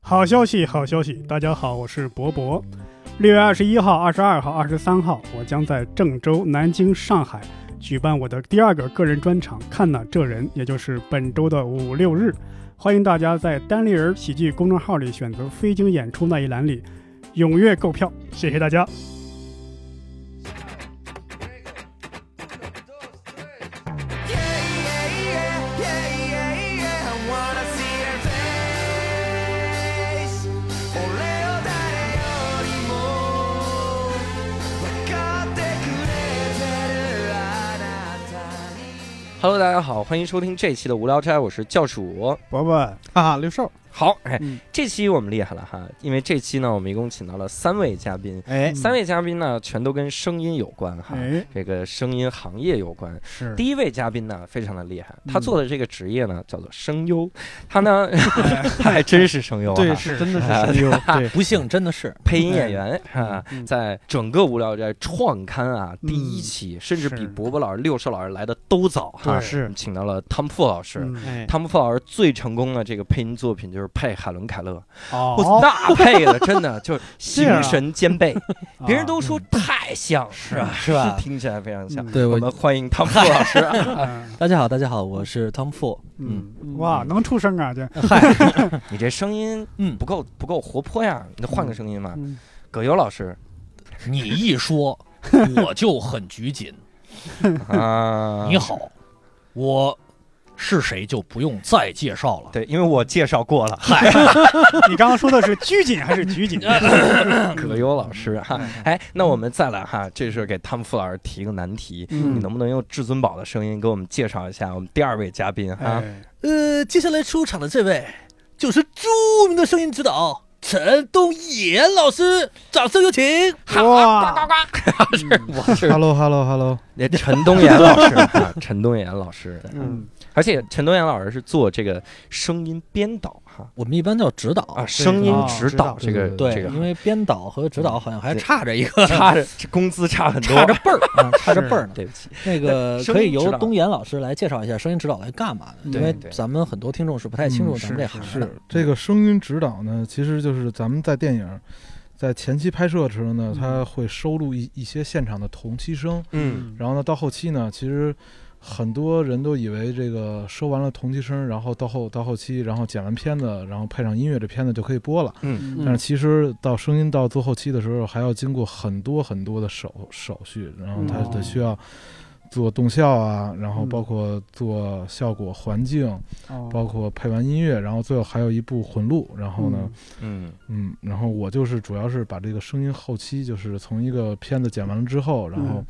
好消息，好消息！大家好，我是博博。六月二十一号、二十二号、二十三号，我将在郑州、南京、上海举办我的第二个个人专场《看呐这人》，也就是本周的五六日。欢迎大家在单立人喜剧公众号里选择“飞经演出”那一栏里踊跃购票，谢谢大家。 Hello，大家好，欢迎收听这一期的无聊斋，我是教主。伯伯，哈啊哈，六兽，好，哎，嗯这期我们厉害了哈，因为这期呢，我们一共请到了三位嘉宾，哎，三位嘉宾呢，全都跟声音有关哈，哎，这个声音行业有关。是第一位嘉宾呢，非常的厉害，嗯他做的这个职业呢，叫做声优，他 呢，他还真是声优啊， 对，是真的是是声 优，对，不幸真的是配音演员啊，嗯在整个无聊斋创刊啊第一期，甚至比是伯伯老师、六兽老师来的都早哈，对我嗯是们，请到了汤姆富老师。嗯哎，汤姆·福老师最成功的这个配音作品就是配海伦·凯勒，我哦，那配的真的 就是这形样啊神兼 备，哦别人啊都说太像了，是吧？是 吧？听起来非常像。嗯对我我，们欢迎汤姆·福老师 啊。嗯大家好，大家好，我是汤姆富。嗯，嗯哇，能出声啊这，嗨，你这声音嗯不，够不够活泼呀，你得换个声音嘛。嗯葛优老师嗯 你一说，我就很拘谨。 嗯啊，你好，我是谁就不用再介绍了。对，因为我介绍过了，你刚刚说的是拘谨还是 拘谨？葛优老师哈。哎，那我们再来哈，这是给汤姆·福老师提一个难题，嗯你能不能用至尊宝的声音给我们介绍一下我们第二位嘉宾哈？哎， 呃，接下来出场的这位就是著名的声音指导陈东岩老师，掌声有请。哇，我是 Hello，Hello，Hello，那陈东岩老师，啊 陈东岩老师，嗯，而且陈东岩老师是做这个声音编导哈我们一般叫指导啊，声音哦指指导导这个对，这个因为编导和指导好像还对差着一个，差着 这工资差很多，差着 辈儿，啊差着是辈儿呢。对不起，那个声音可以指由导东岩老师来介绍一下声音指导来干嘛的，嗯因为对对咱们很多听众是不太清楚嗯咱们这行的。是这个声音指导呢，其实就是咱们在电影。在前期拍摄的时候呢，他会收录一一些现场的同期声，嗯，然后呢，到后期呢，其实很多人都以为这个收完了同期声，然后到后到后期，然后剪完片子，然后配上音乐，这片子就可以播了。嗯但是其实到声音到做后期的时候，还要经过很多很多的手手续，然后它哦得需要做动效啊，然后嗯包括做效果、环境，哦包括配完音乐，然后最后还有一部混录。然后呢，嗯嗯，然后我就是主要是把这个声音后期，就是从一个片子剪完了之后，然后嗯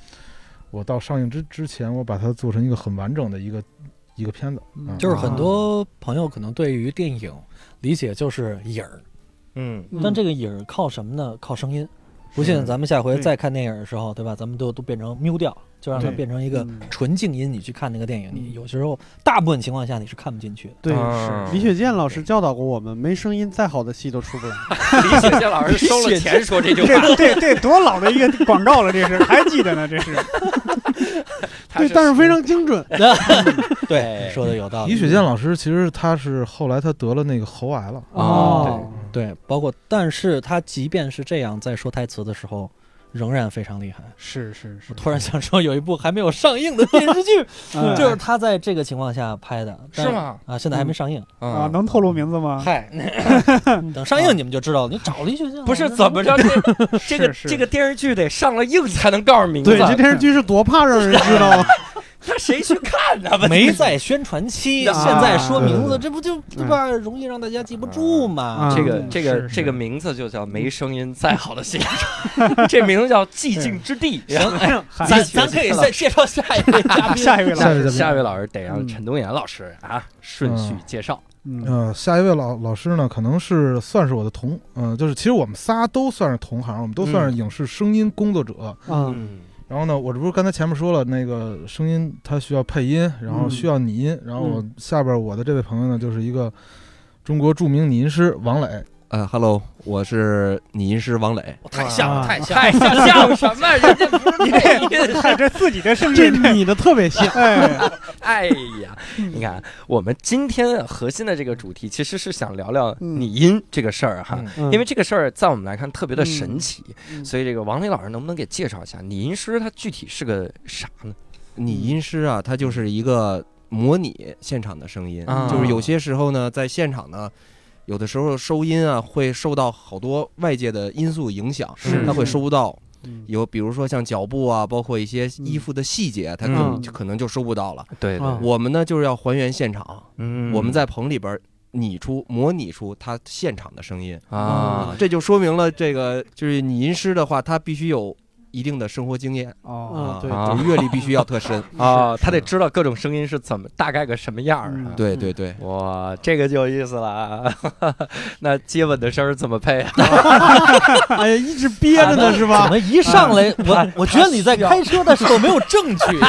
我到上映之之前，我把它做成一个很完整的一个一个片子，嗯就是啊很多朋友可能对于电影理解就是影儿，嗯嗯但这个影儿靠什么呢？靠声音。不信，咱们下回对再看电影的时候，对吧？咱们都都变成 mute 掉，就让它对变成一个嗯纯静音。你去看那个电影，嗯你有时候大部分情况下你是看不进去的。对，啊是李雪健老师教导过我们，没声音再好的戏都出不来。 李嗯雪健老师收了钱说这句话，这这这多老的一个广告了，这是 还记得呢，这是。他对，但是非常精准。对你说的有道李理。雪健老师其实他是后来他得了那个喉癌了，哦，对，包括，但是他即便是这样，在说台词的时候，仍然非常厉害。是是是我，突然想说，有一部还没有上映的电视剧， 嗯就是他在这个情况下拍的，但是？吗？啊，现在还没上映。啊，嗯能透露名字吗？嗨，嗯等上啊映你们就知道了。你找李雪 健不是怎么着，这这个是这个电视剧得上了映才能告诉名字对，，这电视剧是多怕让人知道啊！那谁去看呢？问题没在宣传期，啊现在说名对对字，对这不就对吧？容易让大家记不住嘛。啊这嗯个嗯这个是是这个名字就叫没声音再好的戏， 这名字叫寂静之地。 行，哎， 嗨咱咱可以再介绍下一位嘉宾。 下一位老下一师，位嘉宾下一位老师得让嗯陈东岩老师啊顺序介绍。嗯 呃，下一位老老师呢，可能是算是我的同，嗯、就是其实我们仨都算是同行，我们都算嗯是影视声音工作者。啊嗯然后呢，我这不是刚才前面说了，那个声音它需要配音，然后需要拟音，然后我下边我的这位朋友呢，就是一个中国著名拟音师王磊。呃，Hello，我是拟音师王磊。太像了，哇太像了，太像像什么？人家不是配音。看这自己的声这音，你的特别像，哎， 哎呀，你看，我们今天核心的这个主题其实是想聊聊嗯拟音这个事儿哈。嗯因为这个事儿在我们来看特别的神奇，嗯所以这个王磊老师能不能给介绍一下拟音师他具体是个啥呢？嗯拟音师啊，他就是一个模拟现场的声音，啊就是有些时候呢，在现场呢，有的时候收音啊会受到好多外界的因素影响，是他会是收不到。嗯有比如说像脚步啊，包括一些衣服的细节，他可能嗯就可能就收不到了。对嗯对啊我们呢就是要还原现啊场，嗯我们在棚里边拟出模拟出他现场的声音，啊，这就说明了这个就是拟音师的话，他必须有一定的生活经验嗯哦，啊，对啊就是阅历必须要特深。啊，他得知道各种声音是怎么大概个什么样儿啊嗯。对对对，哇，这个就有意思了啊！ 那接吻的声儿怎么 配啊？哎呀，一直憋着呢是怎吧？啊么一上来 我我觉得你在开车的时候没有证据，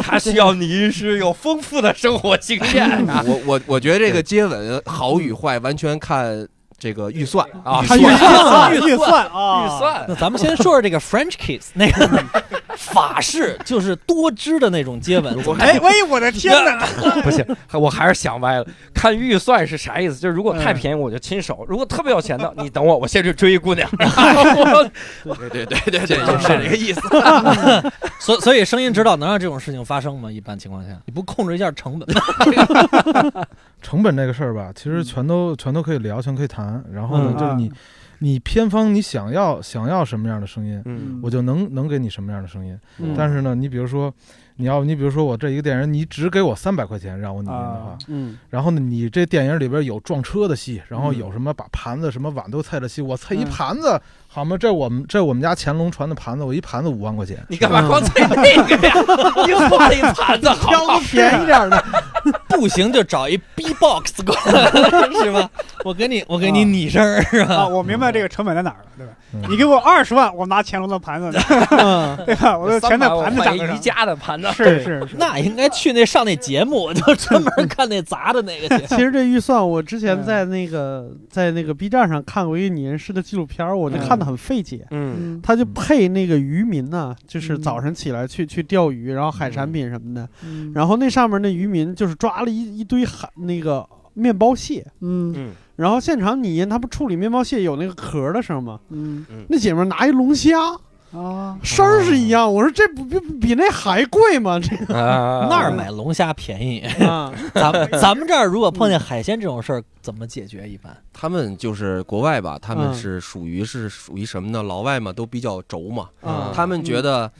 他需要拟音师有丰富的生活经验 啊！我我我觉得这个接吻好与坏完全看这个预算啊，他预算预算啊，预算那咱们先说说这个 French kiss 那 个法式，就是多汁的那种接吻。哎喂，我的天哪！ 不行，我还是想歪了。看预算是啥意思？就是如果太便宜我就亲手，如果特别有钱的，你等我，我先去追姑 娘。我对对对对对，就是这个意思。所所以声音指导能让这种事情发生吗？一般情况下，你不控制一下成本？成本这个事儿吧，其实全都、全都可以聊，全可以谈。然后呢，嗯就是你你偏方你想要想要什么样的声音，嗯，我就能能给你什么样的声音。嗯但是呢，你比如说你要你比如说我这一个电影，你只给我三百块钱让我拟音的话，啊嗯然后呢，你这电影里边有撞车的戏，然后有什么把盘子、什么碗都菜的戏，我菜一嗯盘子，好吗？这我们这我们家乾隆传的盘子，我一盘子五万块钱你干嘛 光踩那个呀？你换一盘子好吗？便宜点儿的。 不行就找一 B box 过来， 是吧？我给你我给你啊拟声儿 是吧？啊，我明白这个成本在哪儿了，对吧？嗯你给我二十万，我拿乾隆的盘子，嗯对吧？我的全在盘子换上一面瑜伽的盘子。是是是，那应该去那上那节目，就 专门看那砸的那个节目。 其实这预算，我之嗯前在那个在那个 B 站上看过一个拟人师的纪录片儿，我就看得很费解。嗯，他就配那个渔民呐，就是嗯早晨起来去去钓鱼，哦然后海产品什么的，嗯然后那上面那渔民就是抓了一一堆海那个面包蟹，嗯嗯然后现场拟音，他不处理面包蟹有那个壳的声吗？嗯那姐们儿拿一龙虾，啊，声儿是一样，我说这不比比那还贵吗？这个哦啊 那儿买龙虾便宜，啊，咱们咱们这儿如果碰见海鲜这种事儿，怎么解决？一般他们就是国外吧，他嗯们是属于是属于什么呢？老外嘛，都比较轴嘛，啊嗯他们觉得。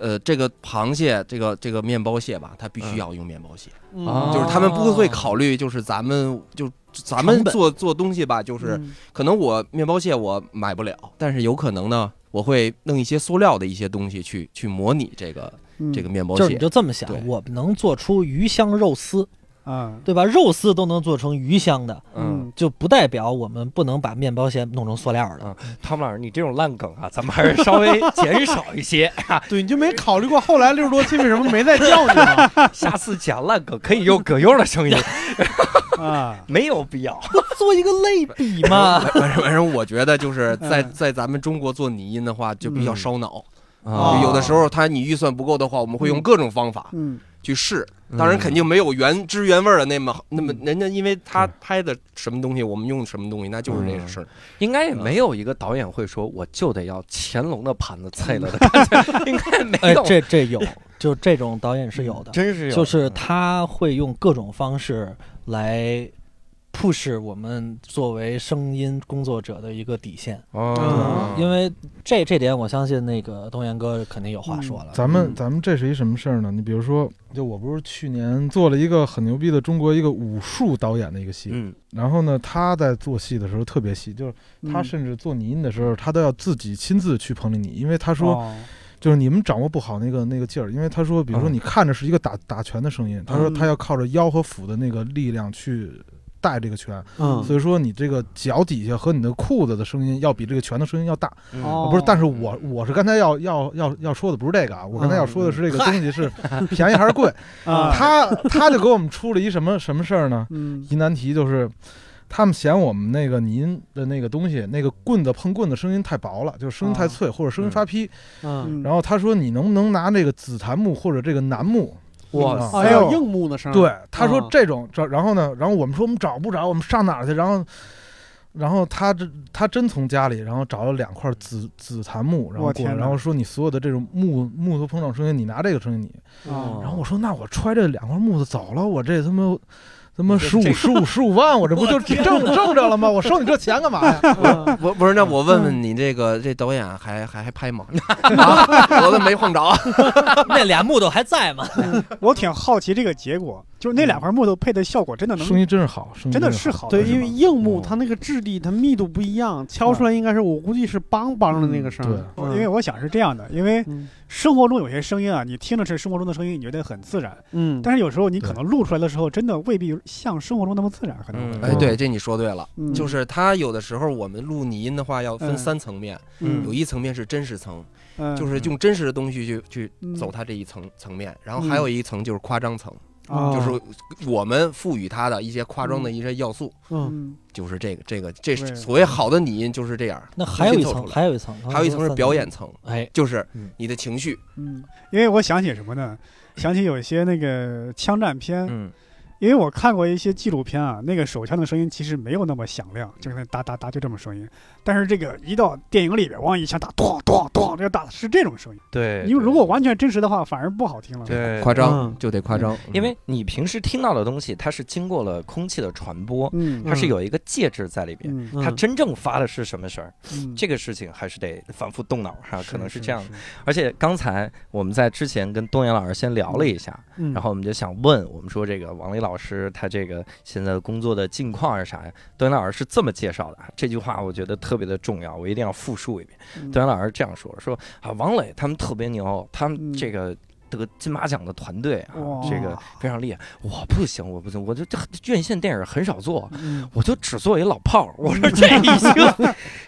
呃，这个螃蟹，这个这个面包蟹吧，它必须嗯要用面包蟹，嗯啊就是他们不会考虑，就是咱们就咱们成本做做东西吧，就是、嗯可能我面包蟹我买不了，但是有可能呢，我会弄一些塑料的一些东西去去模拟这个、嗯这个面包就是蟹你。就这么想对，我们能做出鱼香肉丝，啊，对吧？肉丝都能做成鱼香的，嗯，嗯就不代表我们不能把面包蟹弄成塑料的。汤姆老师，你这种烂梗啊，咱们还是稍 微减少一些。对，你就没考虑过后来六十多期为什么没再叫你吗？下次讲烂梗可以用葛优的声音，啊，没有必 要。做一个类比嘛， 反正反正我觉得就是在嗯在咱们中国做拟音的话就比较烧脑，啊就有的时候它你预算不够的话，我们会用各种方法嗯去试。啊当嗯然肯定没有原汁原味儿的那么那么人家，因为他拍的什么东西，我们用什么东西，那就是这个事儿。嗯啊应该也没有一个导演会说我就得要乾隆的盘子碎 了的感觉，应该没 哎有，，这这有，就这种导演是有的，真嗯是有，就是他会用各种方式来 push 我们作为声音工作者的一个底线，哦，嗯因为这这点我相信那个东岩哥肯定有话说了。 咱们嗯咱们这是一什么事儿呢？你比如说，就我不是去年做了一个很牛逼的中国一个武术导演的一个戏，嗯然后呢，他在做戏的时候特别细，就是嗯嗯他甚至做拟音的时候，他都要自己亲自去棚里拟，因为他说哦就是你们掌握不好那个那个劲儿，因为他说，比如说嗯你看着是一个打、打拳的声音，他说他要靠着腰和腹的那个力量去带这个拳，嗯所以说你这个脚底下和你的裤子的声音要比这个拳的声音要大。哦不是，但是我我是刚才要要要要说的不是这个啊，我刚才要说的是这个东西是便宜还是贵，啊，他他就给我们出了一什么什么事儿呢？嗯疑难题就是。他们嫌我们那个拟音的那个东西，那个棍子碰棍子声音太薄了，就是声音太啊脆、或者声音嗯发劈。嗯，嗯然后他说你能不能拿这个紫檀木或者这个楠木？哇啊塞，哎还有硬木嗯的声儿，对，他说啊这种这，然后呢，然后我们说我们找不着，我们上哪儿去？然后，然后他这他真从家里，然后找了两块紫紫檀木，然后我过天来，哪然后说你所有的这种木木头碰撞声音，你拿这个声音你。哦哦啊，然后我说那我揣这两块木头走了，我这他妈。他妈这十五这十五十五万，我这不就挣挣着了吗？我收你这钱干嘛呀？嗯，不不是，那我问问你，这个这导演还还还拍吗？ 啊我都没碰着。那俩木头还 在吗？嗯我挺好奇这个结果，就是那两块木头配的效果真的声能，音真是好，声音真的是是好的对，是吗，因为硬木哦它那个质地、它密度不一样，敲出来应该是我估计是梆梆的那个声儿。对哦嗯因为我想是这样的，因为嗯生活中有些声音啊，你听的是生活中的声音，你觉得很自然，嗯，但是有时候你可能录出来的时候，真的未必像生活中那么自然，可能嗯，会哎，对，这你说对了，嗯就是他有的时候我们录拟音的话要分嗯三层面，嗯有一层面是真实层，嗯就是用真实的东西去去嗯走它这一层层面，然后还有一层就是夸张层，啊就哦是我们赋予它的一些夸张的一些要素，嗯嗯就是这个这个这对是所谓好的拟音就是这样。那还有一拼凑层，出来还有一层，刚才还有一说层是三表演。层， 哎，就是嗯你的情绪，嗯，因为我想起什么呢？想起有一些那个枪战片，嗯，因为我看过一些纪录片啊，那个手枪的声音其实没有那么响亮，就是那哒哒哒就这么声音。但是这个一到电影里边，往一枪打，咚咚咚，这个打是这种声音。对因为如果完全真实的话，反而不好听了。对夸张嗯就得夸张，因为你平时听到的东西，它是经过了空气的传播，嗯，它是有一个介质在里边。嗯它真正发的是什么事儿？嗯，这个事情还是得反复动脑哈，可能是这样的。的。而且刚才我们在之前跟东岩老师先聊了一下，嗯然后我们就想问，我们说这个王磊老师他这个现在的工作的近况是啥呀？段岩老师是这么介绍的，啊这句话我觉得特别的重要，我一定要复述一遍。嗯段岩老师这样说：说啊，王磊他们特别牛，他嗯们这个。得金马奖的团队啊哇，这个非常厉害。我不行，我不行，我就这院线电影很少做，嗯，我就只做一老炮儿。 我说这已经，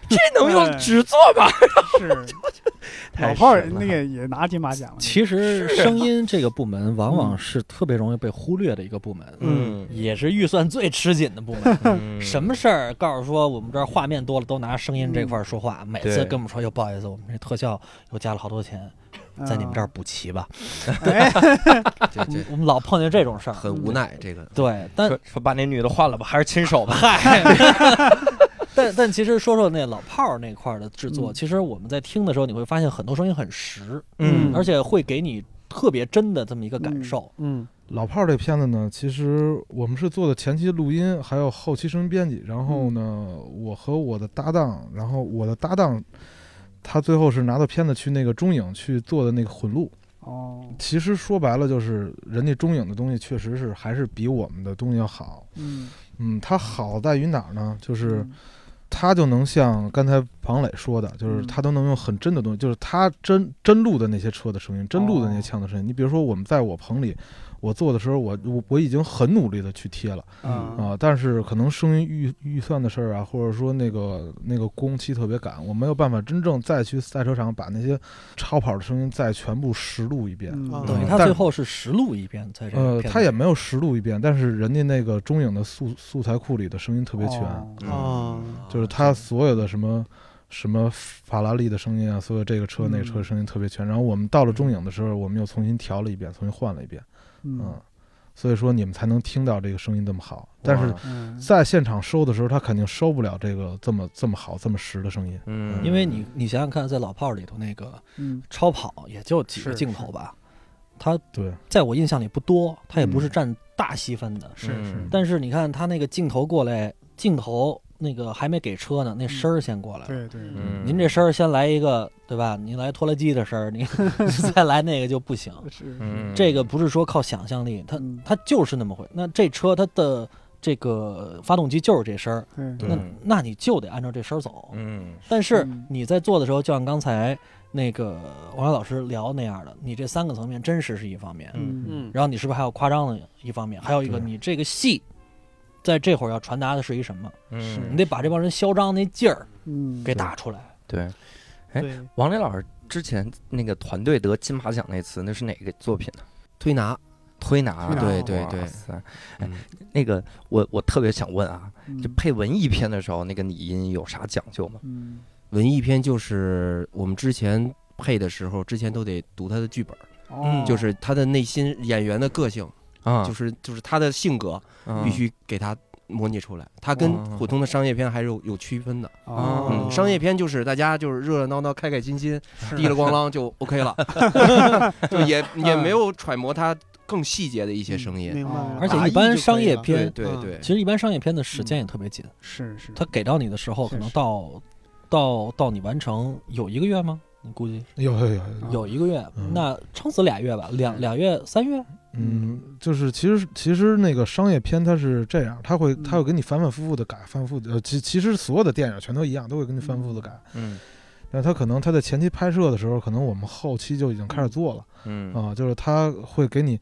这能用只做吗？是老哎太炮儿神了那个也拿金马奖了。其实声音这个部门往往是特别容易被忽略的一个部门，嗯，也是预算最吃紧的部门。嗯什么事儿告诉说我们这儿画面多了，都拿声音这块儿说话。每次对跟我们说，哟，不好意思，我们这特效又加了好多钱，嗯在你们这儿补齐吧。哎，这这我们老碰见这种事儿。很无奈。这个对，但说说把那女的换了吧，还是亲手吧。但但其实说说那老炮儿那块儿的制作，嗯其实我们在听的时候，你会发现很多声音很实，嗯而且会给你特别真的这么一个感受。嗯老炮儿这片子呢，其实我们是做的前期录音，还有后期声音编辑。然后呢，我和我的搭档，然后我的搭档，他最后是拿到片子去那个中影去做的那个混录。哦，其实说白了，就是人家中影的东西确实是还是比我们的东西要好。嗯，嗯，它好在于哪儿呢？就是它就能像刚才庞磊说的，就是嗯它都能用很真的东西，就是它真真录的那些车的声音，真录的那哦些枪的声音。你比如说，我们在我棚里，我做的时候，我我我已经很努力的去贴了。啊，啊，但是可能声音预预算的事儿啊，或者说那个那个工期特别赶，我没有办法真正再去赛车场把那些超跑的声音再全部实录一遍。嗯等于嗯他但最后是实录一遍，在这个呃，片子他也没有实录一遍，但是人家那个中影的素素材库里的声音特别全，哦嗯哦啊就是他所有的什么什么法拉利的声音啊，所有这个车那个嗯车的声音特别全。然后我们到了中影的时候，我们又重新调了一遍，重新换了一遍，嗯嗯，所以说你们才能听到这个声音这么好。但是哇嗯，在现场收的时候，他肯定收不了这个这么这么好、这么实的声音。嗯因为你你想想看，在老炮儿里头那个嗯超跑也就几个是镜头吧，他对，在我印象里不多，他也不是嗯占大戏份的。是是，但是你看他那个镜头过来，镜头那个还没给车呢，那声儿先过来了。对对，嗯您这声儿先来一个，对吧？您来拖拉机的声儿，您再来那个 就不行。是，嗯这个不是说靠想象力，它嗯它就是那么回。那这车它的这个发动机就是这声儿，对对那那你就得按照这声儿走。嗯但是嗯你在做的时候，就像刚才那个王源老师聊那样的，你这三个层面真实是一方面，嗯嗯然后你是不是还有夸张的一方面，还有一个对你这个戏。在这会儿要传达的是一什么？嗯你得把这帮人嚣张那劲儿嗯，给打出来。对哎对，王磊老师之前那个团队得金马奖那次，那是哪个作品呢？推拿推拿，推拿对哦对对哇。哎嗯，那个我我特别想问啊，嗯就配文艺片的时候，那个拟音有啥讲究吗？嗯文艺片就是我们之前配的时候，之前都得读他的剧本，嗯哦嗯就是他的内心演员的个性，啊，就是就是他的性格嗯必须给他模拟出来。他跟哦普通的商业片还是有有区分的。哦嗯嗯，商业片就是大家就是热热闹闹、开开心心，是滴了咣啷就 OK 了，就也也没有揣摩他更细节的一嗯些声音。明白了，而且啊打一一般就商可以业了片对嗯对嗯对，其实一般商业片的时间也特别紧，是是，他给到你的时候，可能是是到到到你完成有一个月吗？你估计有有有，啊有一个月嗯，那撑死俩月吧，两两月三月。嗯，就是其实其实那个商业片它是这样，它会它会给你反反复复的改，反复呃，其其实所有的电影全都一样，都会给你反复的改。嗯但它可能它在前期拍摄的时候，可能我们后期就已经开始做了嗯啊，就是它会给你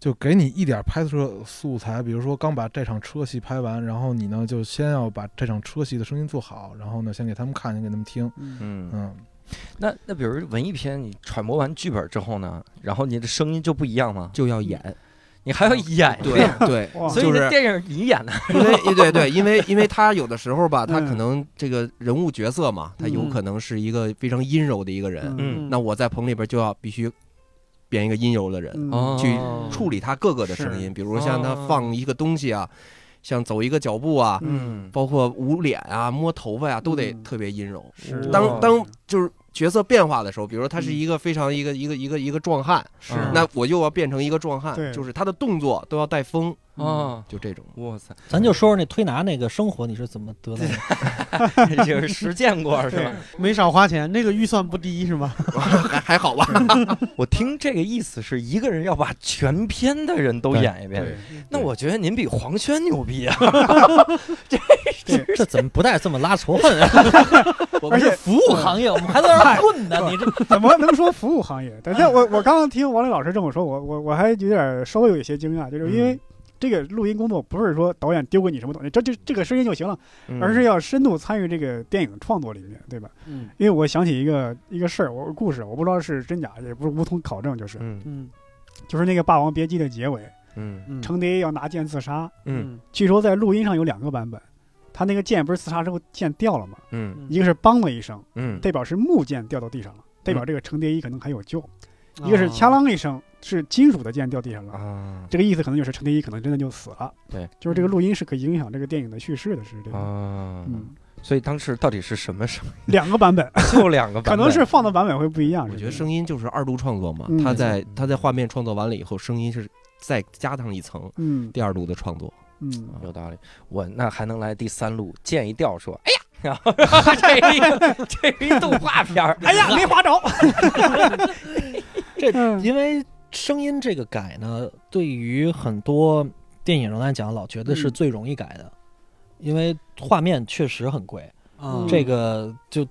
就给你一点拍摄素材，比如说刚把这场车戏拍完，然后你呢就先要把这场车戏的声音做好，然后呢先给他们看，先给他们听，嗯嗯。嗯，那那比如文艺片，你揣摩完剧本之后呢，然后你的声音就不一样吗？嗯就要演，你还要演一遍，对对，哇所以就这是电影你演的，因为对对，因为因为他有的时候吧，他嗯可能这个人物角色嘛，他有嗯可能是一个非常阴柔的一个人，嗯那我在棚里边就要必须编一个阴柔的嗯人，哦去处理他各个的声是音，比如像他哦放一个东西啊，像走一个脚步啊，嗯包括捂脸啊、摸头发呀、都得嗯特别阴柔。是当当就是角色变化的时候，比如说他是一个非常一个一个一个一个壮汉，是嗯那我又要变成一个壮汉对，就是他的动作都要带风，哦，就这种。哇塞，咱就说说那推拿那个生活，你是怎么得到 的？就是实践过是吧？没少花钱，那个预算不低是吧？还还好吧？我听这个意思是一个人要把全片的人都演一遍，对那我觉得您比黄轩牛逼啊！这怎么不带这么拉仇 恨啊？我们而且是服务行业，我们还在那儿混呢，你这怎么能说服务行业？但是我我刚刚听王磊老师这么说，我我我还有点稍微有一些惊讶，就是因嗯为这个录音工作不是说导演丢给你什么东西，这这这个声音就行了，嗯而是要深度参与这个电影创作里面，对吧？嗯因为我想起一个一个事儿，我故事，我不知道是真假，也不是无从考证，就是嗯嗯就是那个《霸王别姬》的结尾，嗯嗯程蝶衣要拿剑自杀，嗯据说在录音上有两个版本，他那个剑不是自杀之后剑掉了吗？嗯一个是梆的一声，嗯代表是木剑掉到地上了，代表这个程蝶衣可能还有救；嗯一个是掐啷一声，是金属的剑掉地上了。啊这个意思可能就是程蝶衣可能真的就死了。对，嗯就是这个录音是可以影响这个电影的叙事的，是这样。啊！嗯，所以当时到底是什 么声？两个版本，就两个可版本，能是放的版本会不一样。我觉是得这样声音就是二度创作嘛嗯，他在他在画面创作完了以后，声音是再加上一层嗯第二度的创作。嗯，有道理，我那还能来第三路见一调说，哎呀，然后 这一个这一动画片儿，哎呀，没 划着。嗯因为声音这个改呢，对于很多电影人来讲，老觉得是嗯最容易改的，因为画面确实很贵。嗯这个就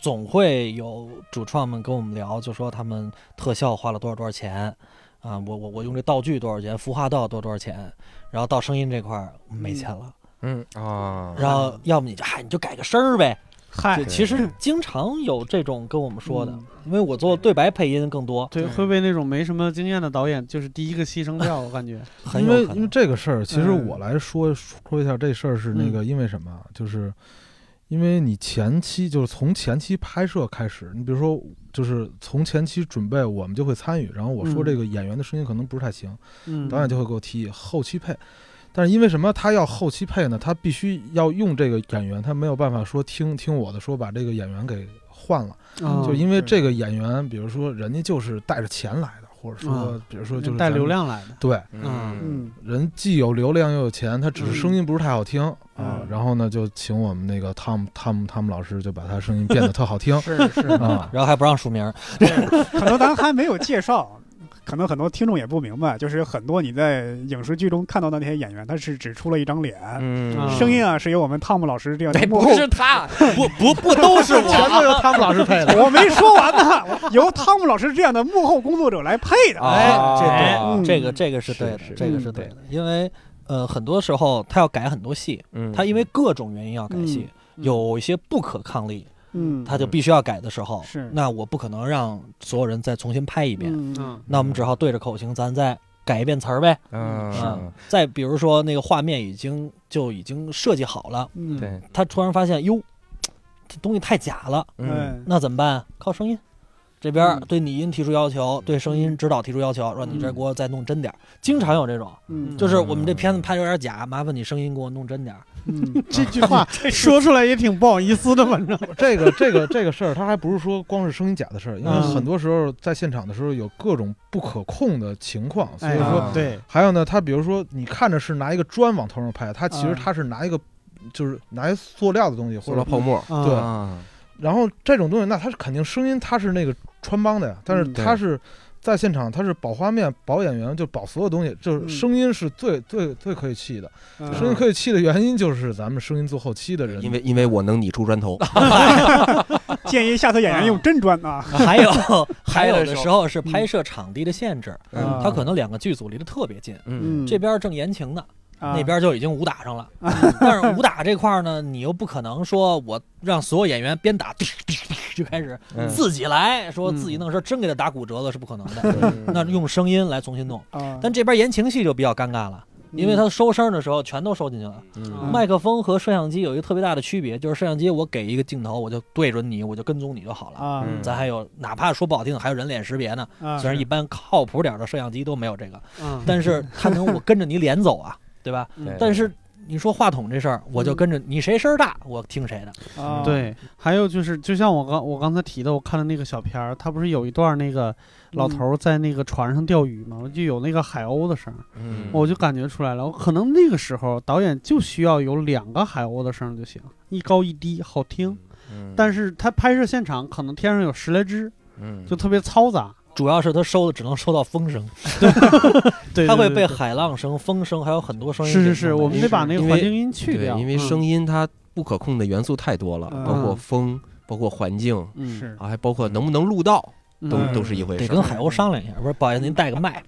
总会有主创们跟我们聊，就说他们特效花了多少多少钱。啊，我我我用这道具多少钱？服化道多多少钱？然后到声音这块儿没钱了，嗯啊，然后要么你就嗨，你就改个声儿呗。嗨就，其实经常有这种跟我们说的嗯，因为我做对白配音更多，对，会被那种没什么经验的导演就是第一个牺牲掉，我感觉。很因有为可因为能。这个事儿，其实嗯我来说说一下这事儿是那个，因为什么啊？就是因为你前期就是从前期拍摄开始，你比如说就是从前期准备，我们就会参与。然后我说嗯这个演员的声音可能不是太行，嗯导演就会给我提议后期配。但是因为什么他要后期配呢？他必须要用这个演员，他没有办法说听听我的说把这个演员给换了，嗯就因为哦对这个演员，比如说人家就是带着钱来的，或者说啊嗯比如说就是带咱们流，量来的。对。嗯嗯人既有流量又有钱，他只是声音不是太好听、嗯啊嗯。然后呢，就请我们那个汤姆汤姆汤姆老师就把他声音变得特好 听是是，啊。然后还不让署名，可能咱还没有介绍，可能很多听众也不明白，就是很多你在影视剧中看到的那些演员，他是只出了一张脸，嗯声音啊是由我们汤姆老师这样的对，幕不后。是他，哦不不不都是 我，全都由汤姆老师配的。我没说完呢，由汤姆老师这样的幕后工作者来配的。哎哎嗯这个这个是对的是是，这个是对的，因为呃，很多时候他要改很多戏，嗯他因为各种原因要改戏，嗯有一些不可抗力，嗯，他就必须要改的时候，是那我不可能让所有人再重新拍一遍，嗯嗯那我们只好对着口型，咱再改一遍词儿呗。啊嗯，再比如说那个画面已经就已经设计好了，嗯，对，他突然发现哟，这东西太假了，嗯，哎那怎么办？靠声音。这边儿嗯对拟音提出要求，对声音指导提出要求，说你这嗯给我再弄真点儿。经常有这种，嗯，就是我们这片子拍的有点假，麻烦你声音给我弄真点儿。嗯这句 话说出来也挺不好意思的，反正这个这个这个事儿，它还不是说光是声音假的事儿，因为嗯很多时候在现场的时候有各种不可控的情况，所以哎说啊对，还有呢，他比如说你看着是拿一个砖往头上拍，他其实啊他是拿一个就是拿一塑料的东西或塑者料泡沫，啊对啊，然后这种东西，那它是肯定声音，它是那个穿帮的呀。但是嗯它是在现场，它是保画面、保演员，就保所有东西，就是嗯声音是最最最可以气的。嗯声音可以气的原因就是咱们声音做后期的人，因为因为我能拟出砖头，建议下头演员用真砖啊，还有还有拍的的时候时候是拍摄场地的限制，啊他可能两个剧组离得特别近，嗯，这边正言情呢，啊那边就已经武打上了。但是武打这块儿呢，你又不可能说我让所有演员边打就开始嗯自己来说自己弄，说真给他打骨折了是不可能的。嗯那用声音来重新弄，啊，但这边言情戏就比较尴尬了，因嗯为他收声的时候全都收进去了。嗯麦克风和摄像机有一个特别大的区别，就是摄像机我给一个镜头，我就对准你，我就跟踪你就好了。啊嗯咱还有，哪怕说不好听，还有人脸识别呢。啊，虽然一般靠谱点儿的摄像机都没有这个， 嗯但是它能我跟着你脸走啊，对 吧？对嗯但是你说话筒这事儿，我嗯就跟着你谁声儿大，我听谁的。啊，对，还有就是，就像我刚我刚才提的，我看的那个小片儿，它不是有一段那个嗯老头儿在那个船上钓鱼嘛，就有那个海鸥的声儿，嗯我就感觉出来了。我可能那个时候导演就需要有两个海鸥的声儿就行，一高一低，好听。嗯但是他拍摄现场可能天上有十来只，嗯就特别嘈杂。主要是他收的只能收到风声， 对，它对会对被对海浪声、风声还有很多声音给是弄没。是是，我们得把那个因环为境音去对啊掉，，因为嗯声音它不可控的元素太多了，嗯包括风，包括环境嗯是啊，还包括能不能录到，嗯都嗯都是一回得事跟儿。海鸥商量一下，不是，不好意思，您带个麦，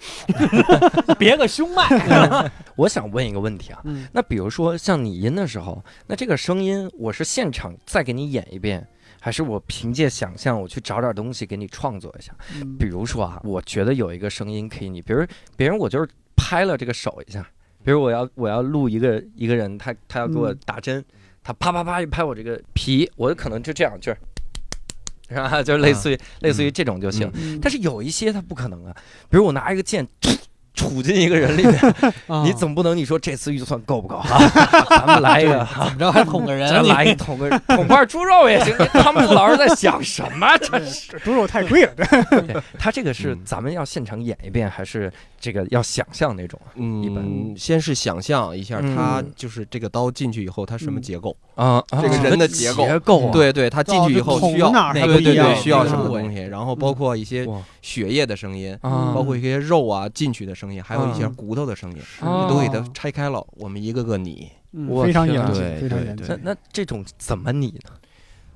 别个胸麦。我想问一个问题啊，嗯那比如说像拟音的时候，那这个声音我是现场再给你演一遍，还是我凭借想象我去找点东西给你创作一下？ 嗯比如说啊，我觉得有一个声音可以你，比如别人我就是拍了这个手一下，比如我要我要录一个一个人，他他要给我嗯打针，他啪啪啪一拍我这个皮，我可能就这样就是，是 吧？就是类似于、类似于这种就行。啊嗯但是有一些他不可能啊，比如我拿一个剑。杵进一个人里面， 啊你总不能你说这次预算够不够啊？ 咱们来一个，怎么着还捅个人？啊咱来一捅个捅块猪肉也行。这汤姆老师在想什么？这是。猪肉太贵了，这 他这个是嗯咱们要现场演一遍，还是这个要想象那种一嗯般，先是想象一下，嗯它就是这个刀进去以后，它什嗯么结构？啊？啊这个人的结结构构啊，对对，它进去以后需要哦捅哪儿还对对不一对样对，需要什么对东西？然后包括一些哇血液的声音，啊，包括一些肉啊进去的声音，还有一些嗯骨头的声音，啊都给它拆开了，我们一个个拟。嗯我非常天严哪谨，对非常对严对谨啊那。那这种怎么拟呢？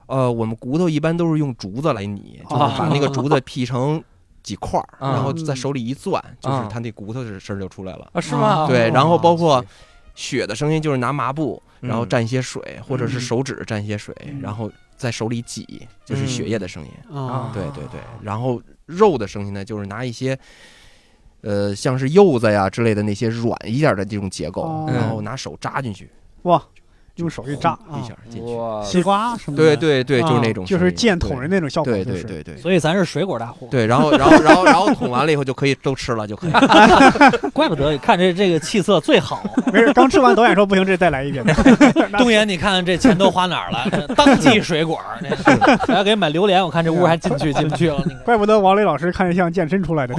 呃，我们骨头一般都是用竹子来拟， 就是啊把那个竹子劈成几块儿，啊然后在手里一攥，就是啊它那骨头的声儿就出来了。啊，是吗？对，哦然后包括血的声音，就是拿麻布，然后嗯蘸一些水，或者是嗯手指蘸一些水，嗯然后在手里挤，就是血液的声音。啊啊，对对对，然后肉的声音呢，就是拿一些。呃，像是柚子呀之类的那些软一点的这种结构，哦然后拿手扎进去，用手一扎，一下进去。哇西瓜什么对的，啊对对，就是那种声音，就是剑捅人那种效果，对。就对对是对对所以咱是水果大户，对，然后然后然后然后捅完了以后就可以都吃了就可以。怪不得看这这个气色最好。 没事，刚吃完导演说不行，这再来一 遍。东岩，你看看这钱都花哪儿了？当季水果，那还要给买榴莲，我看这屋还进去进不去了。你看怪不得王磊老师看着像健身出 来的，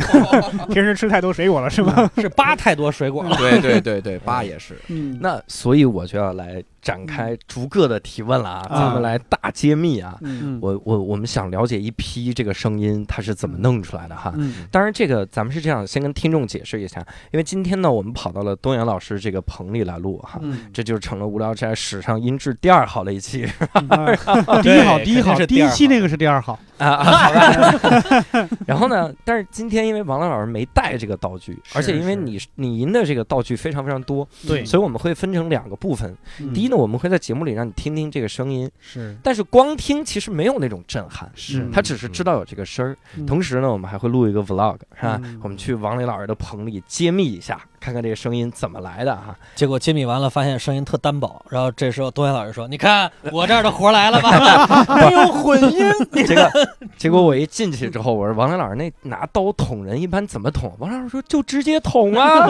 平时吃太多水果了是吗？是扒太多水果了。 对对对对，八也是。 嗯那所以我就要来展开逐个的提问了啊，啊咱们来大揭秘啊！嗯我我我们想了解一批这个声音它是怎么弄出来的哈。嗯当然，这个咱们是这样，先跟听众解释一下，因为今天呢，我们跑到了东阳老师这个棚里来录哈，嗯，这就成了无聊斋史上音质第二好的一期。 啊第一好， 哦对哎第一肯定好，是第第一二期好那个是第二好，啊 啊，好吧。 然后呢，但是今天因为王亮老师没带这个道具，而且因为是你你赢的这个道具非常非常多，对所以我们会分成两个部分。第一呢，呢我们会在节目里让你听听这个声音，嗯是但是光听其实没有那种震撼。是他只是知道有这个声儿，同时呢，我们还会录一个 vlog，是吧？嗯我们去王磊老师的棚里揭秘一下，看看这个声音怎么来的哈。结果揭秘完了，发现声音特单薄。然后这时候东岩老师说：“你看我这儿的活儿来了吧？没有混音， 结果， 结果我一进去之后，我说王磊老师那拿刀捅人一般怎么捅？王磊老师说就直接捅 啊，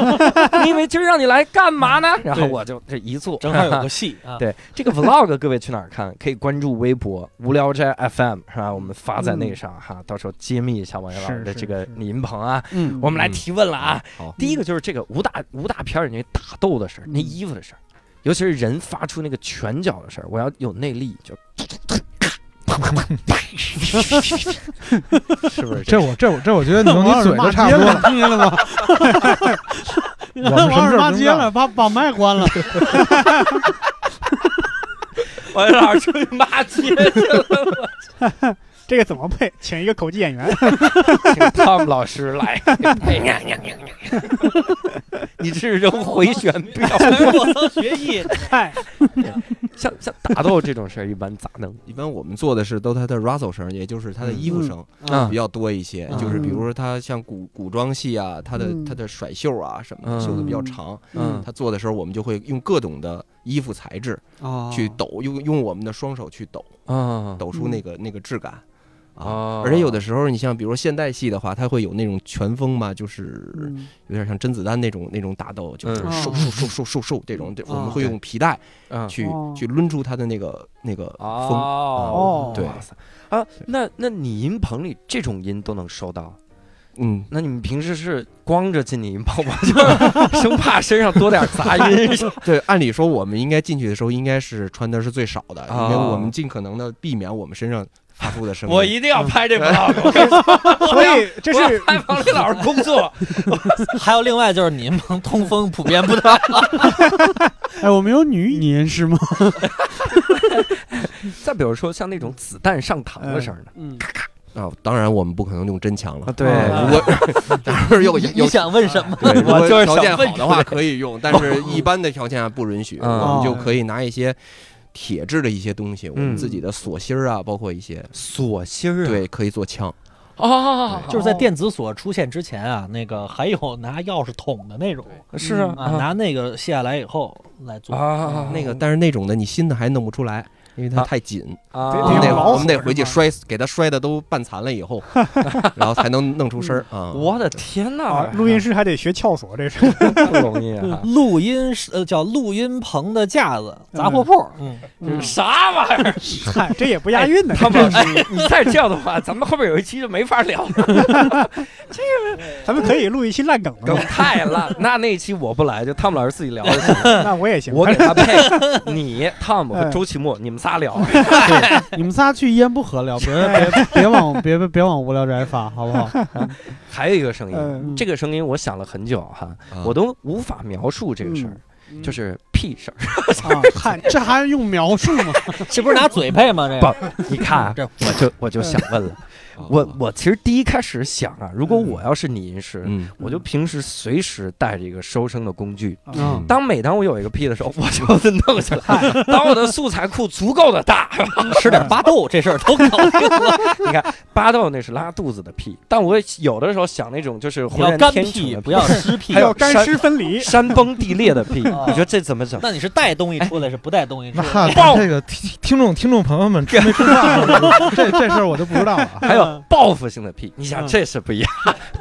你以为今儿让你来干嘛呢？然后我就这一坐，正好有个戏啊。 对这个 vlog，各位去哪儿看？可以关注微博“无聊斋 FM” 是吧？我们发在那上哈，到时候揭秘一下王源老师的嗯是这个是音棚啊。嗯我们来提问了啊。好第一个就是这个武打武打片儿里那打斗的事儿，那衣服的事儿，尤其是人发出那个拳脚的事儿，我要有内力，就是不是？这我这我这我觉 得你能王你老师嘴骂就差不街多了了。听见了 吗？我们什么事儿骂不街用了，把把麦关了。我老哎师出去骂街去了， 这个怎么配？请一个口技演员。请 Tom 老师来。你这是扔回旋镖，我操，学艺嗨，像像打斗这种事儿一般咋弄？一般我们做的是都他的 rustle 声，也就是他的衣服声啊比较多一些，嗯就是比如说他像古古装戏啊，他的嗯他的甩袖啊什么的，嗯袖子比较长，嗯他做的时候我们就会用各种的衣服材质哦去抖，用用我们的双手去抖，啊抖出那个那个质感啊。啊而且有的时候，你像比如说现代戏的话，它会有那种拳风嘛，就是嗯有点像甄子丹那种那种打斗，就是嗯瘦哦瘦瘦瘦瘦瘦这嗯种，对我们哦会用皮带嗯去哦去抡出它的那个那个风。哦嗯对哇塞啊，那那你音棚里这种音都能收到？嗯，那你们平时是光着进你音棚吗？ 就生怕身上多点杂音。是吧 对，按理说我们应该进去的时候应该是穿的是最少的，因为啊我们尽可能的避免我们身上发出的声 音。我一定要拍这 vlog，所以这我要是拍王力老师工作。 还有另外就是你们通风普遍不太好。哎，我们有女音是吗？再比如说像那种子弹上膛的声儿呢？嗯，啊，当然我们不可能用真枪了。对啊 如果当然有有你想问什么？对，如我果就是条想件问好出的话来可以用，但是一般的条件下不允许，嗯我们就哦可以拿一些铁制的一些东西，我嗯们自己的锁芯儿啊，包括一些锁芯儿啊，对，可以做枪。哦，就是在电子锁出现之前啊，那个还有拿钥匙捅的那种是啊啊，拿那个卸下来以后来做。啊那个，但是那种的你新的还弄不出来，因为它啊太紧，啊对我们对得老我们得虎回去是吗摔，给它摔的都半残了 以后，然后才能弄出声儿嗯啊。我的天哪啊，，录音师还得学撬锁，这是。不容易啊。录音室呃叫录音棚的架子杂货铺，嗯，这是啥玩意儿？嗨，这也不押韵呢。他这 们老师，哎你再这样的话，咱们后边有一期就没法聊了， 咱们可以录一期烂梗的梗 嘛，太烂。那那一期我不来，就汤姆老师自己聊就行了。那我也行。我给他配 哎你、汤姆和周奇墨，你们仨 聊。你们仨去烟不合聊， 别别别往别别别往无聊斋发，好不好？还有一个声音，嗯，这个声音我想了很久哈，啊我都无法描述这个事儿，嗯就是是屁事儿。啊，看这还用描述吗？ 这不是拿嘴配吗？这个嗯你看啊，这我就我就想问了，啊我我其实第一开始想啊，如果我要是拟音师，嗯，我就平时随时带着一个收声的工具。嗯，当每当我有一个屁的时候，我就弄起来。当我的素材库足够的大，吃点巴豆这事儿都搞定了，你看巴豆那是拉肚子的屁，但我有的时候想那种就是你浑要然干天成屁，的不要湿屁还。有要干山湿分 离。 山崩地裂的屁，啊你说这怎么整？那你是带东西出来，是不带东西出 那来？爆咱这个听听众听众朋友们吃没吃饭啊？ 这这事儿我就不知道了啊。还有报复性的屁，你想嗯这是不一样。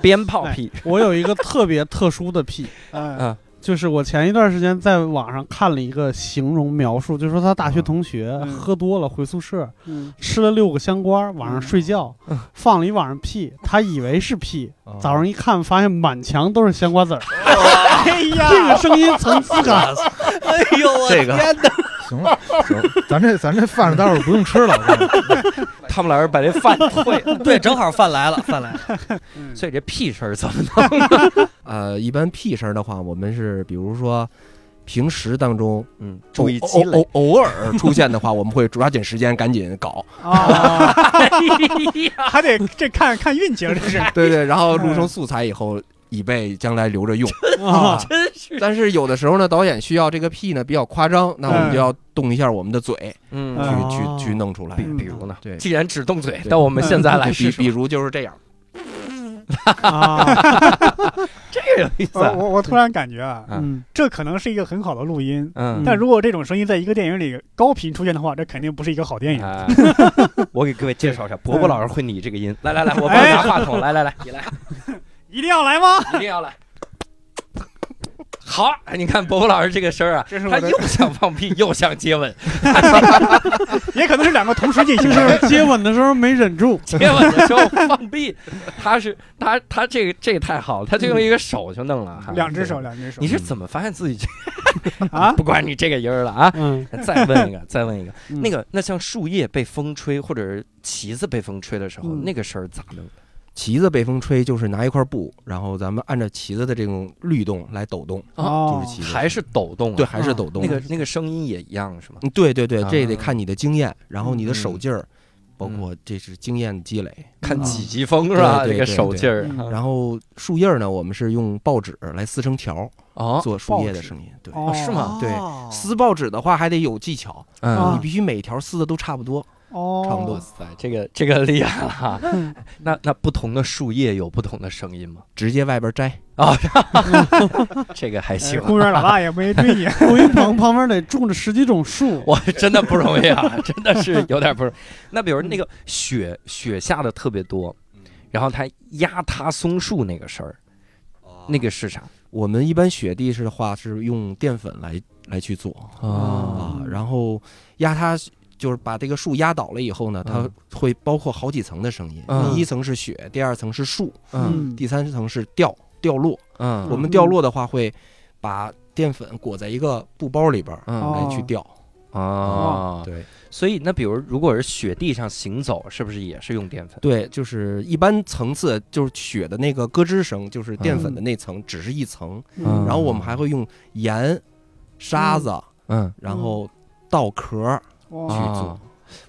鞭炮屁，我有一个特别特殊的癖，哎嗯嗯就是我前一段时间在网上看了一个形容描述，就说他大学同学嗯喝多了回宿舍，嗯，吃了六个香瓜，晚上睡觉放了一晚上屁，他以为是屁，啊早上一看发现满墙都是香瓜子儿，哎 呀，这个声音层次感哎呦，我这个天哪！行了，行，咱这咱这饭待会儿不用吃了。我告诉你他们老师把这饭退 了，对，正好饭来了，饭来了。所以这屁事儿怎么呃，一般屁声儿的话，我们是比如说平时当中 嗯，偶注意积累偶偶偶尔出现的话，我们会抓紧时间赶紧 搞。啊， 还得这看看运气了，这 是哎对对，然后录嗯成素材以后，以备将来留着用。啊，但是有的时候呢，导演需要这个屁呢比较夸张，那我们就要动一下我们的嘴，去嗯，嗯哦去去弄出来。嗯比如呢？对既然只动嘴，对那我们现在 来比比比比如就是这样，啊，这有意思我啊。 我我突然感觉啊，啊嗯，这可能是一个很好的录音， 嗯，但如果这种声音在一个电影里高频出现的话，这肯定不是一个好电影。哎我给各位介绍一下，伯伯老师会拟这个音。来来来，我帮你哎 拿话筒，来来 来，你来，一定要来吗？一定要来。好，哎你看伯伯老师这个声儿啊，这是他我的，又想放屁，又想接吻，也可能是两个同时进行就的。是接吻的时候没忍住，接吻的时候放屁，他是他他这个这也太好了，他就用一个手就弄了，还嗯两只手，。两只手你是怎么发现自己这 ？啊不管你这个音儿了啊？嗯，再问一个，再问一个，嗯那个那像树叶被风吹，或者是旗子被风吹的时候，嗯那个声儿咋弄？旗子被风吹，就是拿一块布，然后咱们按照旗子的这种律动来抖动，哦就是旗子还是抖动啊？对，还是抖动那。个那个声音也一样是吗？嗯对对对，这得啊看你的经验，然后你的嗯手劲儿，包括这是经验积累。看嗯几级风是吧？啊对这对个对手劲儿对嗯然后树叶儿呢，我们是用报纸来撕成条儿哦，做树叶的声音，对。啊哦，是吗对哦撕报纸的话还得有技巧，啊嗯你必须每条撕的都差不多。哦，差不多哇塞，这个这个厉害了哈嗯。那那不同的树叶有不同的声音吗？直接外边摘，这个还行 哎，公园老大也没对你，录音棚旁边得种着十几种树，我真的不容易啊，真的是有点不容易。那比如那个雪雪下的特别多，然后它压塌松树那个事儿，那个是啥？我们一般雪地是的话是用淀粉来来去做哦啊，然后压它就是把这个树压倒了以后呢，它嗯会包括好几层的声音，嗯第一层是雪，第二层是树，嗯第三层是掉掉落。嗯我们掉落的话会把淀粉裹在一个布包里边儿嗯来去掉，哦，对。所以那比如如果是雪地上行走，是不是也是用淀粉？对，就是一般层次，就是雪的那个咯吱声，就是淀粉的那层，只是一层。嗯然后我们还会用盐、沙子，嗯，然后稻壳，哦去做啊，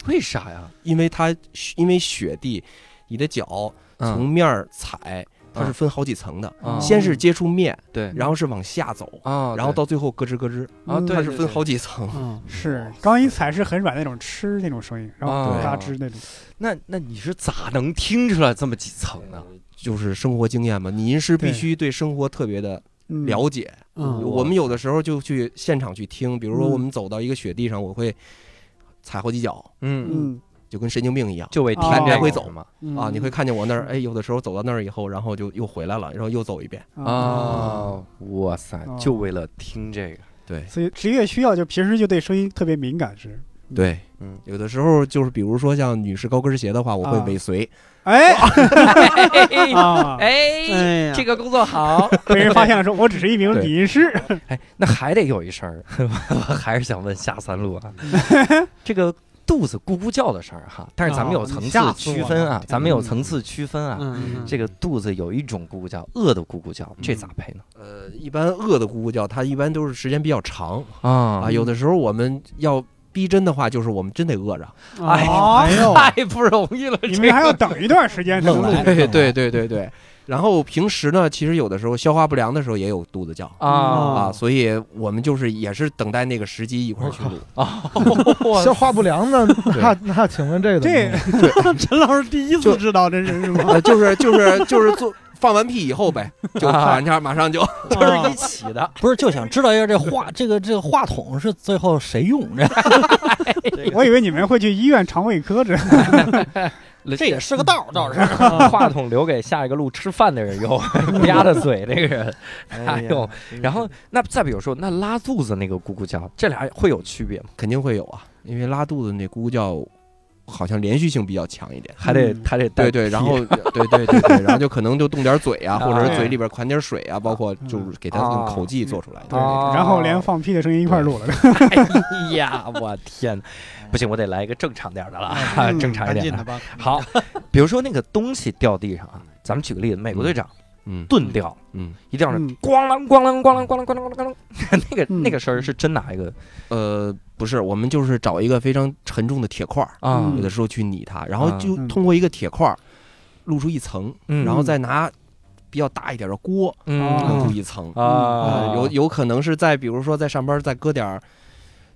为啥呀？因为它因为雪地，你的脚从嗯面儿踩，它嗯是分好几层的，啊嗯先是接触面，对然后哦是往下走，啊，然后到最后咯吱咯吱，哦啊，对，它是分好几。几层。 嗯，是刚一踩是很软那种吃那种声音，然后哦嘎吱那种。那那你是咋能听出来这么几层呢？就是生活经验嘛，你音师必对须对生活特别的嗯，了解，嗯我们有的时候就去现场去听，比如说我们走到一个雪地上，我会踩好几脚，嗯，嗯，就跟神经病一样就为听哦这来回个走嘛。嗯啊！你会看见我那儿，是哎，有的时候走到那儿以后，然后就又回来了，然后又走一遍。啊，哇塞哦，就为了听这个。对所以职业需要，就平时就对声音特别敏感是。对，嗯，有的时候就是比如说像女士高跟鞋的话，我会啊尾随， 哎 啊， 哎，哎呀，这个工作好。被人发现了说，我只是一名对理音师。哎，那还得有一声儿，我还是想问下三路啊， 这个肚子咕咕叫的声儿哈，但是咱们有哦层你次吓死区我分了啊，天咱们有哪层次区分啊。嗯，嗯这个肚子有一种咕咕叫，饿的咕咕叫，这咋配呢？呃，一般饿的咕咕叫，它一般都是时间比较长啊啊。有的时候我们要逼真的话，就是我们真得饿着。哎哦，呦太不容易了，你这们还个要等一段时间才能录愣来。对对对对对。 然后平时呢，其实有的时候消化不良的时候也有肚子叫。啊啊，所以我们就是也是等待那个时机一块儿去录。消化不良呢？那那请问这个这陈老师第一次知道这是什么，呃，就是就是就是做放完屁以后呗，就放完天马上就 啊就是一起的，不是就想知道一下这话，这个这个话筒是最后谁用？这 我以为你们会去医院肠胃科这。这也是个道儿，倒是。话筒留给下一个路吃饭的人用，吧着嘴那个人。哎呦，然后那再比如说，那拉肚子那个咕咕叫，这俩会有区别吗？肯定会有啊，因为拉肚子那咕咕叫好像连续性比较强一点。还得嗯还得带对对，然后 对对对对，然后就可能就动点嘴啊， 啊嗯或者是嘴里边灌点水啊，包括就是给它用口技做出来对，的。哦然后连放屁的声音一块儿录了。哎呀，我天，不行，我得来一个正常点儿的了，啊，嗯正常一赶点紧的的。吧，好，比如说那个东西掉地上啊，咱们举个例子，美国队长嗯钝调，嗯，一定要是嗯咣啷咣啷咣啷咣啷咣啷咣啷，那个嗯那个声儿是真拿一个呃，不是，我们就是找一个非常沉重的铁块儿，啊有的时候去拟它，然后啊就嗯通过一个铁块儿露出一层，嗯然后再拿比较大一点的锅嗯啊露一层。啊呃，有有可能是在比如说在上边儿再搁点儿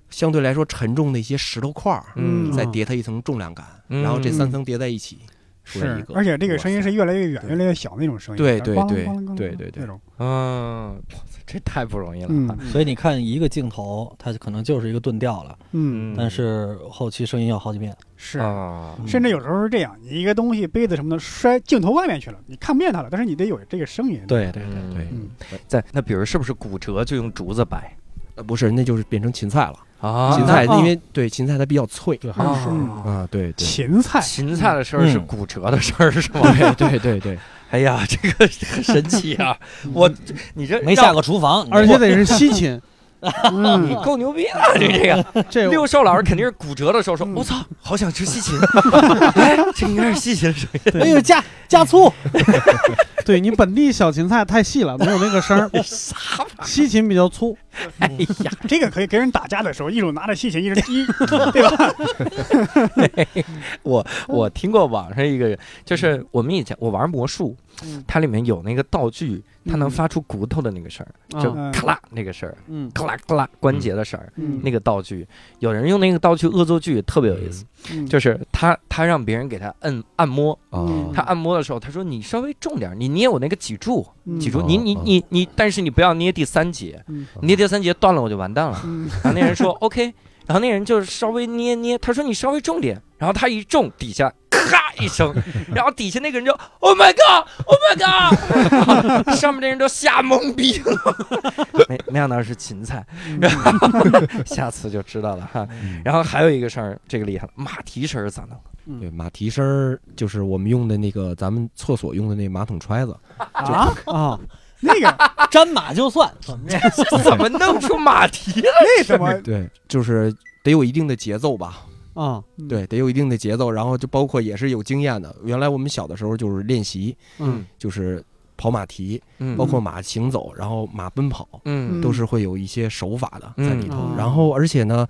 相对来说沉重的一些石头块儿，嗯再叠它一层重量感，嗯然后这三层叠在一起，出来一是，个而且这个声音是越来越远、对越来越小那种声音，对对咣啷对咣啷咣啷对对对那种，嗯，哇塞这太不容易了啊嗯所以你看一个镜头，它可能就是一个钝调了，嗯，但是后期声音要好几遍。是。啊，甚至有时候是这样，你一个东西杯子什么的摔镜头外面去了，你看不见它了，但是你得有这个声音。，对对嗯对嗯，在那比如是不是骨折就用竹子掰呃，不是，那就是变成芹菜了。啊芹菜啊因为对芹菜它比较脆对，还是啊。嗯，啊，对对芹菜，芹菜的声儿是嗯骨折的声儿是吗？对对对对，哎呀，这个很神奇 啊！我你这没下过厨房，而且得是西芹。嗯，够牛逼了，你这个这六兽老师肯定是骨折的时候说：“嗯我操，好想吃 西芹。”哎，这应该是西芹的声音。哎呦加加醋，对你本地小芹菜太细了，没有 那个声儿。西芹比较粗，哎呀，这个可以跟人打架的时候，一手拿着西芹，一直踢，对吧？我听过网上一个人，就是我们以前我玩魔术嗯，它里面有那个道具，它能嗯发出骨头的那个声儿，就啊，咔啦那个声儿，嗯咔啦咔啦关节的声儿。嗯那个道具，有人用那个道具恶作剧，特别有意思。嗯就是他他让别人给他摁按摩，啊嗯他按摩的时候，他说你稍微重点儿，你捏我那个脊柱，嗯脊柱，哦你你哦你你，但是你不要捏第三节，嗯捏第三节断了我就完蛋了。嗯然后那人说 OK，然后那人就稍微捏捏，他说你稍微重点，然后他一重底下。 咔一声，然后底下那个人就 Oh my God，Oh my God，上面那 人都吓懵逼了。 没没想到是芹菜， 嗯然后下次就知道了哈。嗯然后还有一个事儿，这个厉害了，马蹄声儿咋弄？对马蹄声儿就是我们用的那个咱们厕所用的那马桶揣子，啊，啊，那个沾马就算，怎么着？怎么弄出马蹄来？为什么？对，就是得有一定的节奏吧，啊，对，得有一定的节奏，然后就包括也是有经验的。原来我们小的时候就是练习，嗯就是跑马蹄，嗯包括马行走，然后马奔跑，嗯都是会有一些手法的在里头。嗯然后而且呢，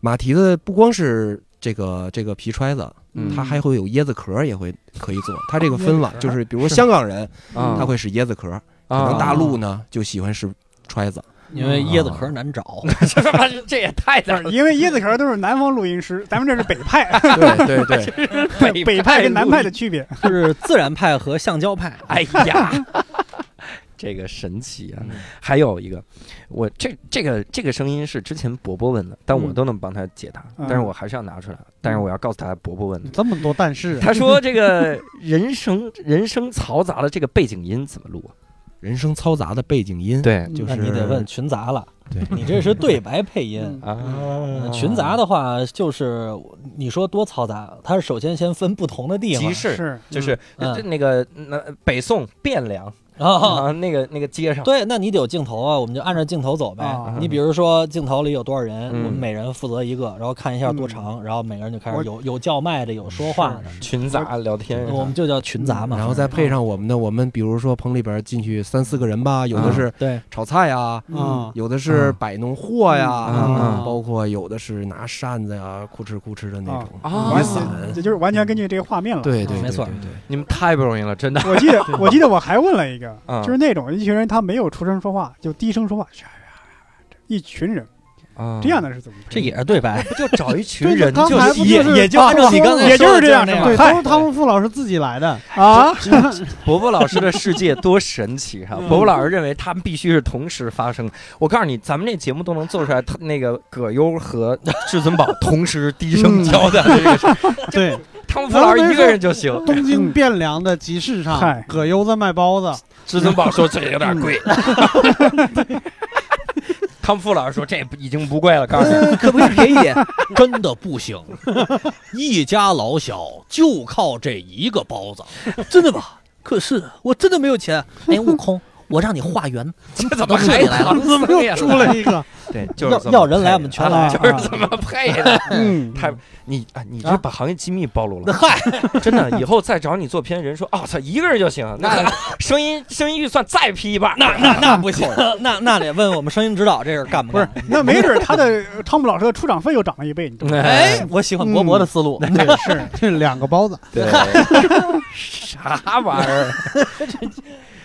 马蹄子不光是这个这个皮揣子，嗯它还会有椰子壳，也会可以做。它这个分了 椰子，壳就是比如说香港人啊他会使椰子壳，可啊能大陆呢就喜欢使揣 子。因为椰子壳难找，这他妈是 这也太难了。嗯因为椰子壳都是南方录音师，咱们这是北派，对对对，北北派跟南派的区别。就是自然派和橡胶派。 哎呀，这个神奇啊！还有一个，我这这个这个声音是之前伯伯问的，但我嗯都能帮他解答，嗯但是我还是要拿出来，但是我要告诉他伯伯问的。这么多但是，嗯他说：“这个人声人声嘈杂的这个背景音怎么录啊？ 人声嘈杂的背景音，嗯对就是那你得问群杂了，对你这是对白配嗯音。啊呃群杂的话，就是你说多嘈杂，它是首先先分不同的地方集市，是，就是嗯这那个那北宋汴梁啊。啊，那个那个街上，对，那你得有镜头啊，我们就按照镜头走呗。啊你比如说镜头里有多少人，嗯我们每人负责一个，然后看一下多长，然后每个人就开嗯我始有有叫卖的，有说话的，群杂聊天我们就叫群杂嘛。嗯然后再啊配上我们的，我们比如说棚里边进去三四个人吧，有啊的是对，炒菜啊，嗯啊，有的是摆弄货呀，嗯嗯包括有的是拿扇子呀，哭哧哭哧的那种啊一完散。全，这就是完全根据这个画面了。对对，对没错对对你们太不容易了，真的。我记得，我记得我还问了一个嗯，就是那种一群人他没有出声说话，就低声说话，一群人啊嗯这样的是怎么配？这也是对 白。不就找一群人对那就刚才不也就是也就啊按照你刚才也就说是的这样那是吧对，嗨都是汤姆傅老师自己 来的，啊， 伯伯老师的世界多神奇哈！嗯伯伯老师认为他们必须是同时发生的。我告诉你，咱们这节目都能做出来，他那个葛优和至尊宝同时低声嗯交代这个事儿，对，汤姆·福老师一个人就行。东京汴梁的集市上嗨，葛优在卖包子，至尊宝说这有点贵。汤姆·福老师说这已经不贵 了，告诉你，嗯 可不可以便宜点？真的不行，一家老小就靠这一个包子，真的吧？可是我真的没有钱。哎，悟空，我让你化缘， 这怎么还搪怎么塞又出了？来一个？对，就是要这么要人来配我们全的 来，就是这啊么配的。嗯，太你啊，你这把行业机密暴露啊了，嗨，真的，以后再找你做片，人说，哦，操，一个人就行， 那声音声音预算再批一半，那那那不行，那那得问我们声音指导这事儿干不不是干？，那没准他的汤姆老师的出场费又涨了一倍，你知道吗？哎，我喜欢博博的思路，对，是这两个包子，对，啥玩意儿？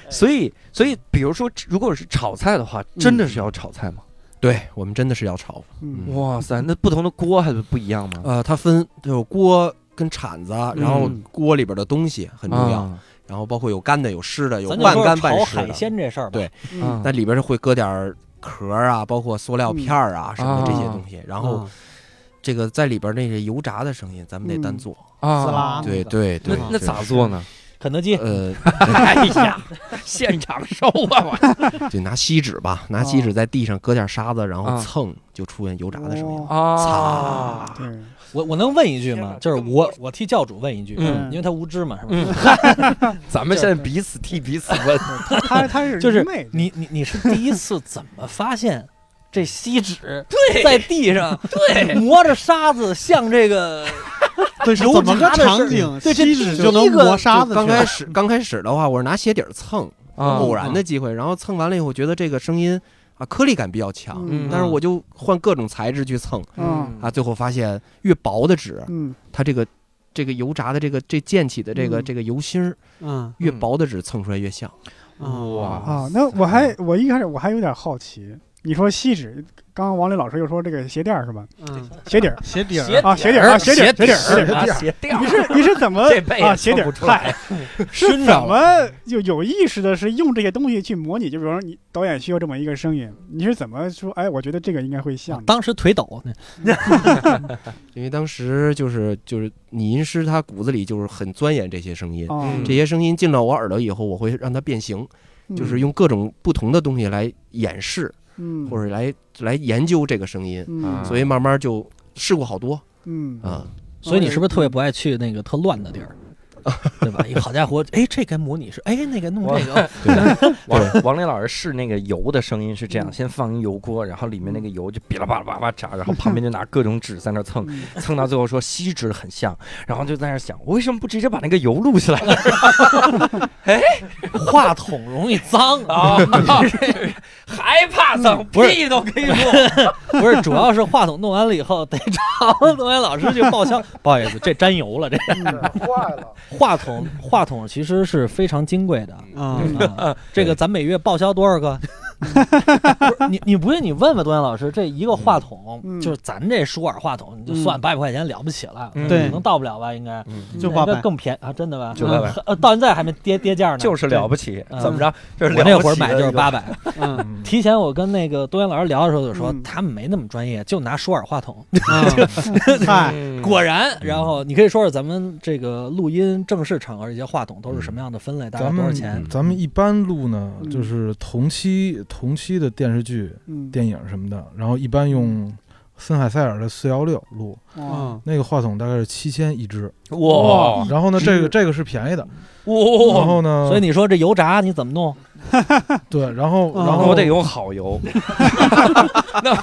所以，所以，比如说，如果是炒菜的话，真的是要炒菜吗？对我们真的是要炒。啊嗯嗯哇塞，那不同的锅还不一样吗？呃，它分就是锅跟铲子，然后嗯锅里边的东西很重要，啊然后包括有干的、有湿的、有咱就半说干炒半湿海的。鲜这事儿吧。对啊嗯那里边会搁点儿壳儿啊，包括塑料片儿啊什么的这些东西。哦然嗯后这个在里边那个油炸的声音，咱们得单做。撕啊拉，对对那对，那咋做呢？肯德基呃，哎呀，现场收啊！我就拿锡纸吧，拿锡纸在地上搁点沙子，然啊后蹭，就出现油炸的声音。哦啊，对，我我能问一句吗？就是我我替教主问一句，嗯因为他无知嘛，是吧？嗯，咱们现在彼此替彼此问，他他他是就是愚昧的你你你是第一次怎么发现这锡纸在地上对 磨着沙子像这个对，是油怎么炸个的场是景？对这锡纸第就能一个磨沙子刚去开了。始刚开始的话，我是拿鞋底儿蹭，啊偶然的机会，然后蹭完了以后，觉得这个声音啊颗粒感比较强，嗯但是我就换各种材质去蹭嗯啊，最后发现越薄的纸，嗯它这个这个油炸的这个这溅起的这个嗯这个油芯儿嗯越薄的纸蹭出来越像。嗯哇啊，那我还我一开始我还有点好奇，你说锡纸，刚刚王磊老师又说这个鞋垫儿是吧？嗯，鞋 底儿鞋底儿鞋啊，鞋底儿啊，鞋底儿，鞋底儿，鞋底儿。啊鞋垫你是你是怎么这辈啊？子鞋底说儿不出来 嗨，是怎啊么就有意识的是用这些东西去模拟？就比如说你导演需要这么一个声音，你是怎么说？哎，我觉得这个应该会像啊当时腿抖，因为当时就是就是拟音师他骨子里就是很钻研这些声音，啊，这些声音进到我耳朵以后，我会让它变形，嗯就是用各种不同的东西来演示嗯或者来来研究这个声音，嗯所以慢慢就试过好多嗯啊。所以你是不是特别不爱去那个特乱的地儿？对吧？一好家伙，哎，这该模拟是，哎，那个弄这个，王王林老师试那个油的声音是这样：先放一油锅，然后里面那个油就哔啦吧啦吧啦炸，然后旁边就拿各种纸在那蹭，嗯 蹭到最后说锡纸很像，然后就在那想，我为什么不直接把那个油录下来？，话筒容易脏 啊，还怕脏，不是屁都可以录。 不是，主要是话筒弄完了以后得找董岩老师去报销。不好意思，这沾油了，这坏了话筒话筒其实是非常金贵的。啊！ 嗯啊，这个咱每月报销多少个？不是你你不信你问问东岩老师，这一个话筒、嗯就是咱这舒尔话筒，你就算嗯八百块钱了不起了，嗯对能到不了吧？应该嗯就那八个百，更便宜啊，真的吧？就八百呃，到现在还没跌跌价呢，就是了不起，嗯怎么着？就我是了不起那会儿买就是八百。嗯，嗯提前我跟那个东岩老师聊的时候就说，嗯他们没那么专业，就拿舒尔话筒。 嗨，嗯 果然，然后你可以说说咱们这个录音正式场合这些话筒都是什么样的分类，大概咱多少们钱？咱们一般录呢嗯，就是同期同期的电视剧、嗯 电影什么的，然后一般用森海塞尔的四幺六录，哇那个话筒大概是七千一支。哇然后呢，一这个这个是便宜的，然哇！后呢，所以你说这油炸你怎么弄？对，然后嗯然然后后哦我得用好油，嗯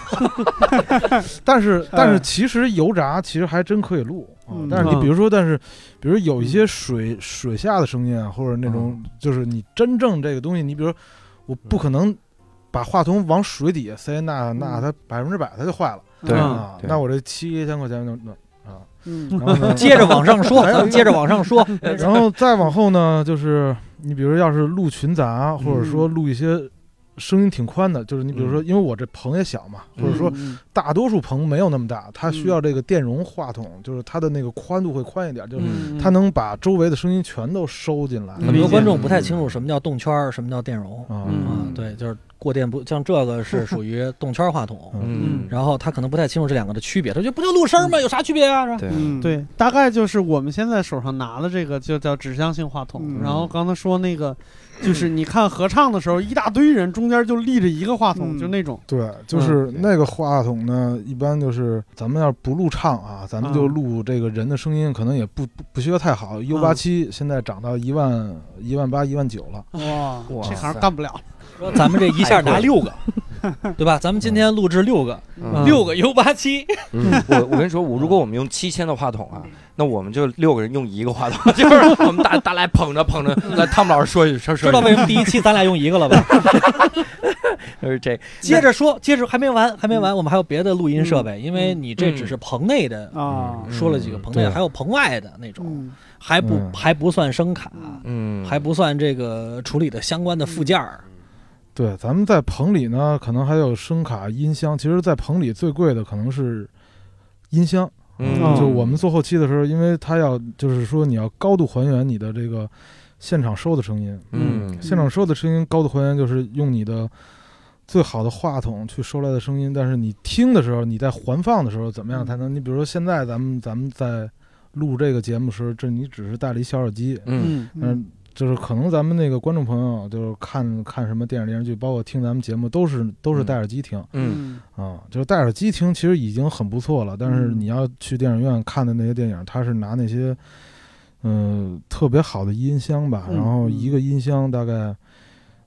但是但哎是其实油炸其实还真可以录啊嗯。但是嗯你比如说，但是比如有一些水水下的声音啊，或者那种就是你真正这个东西，你比如我不可能把话筒往水底下塞，那那它百分之百它就坏了对嗯啊。对那我这七千块钱能能啊。嗯然后呢接着往上说，咱们接着往上说。 然后再往后呢，就是你比如要是录群嗯杂，或者说录一些声音挺宽的，就是你比如嗯说，因为我这棚也小嘛，或者说嗯大多数棚没有那么大，它需要这个电容话筒，就是它的那个宽度会宽一点，就是嗯它能把周围的声音全都收进来。很多观众嗯不太清楚什么叫动圈儿，什么叫电容啊，嗯啊？对，就是过电不像这个是属于动圈话筒，嗯，然后他可能不太清楚这两个的区别，他就不就录声吗？有啥区别啊？是吧？对嗯，对，大概就是我们现在手上拿的这个就叫指向性话筒。嗯然后刚才说那个，就是你看合唱的时候，一大堆人中间就立着一个话筒，嗯就那种。嗯对，就是那个话筒呢，一般就是咱们要不录唱啊，咱们就啊录这个人的声音，可能也不不不需要太嗯好。U 八七现在涨到一万一万八一万九了，哇，哇这行塞干不了了。说咱们这一下拿六个，对吧？咱们今天录制六个，嗯六个 U 八七，嗯我我跟你说，我如果我们用七千的话筒嗯啊，那我们就六个人用一个话筒， 就是我们大大来捧着捧着，来汤姆老师说一句，说说一知句道为什么第一期咱俩用一个了 吧？就是这接着说，接着还没完，还没完，我们还有别的录音设备，因为你这只是棚内的，啊，说了几个棚内，对还有棚外的那嗯种，嗯还不嗯还不算声卡，嗯还不算这个处理的相关的附件儿。对，咱们在棚里呢，可能还有声卡、音箱。其实，在棚里最贵的可能是音箱。哦嗯就我们做后期的时候，因为它要就是说你要高度还原你的这个现场收的声音，嗯现场收的声音高度还原就是用你的最好的话筒去收来的声音，但是你听的时候，你在环放的时候怎么样才能？你比如说现在咱们咱们在录这个节目时候，这你只是带了一小耳机，嗯嗯，就是可能咱们那个观众朋友，就是看看什么电影电视剧，包括听咱们节目，都是都是戴耳机听啊、嗯就是戴耳机听，其实已经很不错了。但是嗯你要去电影院看的那些电影，它是拿那些嗯、呃特别好的音箱吧，嗯然后一个音箱大概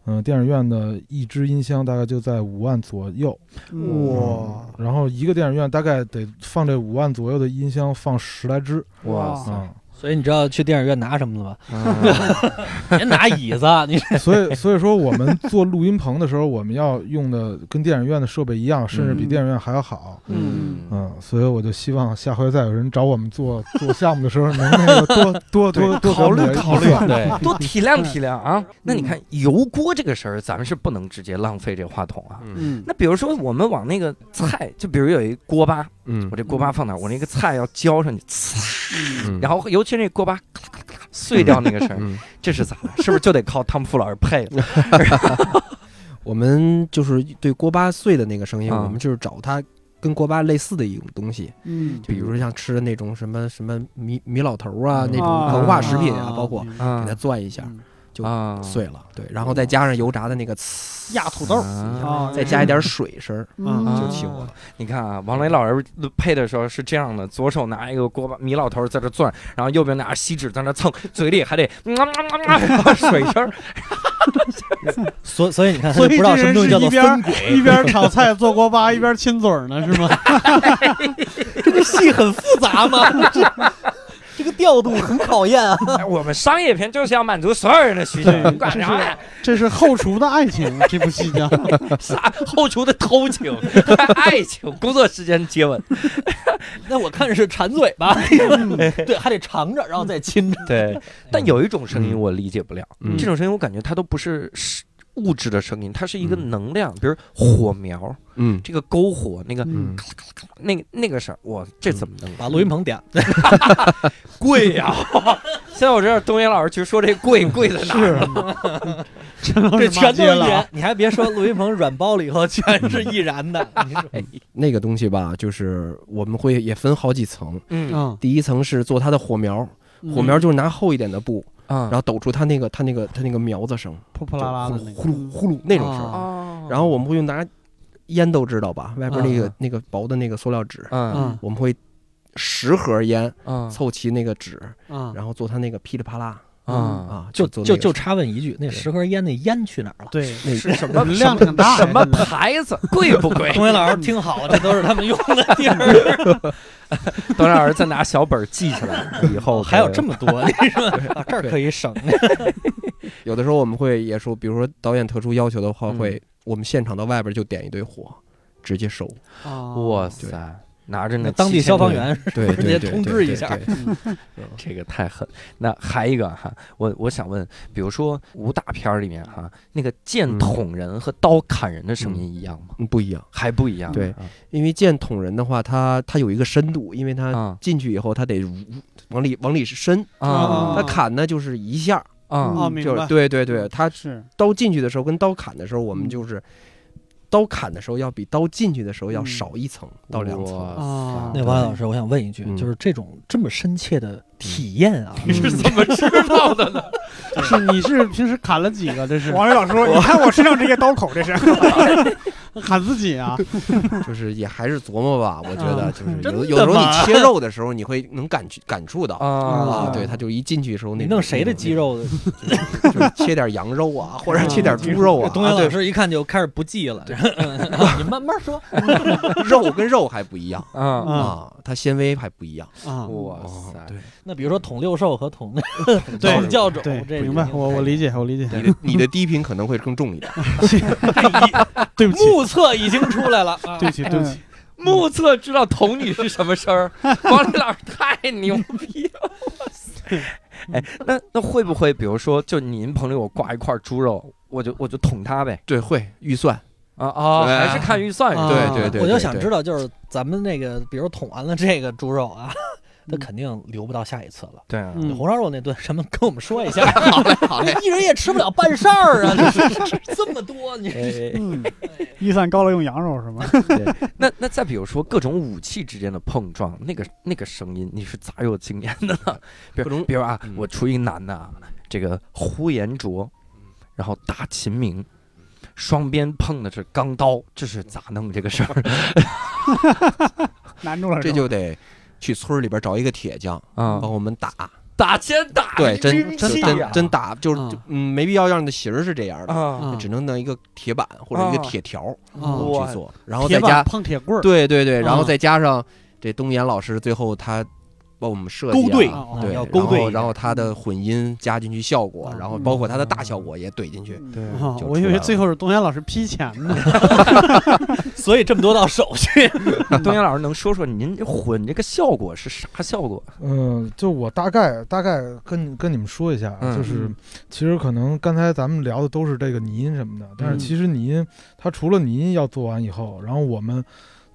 嗯、呃电影院的一支音箱大概就在五万左右，嗯哇！然后一个电影院大概得放这五万左右的音箱，放十来支哇哇啊。所以你知道去电影院拿什么了 吧？嗯别拿椅子，你所以，所以说我们做录音棚的时候，我们要用的跟电影院的设备一样，甚至比电影院还要好。嗯嗯，所以我就希望下回再有人找我们做做项目的时候，能那个多多多多考虑给我们考虑意见对，嗯 多体谅体谅啊！那你看油锅这个事儿，咱们是不能直接浪费这话筒啊。嗯嗯那比如说，我们往那个菜，就比如有一锅巴，嗯我这锅巴放哪儿？我那个菜要浇上去，嗯然后尤其那锅巴咔啦咔啦咔啦碎掉那个声儿，嗯，这是咋了？是不是就得靠汤姆傅老师配 了？我们就是对锅巴碎的那个声音，啊我们就是找它跟锅巴类似的一种东西，嗯就比如说像吃的那种什么什么米米老头啊，嗯那啊种膨化食品啊，包括明给白啊它攥一下就啊，碎了，对，然后再加上油炸的那个呲，嗯压土豆儿嗯啊啊，再加一点水声儿，嗯啊就起火了。你看啊，王雷老师配的时候是这样的：左手拿一个锅巴，米老头在这攥，然后右边拿锡纸在那蹭，嘴里 还得 水声儿。所 所以你看，他所就以不知道什么东西叫做这人分是一边炒菜做锅巴，一边亲嘴儿呢，是吗？ 这个戏很复杂嘛， 这这个调度很考验啊。哎我们商业片就是要满足所有人的需求，对管啥呀？这是后厨的爱情，这部戏叫。啥后厨的偷情、 爱情、工作时间接吻， 那我看是馋嘴吧， 对，还得尝着，然后再亲着。对。但有一种声音嗯我理解不了，嗯这种声音我感觉它都不是是物质的声音，它是一个嗯能量，比如火苗，嗯这个篝火那个。 嗯，那个那个事儿，我这怎么弄？把录音棚点了， 贵呀、 现在我知道东野老师去说这贵贵在哪儿了。这全都是骂街了嗯 艺人啊。你还别说，录音棚软包了以后全是易燃的。哎你说那个东西吧，就是我们会也分好几层，嗯嗯，第一层是做它的火苗，火苗就是拿厚一点的布，嗯啊然后抖出它那个它那个它那个苗子声，破破就拉拉的呼噜那个呼嗯噜呼噜那种声啊儿。哦然后我们会拿烟都知道吧，外边那啊个那个薄的那个塑料纸，嗯嗯我们会十盒烟嗯凑齐那个纸，啊，然后做它那个噼里啪啦嗯啊，就做就那个就插问一句，那对十盒烟那烟去哪儿了？对，那是什么 量挺大呀什么真的嗯牌子？贵不贵？东野老师听好，这都是他们用的地儿。 董老师再拿小本儿记下来，以后 还有这么么多，你说啊这儿可以省。 有的时候我们会也说，比如说导演特殊要求的话，嗯会我们现场到外边就点一堆火，直接收。哇塞！拿着那当地7000消防员对直接对对通知一下对对对这个太狠。那还一个哈，我我想问，比如说武打片儿里面哈，那个剑嗯捅人和刀砍人的声音一样吗？嗯不一样，还不一样啊？对因为剑捅人的话，它它有一个深度，因为它啊进去以后，它得往里往里伸。啊啊它砍呢就是一下，啊哦，嗯明就是白，对对对，它是刀进去的时候跟刀砍的时候，我们嗯就是刀砍的时候要比刀进去的时候要嗯少一层到两层。哇塞啊那王老师，我想问一句，嗯就是这种这么深切的体验啊，你是怎么知道的呢？是你是平时砍了几个？这是王伟老师说：“你看我身上这些刀口，这是砍自己啊？就是也还是琢磨吧，我觉得就是真的有有时候吗你切肉的时候，你会能感觉感触到啊啊，对，他就一进去的时候那你种弄谁的肌，肉？那种就是 切点羊肉啊，或者切嗯点猪肉啊，东野老师一看就开始不记 了，啊你慢慢说。肉跟肉还不一样啊！嗯啊，它纤维还不一样。啊，哇哦塞，对，那比如说捅六兽和捅对 捅教主，对，这明白，我我哎理解，我理解。哦你的你的低频可能会更重一点。对不起，目测已经出来了啊对。不起，对不起，目测知道童女是什么声儿，王磊老师太牛逼了！哇塞！哎，那那会不会比如说，就您朋友挂一块猪肉，我就我就捅他呗？对，会预算，啊啊，对还是看预算是吧？哎对对对啊我就想知道，就是咱们那个，比如捅完了这个猪肉啊，他肯定留不到下一次了。对啊，嗯红烧肉那顿什么，跟我们说一下， 好嘞好嘞，一人也吃不了半扇儿啊，这这么多，你哎嗯，预算高了用羊肉是吗？ 那那再比如说各种武器之间的碰撞，那个那个声音，你是咋有经验的呢？比各如种比如啊，嗯我出一男的，啊，这个呼延灼，然后大秦明，双边碰的是钢刀，这是咋弄这个事儿难住了是这吧，就得去村儿里边找一个铁匠啊帮？我们打。打先打对，一真兵真器呀真真打，就是嗯就嗯，没必要让的形儿是这样的，啊！嗯只能弄一个铁板或者一个铁条嗯啊我去做，然后铁再板加碰啊铁棍儿，对对对，然后嗯再加上这东岩老师最后他帮我们设计啊勾兑 啊对，要然勾兑一后下然后他的混音加进去效果，嗯然后包括他的大效果也怼进去，对啊就我以出来为了最后是东岩老师批钱呢。所以这么多道手续，东岩老师能说说您这混这个效果是啥效果？嗯，就我大概大概跟你跟你们说一下啊，嗯就是嗯其实可能刚才咱们聊的都是这个拟音什么的，但是嗯其实拟音它除了拟音要做完以后，然后我们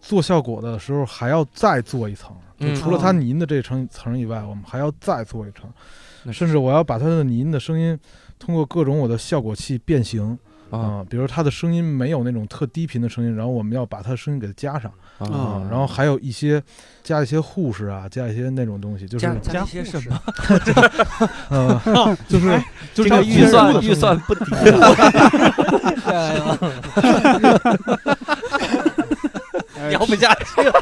做效果的时候还要再做一层，啊就嗯除了它拟音的这层层以外，我们还要再做一层，那甚至我要把它的拟音的声音通过各种我的效果器变形啊、比如它的声音没有那种特低频的声音，然后我们要把它的声音给它加上啊、然后还有一些加一些护士啊，加一些那种东西，就是加加一些什么？嗯，就是就这是个预护士的算声预音算不低 啊哎呀呃 哎聊不下去了，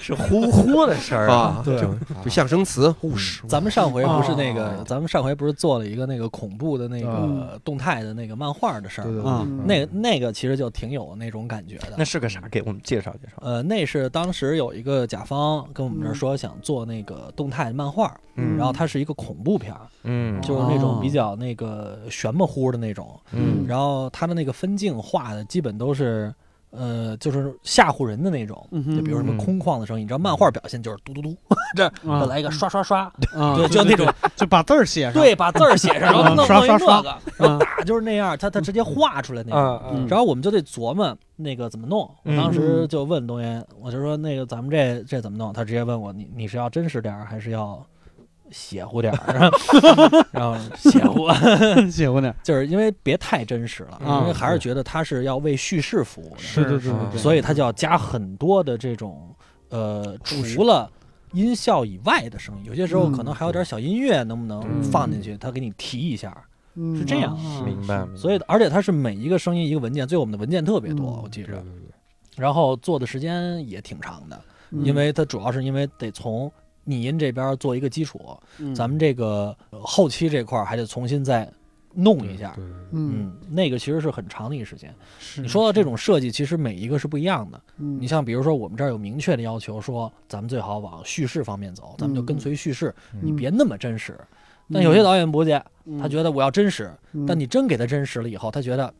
是呼呼的声儿啊，对就就象声词务实，咱们上回不是那啊哦个，咱们上回不是做了一个那个恐怖的那个嗯动态的那个漫画的事对儿对吗，对嗯，那个那个其实就挺有那种感觉的那。是个啥？给我们介绍介绍。呃，那是当时有一个甲方跟我们这儿嗯说想做那个动态漫画，嗯呃然后它是一个恐怖片儿，嗯就是那种哦比较那个玄乎乎的那种，嗯然后它的那个分镜画的基本都是，呃，就是吓唬人的那种。嗯哼就比如什么嗯空旷的声音，你知道漫画表现就是嘟嘟嘟， 啊再来一个刷刷刷，啊对，就那种就把字儿写上，对，把字儿写上，然后啊弄弄一刷那刷刷个，啊，打就是那样，他他直接画出来那种。嗯然后我们就得琢磨那个怎么弄。我当时嗯就问东岩，我就说那个咱们这这怎么弄？他直接问我，你你是要真实点儿还是要邪乎点儿？ 然后邪乎，写过点就是因为别太真实了，啊因为还是觉得他是要为叙事服务的，是对对是对，所以他就要加很多的这种呃，除了。音效以外的声音，有些时候可能还有点小音乐，能不能嗯放进去？他给你提一下，嗯是这样哦明白。所以，而且它是每一个声音一个文件，最后我们的文件特别多，嗯我记对着对，对然后做的时间也挺长的，嗯因为它主要是因为得从拟音这边做一个基础，嗯咱们这个呃后期这块儿还得重新再弄一下，对对对嗯，嗯，那个其实是很长的一个时间。是你说到这种设计，其实每一个是不一样的。嗯你像比如说我们这儿有明确的要求，说咱们最好往叙事方面走，咱们就跟随叙事，嗯你别那么真实。但有些导演不去，他觉得我要真实，嗯，但你真给他真实了以后，他觉得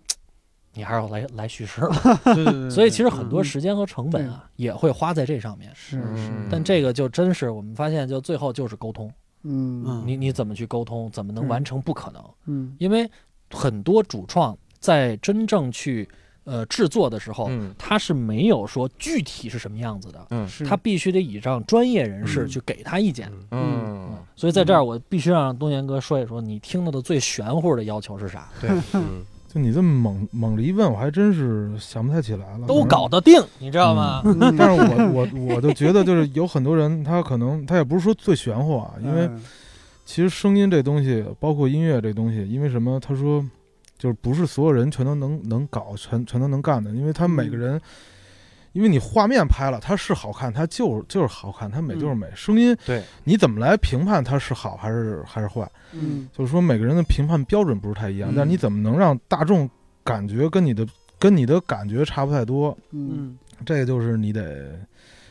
你还是要来来叙事 吧。对对对对所以其对实嗯很多时间和成本啊也会花在这上面。嗯是是，但这个就真是我们发现，就最后就是沟通，嗯你你怎么去沟通，怎么能嗯完成不可能？嗯因为很多主创在真正去呃制作的时候，嗯他是没有说具体是什么样子的，嗯是他必须得倚仗专业人士嗯去给他意见。嗯嗯，所以在这儿，我必须让东岩哥说一说，你听到的最玄乎的要求是啥？嗯就你这么猛猛的一问，我还真是想不太起来了。都反正嗯搞得定，你知道吗？嗯但是我我我就觉得，就是有很多人，他可能他也不是说最玄乎啊，因为嗯其实声音这东西，包括音乐这东西，因为什么？他说，就是不是所有人全都能能搞，全全都能干的，因为他每个人，因为你画面拍了，它是好看，它就是就是好看，它美就是美。声音，对，你怎么来评判它是好还是还是坏？嗯就是说每个人的评判标准不是太一样，嗯但是你怎么能让大众感觉跟你的跟你的感觉差不太多？嗯嗯这个就是你得，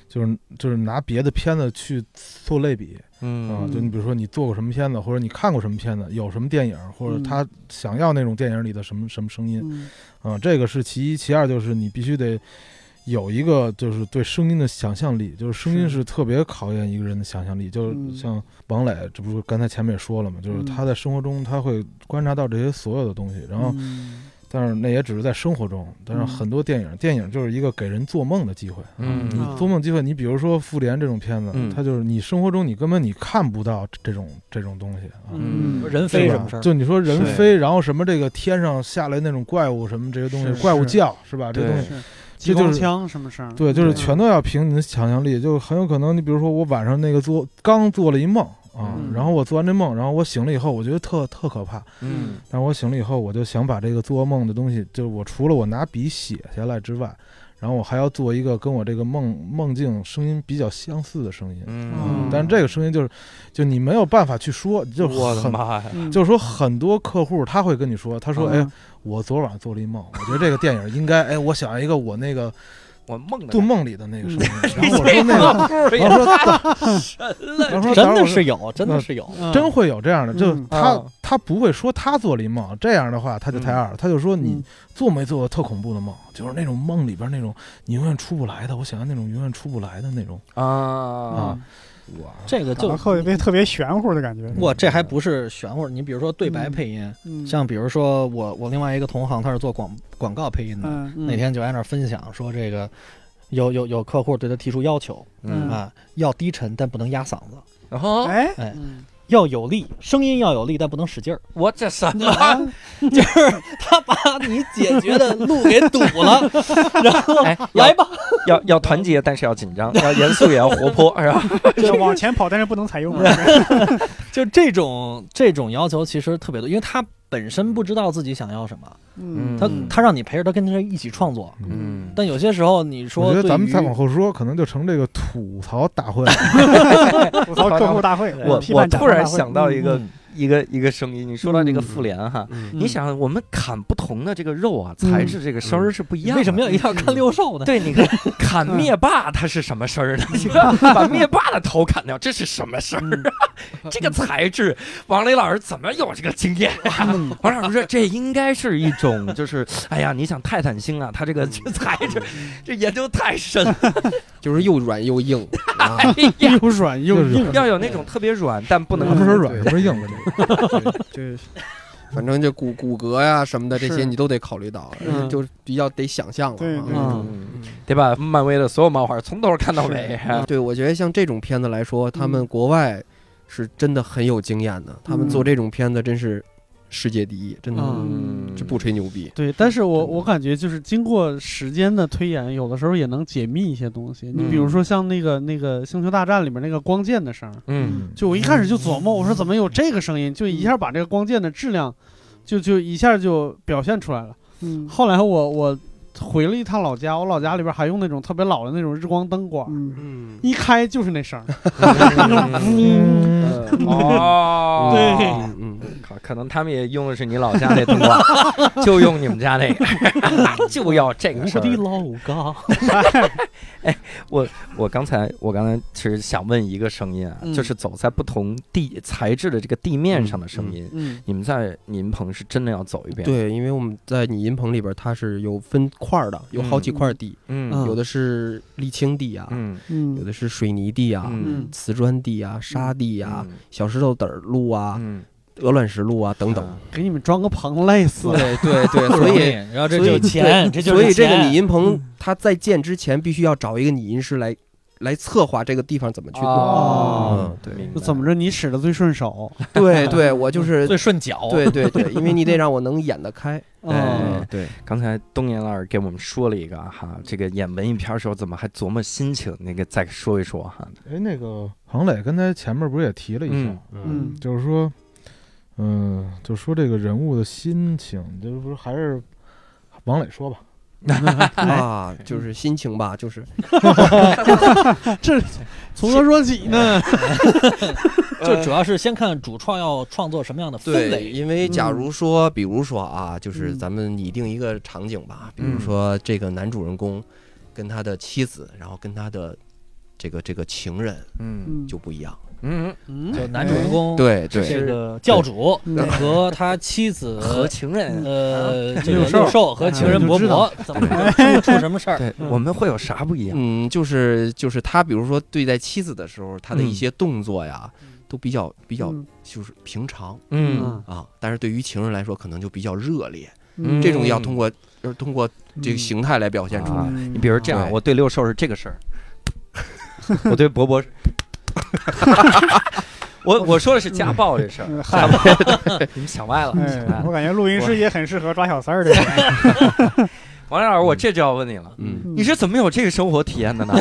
就是就是拿别的片子去做类比啊、嗯就你比如说你做过什么片子，或者你看过什么片子，有什么电影，或者他想要那种电影里的什么什么声音嗯啊、这个是其一，其二就是你必须得有一个就是对声音的想象力，就是声音是是特别考验一个人的想象力，就是嗯像王磊，这不是刚才前面也说了嘛，就是嗯他在生活中他会观察到这些所有的东西，然后嗯但是那也只是在生活中，但是嗯很多电影，电影就是一个给人做梦的机会。嗯你啊做梦机会，你比如说《复联》这种片子，嗯它就是你生活中你根本你看不到这种这种东西啊。嗯嗯人对非吧什么事儿？就你说人是飞，然后什么这个天上下来那种怪物什么这些东西，怪物叫是吧？这对嗯东西，是这激就光是枪什么声儿？对，就是全都要凭你的想象力，就很有可能你比如说我晚上那个做刚做了一梦啊，嗯然后我做完这梦，然后我醒了以后，我觉得特特可怕，嗯但是我醒了以后，我就想把这个做梦的东西，就是我除了我拿笔写下来之外，然后我还要做一个跟我这个梦梦境声音比较相似的声音。嗯，但是这个声音就是，就你没有办法去说，就我的很，妈呀，嗯就是说很多客户他会跟你说，他说，嗯哎，我昨晚做了一梦，我觉得这个电影应该，哎，我想要一个我那个我梦的做梦里的那个声音，然后我这说那个， 个然嗯后说，然后说真等会儿的我是有，真的是有。嗯真会有这样的，就嗯他、嗯他不会说他做了一梦，这样的话他就太二了，他就说嗯你做没做过特恐怖的梦，就是那种梦里边那种你永远出不来的，我想要那种永远出不来的那种。嗯啊，啊哇，这个搞就得后一杯特别玄乎的感觉。哇，这还不是玄乎儿。你比如说对白嗯配音，嗯像比如说我我另外一个同行，他是做广广告配音的，嗯嗯那天就在那儿分享说这个。有有有客户对他提出要求嗯啊，要低沉但不能压嗓子，然后哎，嗯要有力，声音要有力但不能使 劲儿，我这什么？就是他把啊你解决的路给堵了，然后哎要来吧， 要要团结，但是要紧张，要严肃也要活泼，是吧？就往前跑，但是不能采用。 就这种这种要求其实特别多，因为他本身不知道自己想要什么，嗯他他让你陪着他跟着一起创作，嗯，但有些时候你我说觉得对咱们于再往后说，可能就成这个吐槽大 会了。吐槽客户大会，我批我判展突望大然会想到一个嗯一个一个声音，你说到这个嗯复联哈，嗯，你想我们砍不同的这个肉啊，材质这个声儿是不一样的。为什么要一定要看六兽 呢？对，你看砍灭霸他是什么声儿呢？你看把灭霸的头砍掉，这是什么声儿啊？ 这个材质，王雷老师怎么有这个经验啊？王老师说这应该是一种，就是哎呀，你想泰坦星啊，它这个这材质，这研究太深了。就是又软又硬，啊哎呀，又软又就是硬，要有那种特别软，但不能什么时候软，什么时候硬了？这个对，反正就骨骨骼呀什么的这是些你都得考虑到，嗯就比较得想象了。对对啊嗯嗯，得把漫威的所有漫画从头看到尾。对，我觉得像这种片子来说，他们国外是真的很有经验的，他们做这种片子真是世界第一，真的嗯嗯，这不吹牛逼。对，但是我真的我感觉就是经过时间的推演，有的时候也能解密一些东西。你嗯比如说像那个那个《星球大战》里面那个光剑的声儿，嗯，就我一开始就琢磨，我说怎么有这个声音，就嗯一下把这个光剑的质量，就就一下就表现出来了。嗯后来我我回了一趟老家，我老家里边还用那种特别老的那种日光灯管，嗯，嗯，一开就是那声儿。嗯哦，对嗯可可能他们也用的是你老家那灯光，就用你们家那个，就要这个事我儿的。老高，我刚才我刚才其实想问一个声音啊，嗯就是走在不同地材质的这个地面上的声音，嗯你们在您棚是真的要走一遍？，对，因为我们在你音棚里边，它是有分块儿的，有好几块地，嗯有的是沥青地啊，嗯有嗯的是水泥地啊，嗯瓷砖地啊，沙地啊，小石头子儿路啊，嗯，鹅卵石路啊等等。给你们装个棚累死了。对 对对，所以然后这所就以是钱，对就是所以这个钱拟音棚，它在建之前必须要找一个拟音师来来策划这个地方怎么去弄。哦嗯，对明就白怎么着你使的最顺手，对对，我就是最顺脚，对对对，因为你得让我能演得开。嗯 哎，对，刚才东岩老师给我们说了一个哈，这个演文艺片儿的时候怎么还琢磨心情，那个再说一说哈。哎，那个黄磊刚才前面不是也提了一下，嗯就是说，嗯、就说这个人物的心情，就是不是还是王磊说吧，哎啊，就是心情吧，就是这从何说起 呢？就主要是先看主创要创作什么样的氛对，围。因为假如说，比如说啊，就是嗯咱们拟定一个场景吧，比如嗯说这个男主人公跟他的妻子，然后跟他的这个这个情人嗯就不一样。嗯，嗯，就男主人公对这对，个教主对和他妻子和情嗯人，呃啊这六个兽嗯六兽和情人就伯知道伯怎么出出什么 事儿？对我们会有啥不一样？嗯，就是就是他，比如说对待妻子的时候，他的一嗯些动作呀，都比较比较嗯就是平常嗯，啊，但是对于情人来说，可能就比较热烈。嗯这种要通过就是通过这嗯嗯个形态来表现出来。啊，你比如这样，对我对六兽是这个 事儿，我对伯伯是，我我说的是家暴这事儿，嗯家暴，你们想歪了，嗯哎想歪我了。感觉录音师也很适合抓小三儿的。王亮老师，我这就要问你了，嗯，你是怎么有这个生活体验的 呢？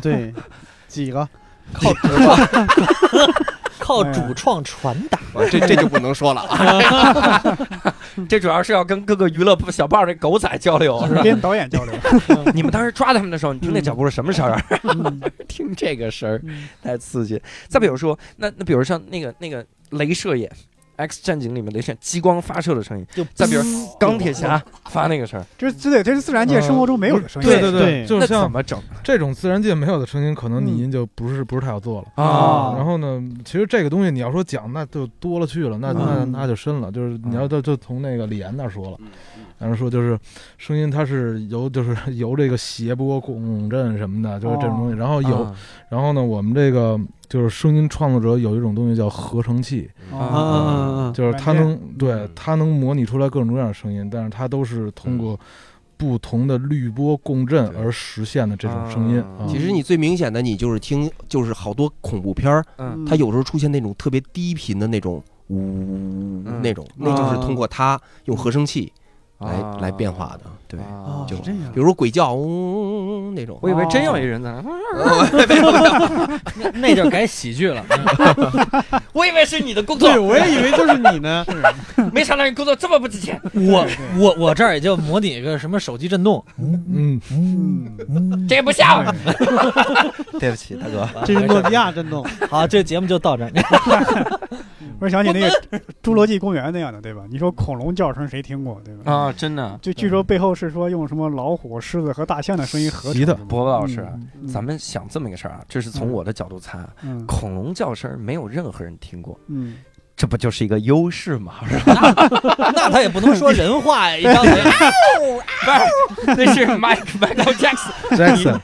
对几个？靠主靠主创传达，我啊这这就不能说了啊。这主要是要跟各个娱乐小报那狗仔交流，啊是吧？跟导演交 流，你们当时抓他们的时候，你听那脚步是什么声儿？ 嗯听这个声儿嗯太刺激。再比如说，那那比如像那个那个镭射眼，《X 战警》里面镭射激光发射的声音，就再比如钢铁侠发那个声儿，嗯这这得这是自然界生活中没有的声音。啊对对嗯对就那是怎像么整这种自然界没有的声音，可能你音就不是、不是太好做了。啊？然后呢，其实这个东西你要说讲，那就多了去了，那那嗯那就深了。就是你要就就从那个李岩那儿说了，然后说就是声音它是由 就是由这个谐波共振什么的，就是这种东西。然后有，啊然后呢，我们这个就是声音创作者有一种东西叫合成器，嗯哦嗯嗯嗯，就是它软件能对它能模拟出来各种各样的声音，但是它都是通过不同的滤波共振对而实现的这种声音啊啊。其实你最明显的，你就是听，就是好多恐怖片儿，嗯它有时候出现那种特别低频的那种呜嗯那种，那啊就是通过它用合成器来啊来变化的。对，啊哦就是这样比。如说鬼叫嗡那种我，以为真有一人在那，那那就改喜剧了。我以为是你的 工作对，，我也以为就是你呢。没想到你工作这么不值钱。我我我这儿也就模拟一个什么手机震动， 嗯，这也不嗯像。对不起，大哥。这啊是诺基亚震动，好，这节目就到这儿。我想起那个《侏罗纪公园》那样的，对吧？你说恐龙叫声谁听过，对吧？ 啊，真的，就据说背后是说用什么老虎、狮子和大象的声音合成习的伯伯老师，嗯咱们想这么一个事儿啊，这是从我的角度猜啊，嗯恐龙叫声没有任何人听过，嗯，这不就是一个优势吗？ 是吧？那他也不能说人话，一张嘴那是 Mike Michael Jackson。 Jackson，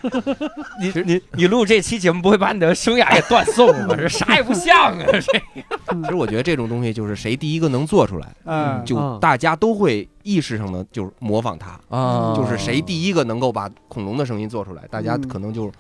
你你你录这期节目不会把你的生涯给断送 吗？这啥也不像啊！这其实我觉得这种东西就是谁第一个能做出嗯来，嗯啊，就大家都会意识上的就是模仿它，啊就是谁第一个能够把恐龙的声音做出来，大家嗯可能就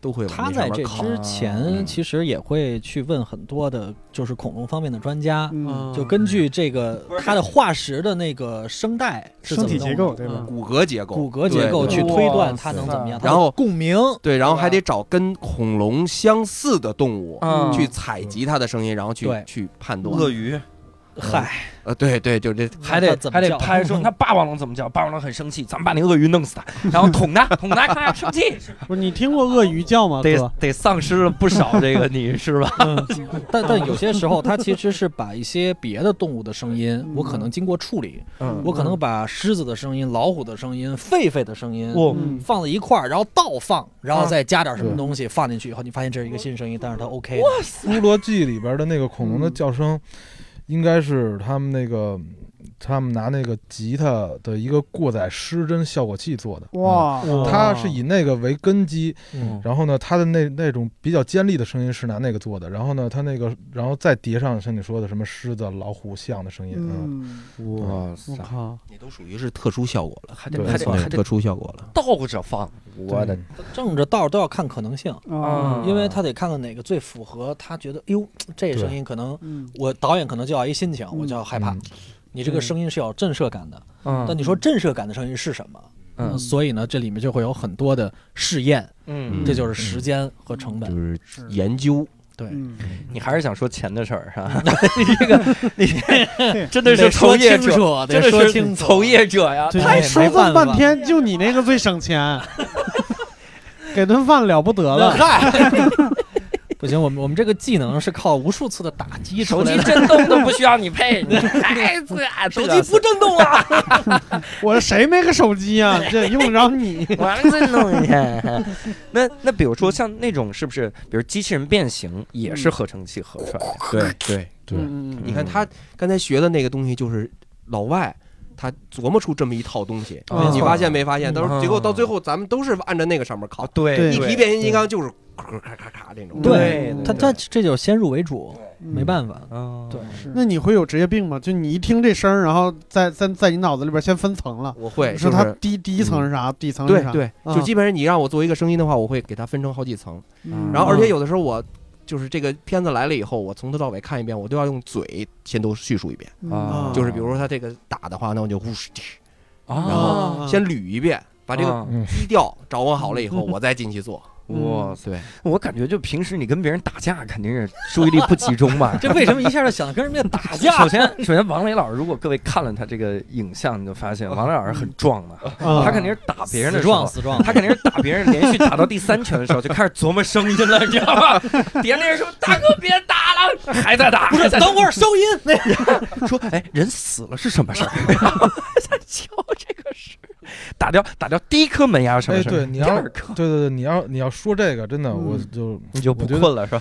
都会往他上在这面靠。之前嗯其实也会去问很多的，就是恐龙方面的专家，嗯，就根据这个它的化石的那个声带是怎身么体弄结的构对吧嗯？骨骼结构，骨骼结构对去对推断哇它能塞怎么样，然后它的共鸣对，然后还对得找跟恐龙相似的动物嗯去采集它的声音，然后去对去判断。鱼嗨，呃，对对，就这还得它怎么还得叫 拍说，那霸王龙怎么叫？霸王龙很生气，咱们把那鳄鱼弄死它，然后捅它，捅它，看它生气，不是你听过鳄鱼叫吗， 得哥？得丧失了不少这个你是吧？但但嗯有些时候它其实是把一些别的动物的声音，我可能经过处理，嗯我可能把狮子的声音、老虎的声音、狒狒的声音。我嗯放在一块儿，然后倒放，然后再加点什么东西放进去以后，你发现这是一个新声音，但是它 OK 的。侏罗纪里边的那个恐龙的嗯叫声，应该是他们那个他们拿那个吉他的一个过载失真效果器做的，哇，嗯，它是以那个为根基，嗯然后呢，它的那那种比较尖利的声音是拿那个做的，然后呢，它那个然后再叠上像你说的什么狮子、老虎、象的声音，嗯，嗯，哇我塞，靠，你都属于是特殊效果了，还得对还算得是还得特殊效果了。倒着放，我的对正着道儿都要看可能性，啊，因为他得看看哪个最符合他觉得，哎呦，这声音可能嗯，我导演可能就要一心情，我就要害怕嗯。你这个声音是有震慑感的，但嗯你说震慑感的声音是什么？嗯所以呢，这里面就会有很多的试验，嗯，这就是时间和成本。就是是研究，对，嗯，你还是想说钱的事儿啊？你这个你真的是得说从业清者，楚，真的得说是清楚。从业者呀。对他也没说这么办半法天，就你那个最 省钱，给顿饭了不得了。嗨， 不行，我们我们这个技能是靠无数次的打击出手来机的。震动都不需要你配，你哎这手机不震动了，我说谁没个手机啊？这用不着你。完了震动一 下。那那比如说像那种是不是，比如机器人变形也是合成器合出来的？对对，对嗯你看他刚才学的那个东西，就是老外他琢磨出这么一套东西，啊你发现没发现？到时嗯候结果到最后，咱们都是按照那个上面考。对一提变形金刚就是咔咔咔咔这种。对对他这这就是先入为主，没办法。哦对。是那你会有职业病吗？就你一听这声儿，然后在在在你脑子里边先分层了，我会你就说它嗯是第第一层是啥，第一层是对啥？对，啊就基本上你让我做一个声音的话，我会给它分成好几层。嗯然后而且有的时候我就是这个片子来了以后，我从头到尾看一遍，我都要用嘴先都叙述一遍。嗯嗯啊就是比如说他这个打的话，那我就呼哧哧然然后后先捋一遍，把这哦个嗯基调掌握好了以后，我再进去做。哇塞，对，我感觉就平时你跟别人打架，肯定是注意力不集中吧 这为什么一下就想跟人家打架首？先，首先王磊老师，如果各位看了他这个影像，你就发 现王磊老师很壮的，啊，他肯定是打别人的死时候撞死撞，他肯定是打别人，连续打到第三拳的时候就开始琢磨声音了，你知道吧？别人那人说：“大哥，别打了，还在打。”不是等会儿收 音那说：“哎，人死了是什么事 儿？”在瞧这个事儿，打掉打掉第一颗门牙是什么哎事儿？对你要第二颗对对对，你要你要说这个，真的我就你就不不困困了是吧？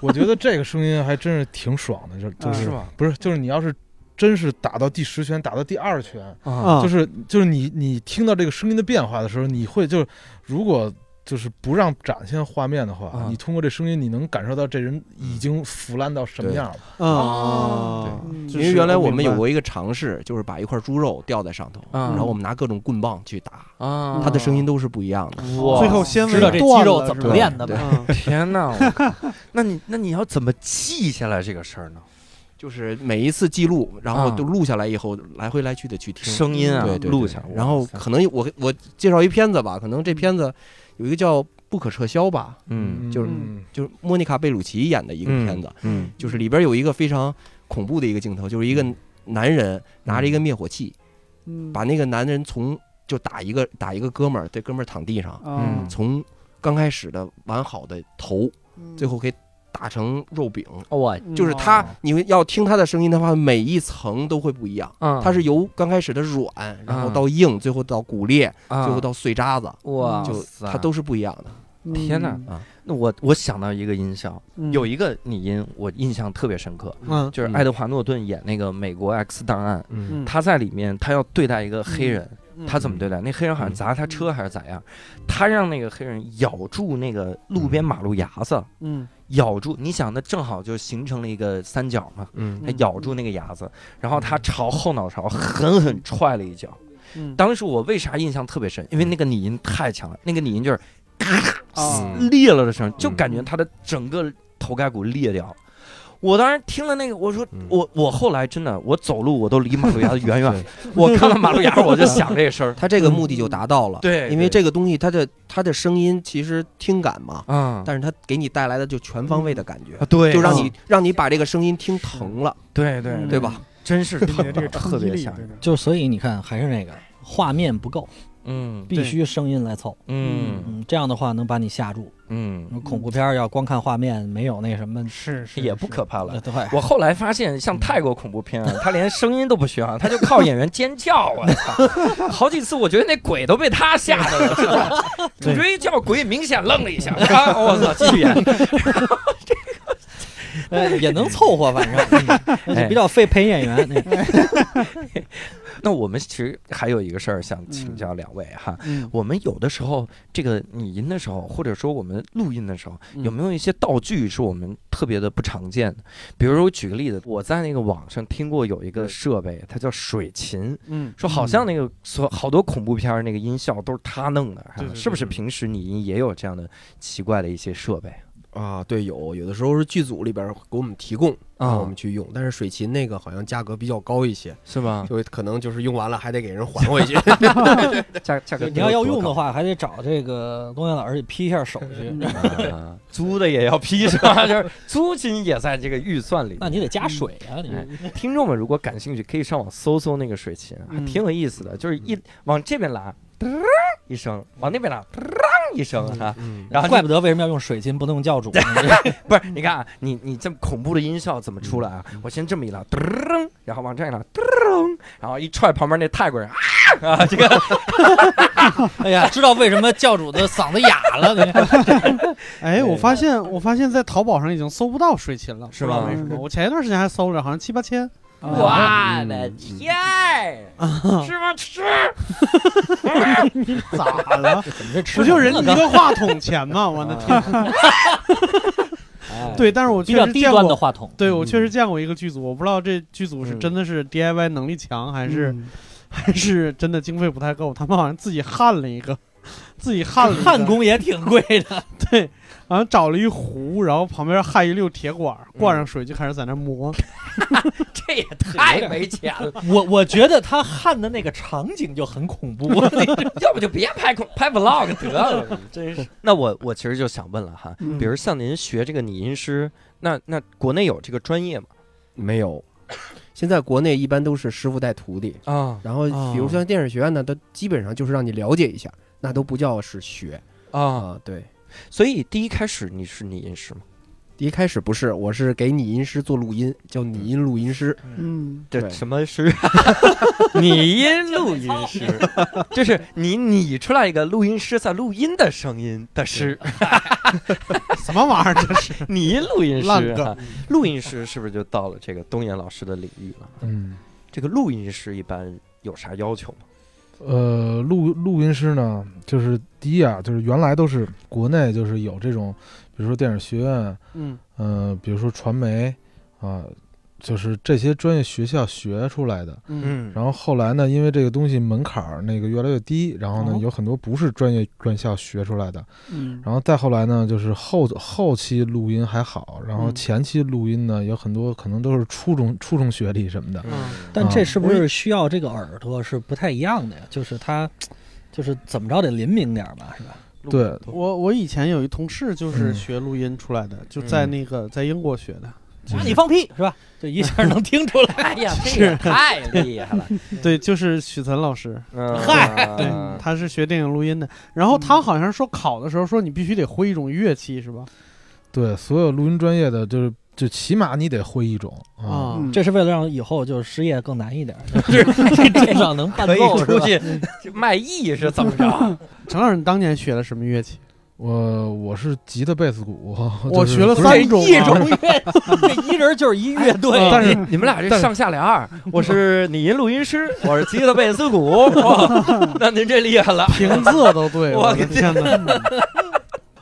我觉得这个声音还真是挺爽的，就就啊是是吗？不是就是你要是真是打到第十拳，打到第二拳，啊啊，就是是就是你你听到这个声音的变化的时候，你会就是如果就是不让展现画面的话，啊你通过这声音，你能感受到这人嗯已经腐烂到什么样了。啊，因为原来我们有过一个尝试，就是把一块猪肉吊在上头，嗯然后我们拿各种棍棒去打，嗯啊它的声音都是不一样的。哇最后纤维知道这肌肉怎么吧练的对吧？啊天哪！我靠那你那你要怎么记下来这个事儿呢？就是每一次记录，然后啊都录下来以后，来回来去的去听。声音啊，对对对录下，然后可能我我介绍一片子吧，可能这片子有一个叫《不可撤销》吧，嗯就是嗯就是莫妮卡贝鲁奇演的一一个片子，，嗯就是里边有一个非常恐怖的一个镜头，就是一个男人嗯拿着一个灭火器，把那个男人从就打一个打一个哥们儿，这哥们儿躺地上，嗯啊，从刚开始的完好的头，嗯最后给打成肉饼。我就是他，你们要听他的声音的话，每一层都会不一样。啊它是由刚开始的软，然后到硬，最后到骨裂，最最后到碎渣子，哇就塞，它都是不一样的。嗯天哪啊！那我我想到一个音效，有一一个拟音我印象特别深刻，嗯就是嗯爱德华诺顿演那个美国 X 档案，嗯他在里面他要对待一个黑人，嗯他怎么对待？那黑人好像砸他车还是咋样？他让那个黑人咬住那个路边马路牙子，嗯咬住，你想那正好就形成了一个三角嘛，嗯他咬住那个牙子，然后他朝后脑勺狠狠踹了一脚。嗯当时我为啥印象特别深？因为那个拟音太强了，那个拟音就是啊裂了的声，就感觉他的整个头盖骨裂掉。我当时听了那个，我说嗯我我后来真的，我走路我都离马路牙子远 远。我看到马路牙儿我就想这事儿它这个目的就达到了。对因为对这个东西它的它的声音其实听感嘛， 啊，但是它给你带来的就全方位的感觉啊，对，就让啊你让你把这个声音听疼了，对对嗯对吧？真是你的这个特冲击别力，吓这人。个就是所以你看，还是那个画面不够，嗯必须声音来凑。嗯嗯，这样的话能把你吓住。嗯，恐怖片儿要光看画面，没有那什么，是是也不可怕了呃。对，我后来发现，像泰国恐怖片啊，他连声音都不需要，他就靠演员尖叫。 我操，好几次我觉得那鬼都被他吓的了，真的。 主角一叫鬼，明显愣了一下，啊，我操，继续演。然后这个对，呃也能凑合， 反正、嗯、哎比较费配音演员。那那我们其实还有一个事儿想请教两位哈，嗯我们有的时候这个拟音的时候，或者说我们录音的时候，嗯有没有一些道具是我们特别的不常见的？比如说我举个例子，我在那个网上听过有一个设备，它叫水琴，嗯，说好像那个所好多恐怖片儿那个音效都是他弄的，哈对对对是不是？平时拟音也有这样的奇怪的一些设备啊，对，有有的时候是剧组里边给我们提供，让我们去用，但是水琴那个好像价格比较高一些，是吧？就可能就是用完了还得给人还回去。 价价格哎你要要用的话。话，还得找这个东燕老师批一下手续，啊，租的也要批是吧？就是租金也在这个预算里。那你得加水嗯啊！你哎听众们如果感兴趣，可以上网搜搜那个水琴，还挺有意思的。就是一往这边拉，嘚儿一声；往那边拉，嘚儿一声啊。嗯，然后怪你不得为什么要用水晶，不能用教主。 不是，你看啊，你你这么恐怖的音效怎么出来啊？我先这么一拉，嘚儿，然后往这儿一拉，嘚儿，然后一踹旁边那泰国人啊啊，这个 哎呀，知道为什么教主的嗓子哑了？你看哎，我发现我发现在淘宝上已经搜不到水琴了，是不知道吧嗯为什嗯么？我前一段时间还搜了，好像七八千。嗯我哎的天儿，嗯吃吗吃？ 咋了？你这吃不就人什一么呢个话筒钱 吗？我的啊天！哎对，但是我比确较实低见端的过，话筒，对我确实见过一个剧组，我不知道这剧组是真的是 DIY 能力强，还是嗯还是真的经费不太够。他们好像自己焊了一个，自己焊了一个焊，工也挺贵的。对，好像找了一壶，然后旁边焊一溜铁管，灌上水就开始在那磨。这也太没钱了。我我觉得他焊的那个场景就很恐 怖。要不就别拍恐 拍 vlog 得了，真是。 那我我其实就想问了哈，嗯比如像您学这个拟音师，那那国内有这个专业吗？ 没有。现在国内一般都是师傅带徒弟，啊然后比如哦像电影学院呢，它基本上就是让你了解一下，那都不叫是学啊，啊。对，所以第一开始你是拟音师吗？一开始不是，我是给拟音师做录音，叫拟音录音师。嗯，这对什么是拟音录音师？就是你拟出来一个录音师在录音的声音的师， 什么玩意儿这是？拟音录音烂师梗哈，录音师是不是就到了这个东岩老师的领域了？嗯，这个录音师一般有啥要求吗？呃，录录音师呢，就是第一啊，就是原来都是国内就是有这种，比如说电影学院，嗯呃，比如说传媒啊、就是这些专业学校学出来的。嗯嗯然后后来呢，因为这个东西门槛儿那个越来越低，然后呢哦，有很多不是专业院校学出来的。嗯然后再后来呢，就是后后期录音还好，然后嗯前期录音呢，有很多可能都是初中初中学历什么的。嗯但这是不是需要这个耳朵是不太一样的呀？就是他，就是怎么着得灵敏点儿吧，是吧？对，我我以前有一同事就是嗯学录音出来的，就嗯在那个在英国学的。那你放屁是吧？就一下能听出来。哎 呀，这也太厉害了！对，就是许岑老师，嗨对，他是学电影录音的。然嗯后他好像说考的时候说你必须得会一种乐器是吧？对，所有录音专业的就是就起码你得会一种啊。啊，这是为了让以后就是失业更难一点儿， 就是至少能伴 可以奏出是吧？去卖艺是怎么着？陈老师，你当年学的什么乐器？我我是吉他、贝斯、鼓， 我就是学了不是三这种一啊种嗯乐，这 一人就是一乐队。但是你们俩这上下联儿，我是拟音录音师，我是吉他贝斯鼓， 哇那您这厉害了。平仄都对，我我的天哪！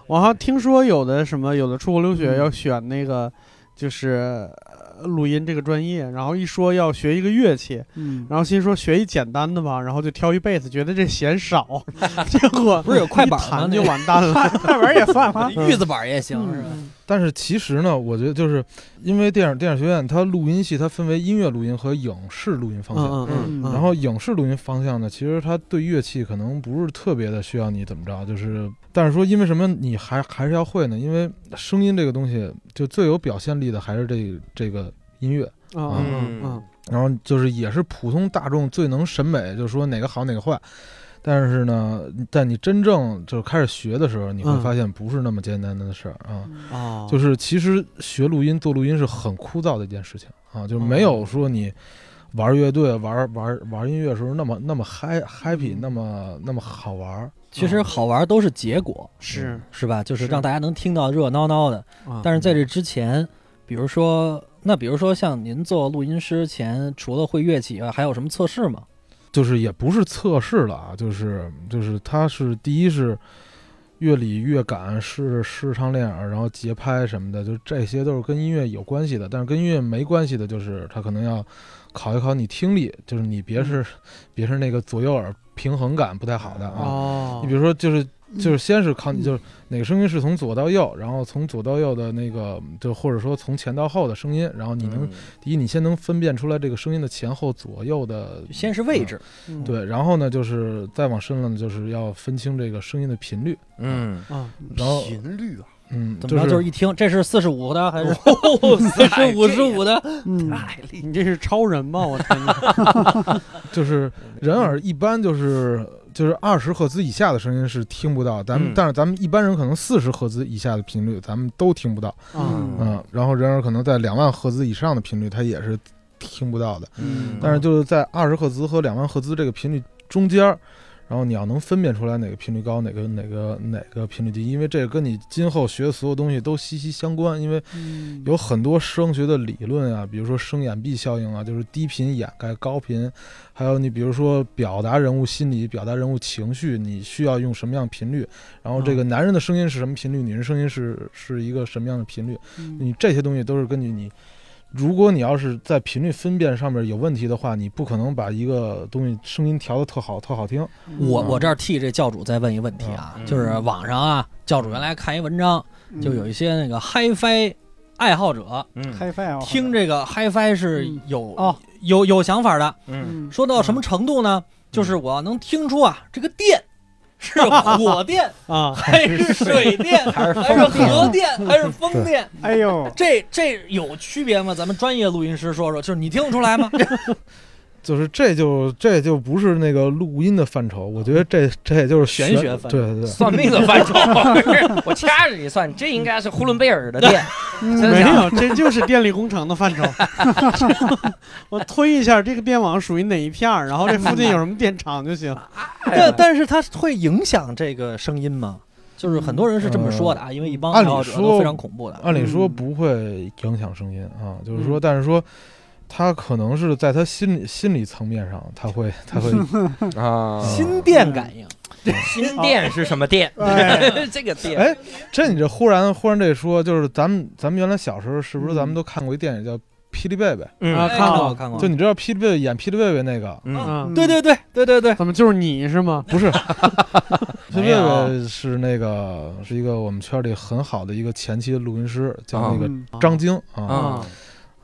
我还听说有的什么，有的出国留学要选那个，就是呃录音这个专业，然后一说要学一个乐器，嗯，然后心说学一简单的吧，然后就挑一贝斯，觉得这嫌少，结果 不是有快板一吗？弹就完蛋了。快玩也算吗？玉子板儿也行是吧？但是其实呢，我觉得就是因为电影电影学院它录音系它分为音乐录音和影视录音方向。嗯嗯嗯，然后影视录音方向呢，其实它对乐器可能不是特别的需要你怎么着，就是但是说因为什么你还还是要会呢？因为声音这个东西，就最有表现力的还是这这个音乐。嗯嗯然后就是也是普通大众最能审美，就是说哪个好哪个坏。但是呢，但你真正就是开始学的时候，你会嗯发现不是那么简单的事儿啊。嗯哦，就是是其实学录音、做录音是很枯燥的一件事情啊，就没哦有说你玩乐队、玩玩玩音乐的时候那么那么嗨嗯 happy，那么那么好玩儿。其实好玩儿都是结果，是是吧？就是是让大家能听到热热闹闹的。啊，但是在这之前，比如说，那比如说像您做录音师前，除了会乐器以外，还有什么测试吗？就是也不是测试了啊，就是就是它是第一是乐理、乐感、视视唱练耳，然后节拍什么的，就这些都是跟音乐有关系的。但是跟音乐没关系的，就是它可能要考一考你听力，就是你别嗯是、别是那个左右耳平衡感不太好的啊。哦你比如说就是。嗯就是先是考你，就是哪个声音是从左到右，然后从左到右的那个，就或者说从前到后的声音，然后你能嗯第一，你先能分辨出来这个声音的前后左右的，先是位置，嗯对，然后呢，就是再往深了呢，就是要分清这个声音的频率，嗯，啊，然后频率啊，嗯，怎么着就是是一听这是四十五的还是 这是五十五的？嗯，你这是超人吧？我天哪！就是人耳一般就是就是二十赫兹以下的声音是听不到，咱们、嗯但是咱们一般人可能四十赫兹以下的频率咱们都听不到，啊，嗯，然后人耳可能在两万赫兹以上的频率它也是听不到的，嗯但是就是在二十赫兹和两万赫兹这个频率中间儿，然后你要能分辨出来哪个频率高，哪个哪个哪个频率低，因为这个跟你今后学的所有东西都息息相关。因为嗯有很多声学的理论啊，比如说声掩蔽效应啊，就是低频掩盖高频，还有你比如说表达人物心理、表达人物情绪，你需要用什么样的频率，然后这个男人的声音是什么频率，女人声音是是一个什么样的频率，嗯你这些东西都是根据你。如果你要是在频率分辨上面有问题的话，你不可能把一个东西声音调得特好、特好听。我嗯我这儿替这教主再问一问题啊，嗯就是网上啊，教主原来看一文章，嗯就有一些那个 HiFi 爱好者嗯开饭啊，听这个 HiFi 是嗯有哦有有想法的，嗯，说到什么程度呢？就是我能听出啊，这个电是火电啊，还是水电，还是核电，还是风电？哎 呦，这这有区别吗？咱们专业录音师说说，就是你听得出 来吗？就是这就这就不是那个录音的范畴，我觉得这这也就是玄学范畴对对对，算命的 范畴， 我掐着你算，这应该是呼伦贝尔的店，真没的假的有，这就是电力工程的范畴。 我推一下这个电网属于哪一片儿，然后这附近有什么电厂就行。但但是它会影响这个声音吗？就是很多人是这么说的啊，因为一帮爱呃好者都非常恐怖的。按理说嗯不会影响声音啊，就是嗯说，但是说他可能是在他心理心理层面上，他会 他会啊心电感应，新店是什么店？哎这个店，哎，这你这忽然忽然这说，就是咱们咱们原来小时候是不是咱嗯们都看过一电影叫《霹雳贝贝啊嗯哎看过看》？过就。你知道霹雳贝贝演霹雳贝贝那个嗯啊， 对对对对对对，怎么就是你是 吗？不是，霹没雳贝有贝是那个是一个我们圈里很好的一个前期的录音师，叫那个嗯张晶啊啊，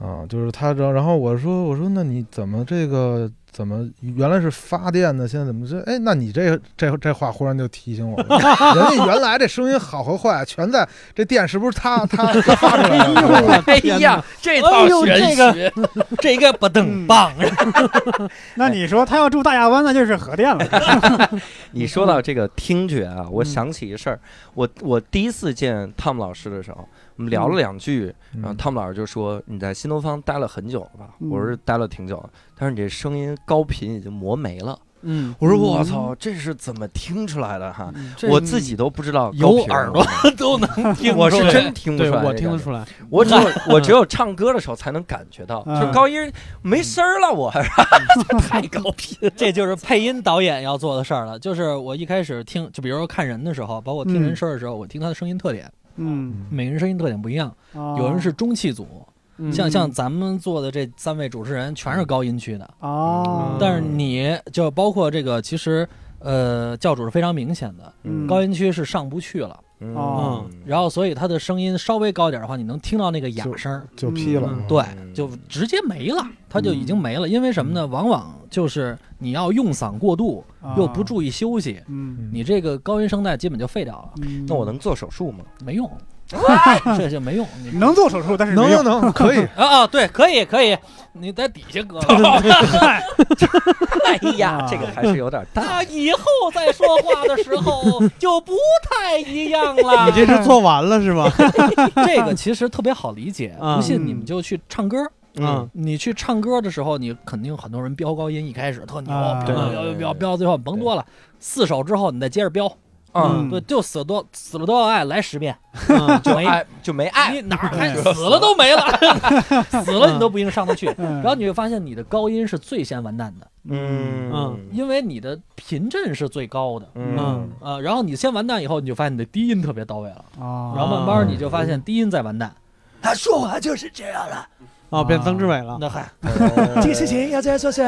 啊，就是他，然然后我说我说那你怎么这个怎么原来是发电的，现在怎么这哎？那你这个这这话忽然就提醒我了，人家原来这声音好和坏全在这电是不是他他他发出来的？哎呀， 哎这哦嗯套玄学，这个不噔棒，那你说他要住大亚湾，那就是核 电了。你说到这个听觉啊，我想起一事儿，我我第一次见汤姆老师的时候，我们聊了两句，然后嗯汤姆老师就说你在新东方待了很久了吧？嗯我说待了挺久了，他说你这声音高频已经磨没了。嗯，我说嗯我操，这是怎么听出来的哈？嗯这我自己都不知道，有耳朵都能听出我来。是真听不对出来，我嗯听得出来。来，我只有我只有唱歌的时候才能感觉到，嗯就高音没声儿了，我太高频了。这就是配音导演要做的事儿了。就是我一开始听，就比如说看人的时候，包括嗯听人声儿的时候，我听他的声音特点，嗯，每个人声音特点不一样。啊哦有人是中气组，嗯像像咱们做的这三位主持人全是高音区的，哦，嗯但是你就包括这个，其实呃，教主是非常明显的，嗯高音区是上不去了。哦嗯然后，所以他的声音稍微高点儿的话，你能听到那个哑就声儿，就劈了，嗯嗯对，就直接没了，他就已经没了。因为什么呢？往往就是你要用嗓过度，啊又不，注意休息，嗯，你这个高音声带基本就废掉了，那我能做手术吗？没用， 这就没用。你能做手术，但是能没能用能可以，啊啊，对，可以可以，你在底下搁 吧。哎呀 啊，这个还是有点大。那哎以后再说话的时 候就不太一样了你。这是做完了是 吧？这个其实特别好理解，嗯不信你们就去唱歌。嗯，你去唱歌的时候，你肯定很多人飙高音，一开始特牛，啊飙对飙飙飙飙，最后甭多了，四首之后你再接着飙，嗯，啊对，就死了都死了都要爱，来十遍，嗯就没哎爱哎就没爱，你哪儿 还死了都没了， 死了你都不一定上得去。嗯然后你会发现你的高音是最先完蛋的，嗯嗯因为你的频振是最高的哦嗯啊、然后你先完蛋以后，你就发现你的低音特别到位了，啊，然后慢慢你就发现低音在完蛋。啊他说话就是这样了，啊，变曾志伟了，那嗨，呃嗯，情要这样说是，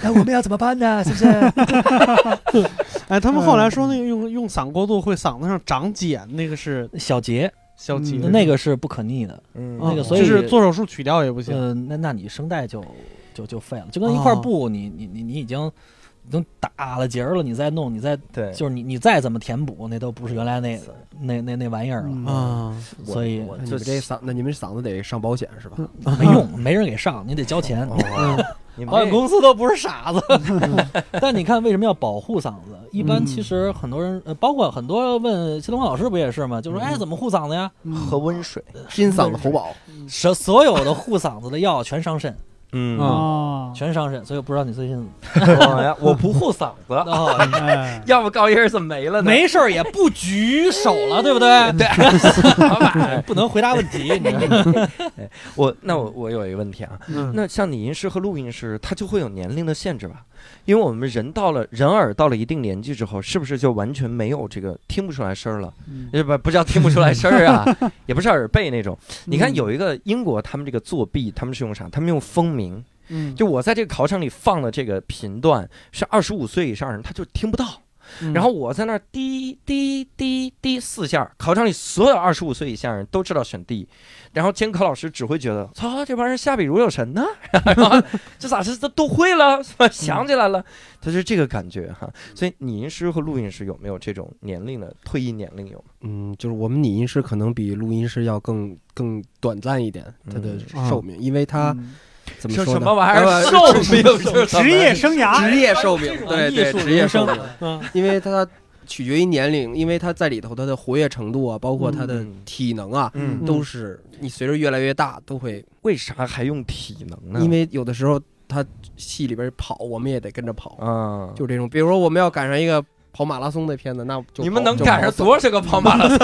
那我们要怎么办 呢？是不是？哎，他们后来说那个用用嗓过度会嗓子上长茧，那个是小杰，消极的，嗯那个是不可逆的，嗯那个所以哦就是做手术取掉也不行，嗯、那那你声带就就就废了，就跟一块哦布，你你你你已经已经打了结儿了，你再弄，你再对，就是你你再怎么填补，那都不是原来那那那那玩意儿了，嗯啊，我所以我就这嗓，那你们嗓子得上保险是吧？没用， 没人给上，你得交钱。哦你嗯保们险公司都不是傻子，但你看为什么要保护嗓子？一般其实很多人，呃，包括很多问谢东方老师不也是吗？就说哎，怎么护嗓子呀？喝温水，金嗓子喉宝，所所有的护嗓子的药全伤 肾，嗯啊，全伤肾，所以我不知道你最近。哦哎我不护嗓子， 哦 哎要不高音儿怎么没了呢？没事儿也不举手了，对不对？对，老板， 不能回答问 题，你知道吗我那我我有一个问题啊，嗯那像拟音师和录音师，他就会有年龄的限制吧？因为我们人到了人耳到了一定年纪之后，是不是就完全没有这个听不出来声儿了？嗯也不不叫听不出来声 儿啊，也不是耳背那种。你嗯看有一个英国，他们这个作弊，他们是用啥？他们用蜂鸣。嗯就我在这个考场里放的这个频段是二十五岁以上人，他就听不到。嗯然后我在那儿滴滴滴滴四下儿，考场里所有二十五岁以下人都知道选 D，然后监考老师只会觉得，操，这帮人下笔如有神呢， 然后这咋是这都会了，是吧想起来了，他是这个感觉哈。所以拟音师和录音师有没有这种年龄的退役年龄有吗？嗯，就是我们拟音师可能比录音师要更更短暂一点，他的嗯寿命，因为他怎么是说什呢么玩意儿？ 呃寿命是什么职业生涯职业寿命，对艺对，术职业人寿生命，嗯因为它取决于年龄，因为它在里头它的活跃程度啊，包括它的嗯体能啊，嗯，都是你随着越来越大都会，为啥还用体能呢？因为有的时候它戏里边跑，我们也得跟着跑，啊，就这种。比如说我们要赶上一个跑马拉松的片子，那就你们跑能就赶跑上死多少个跑马拉松？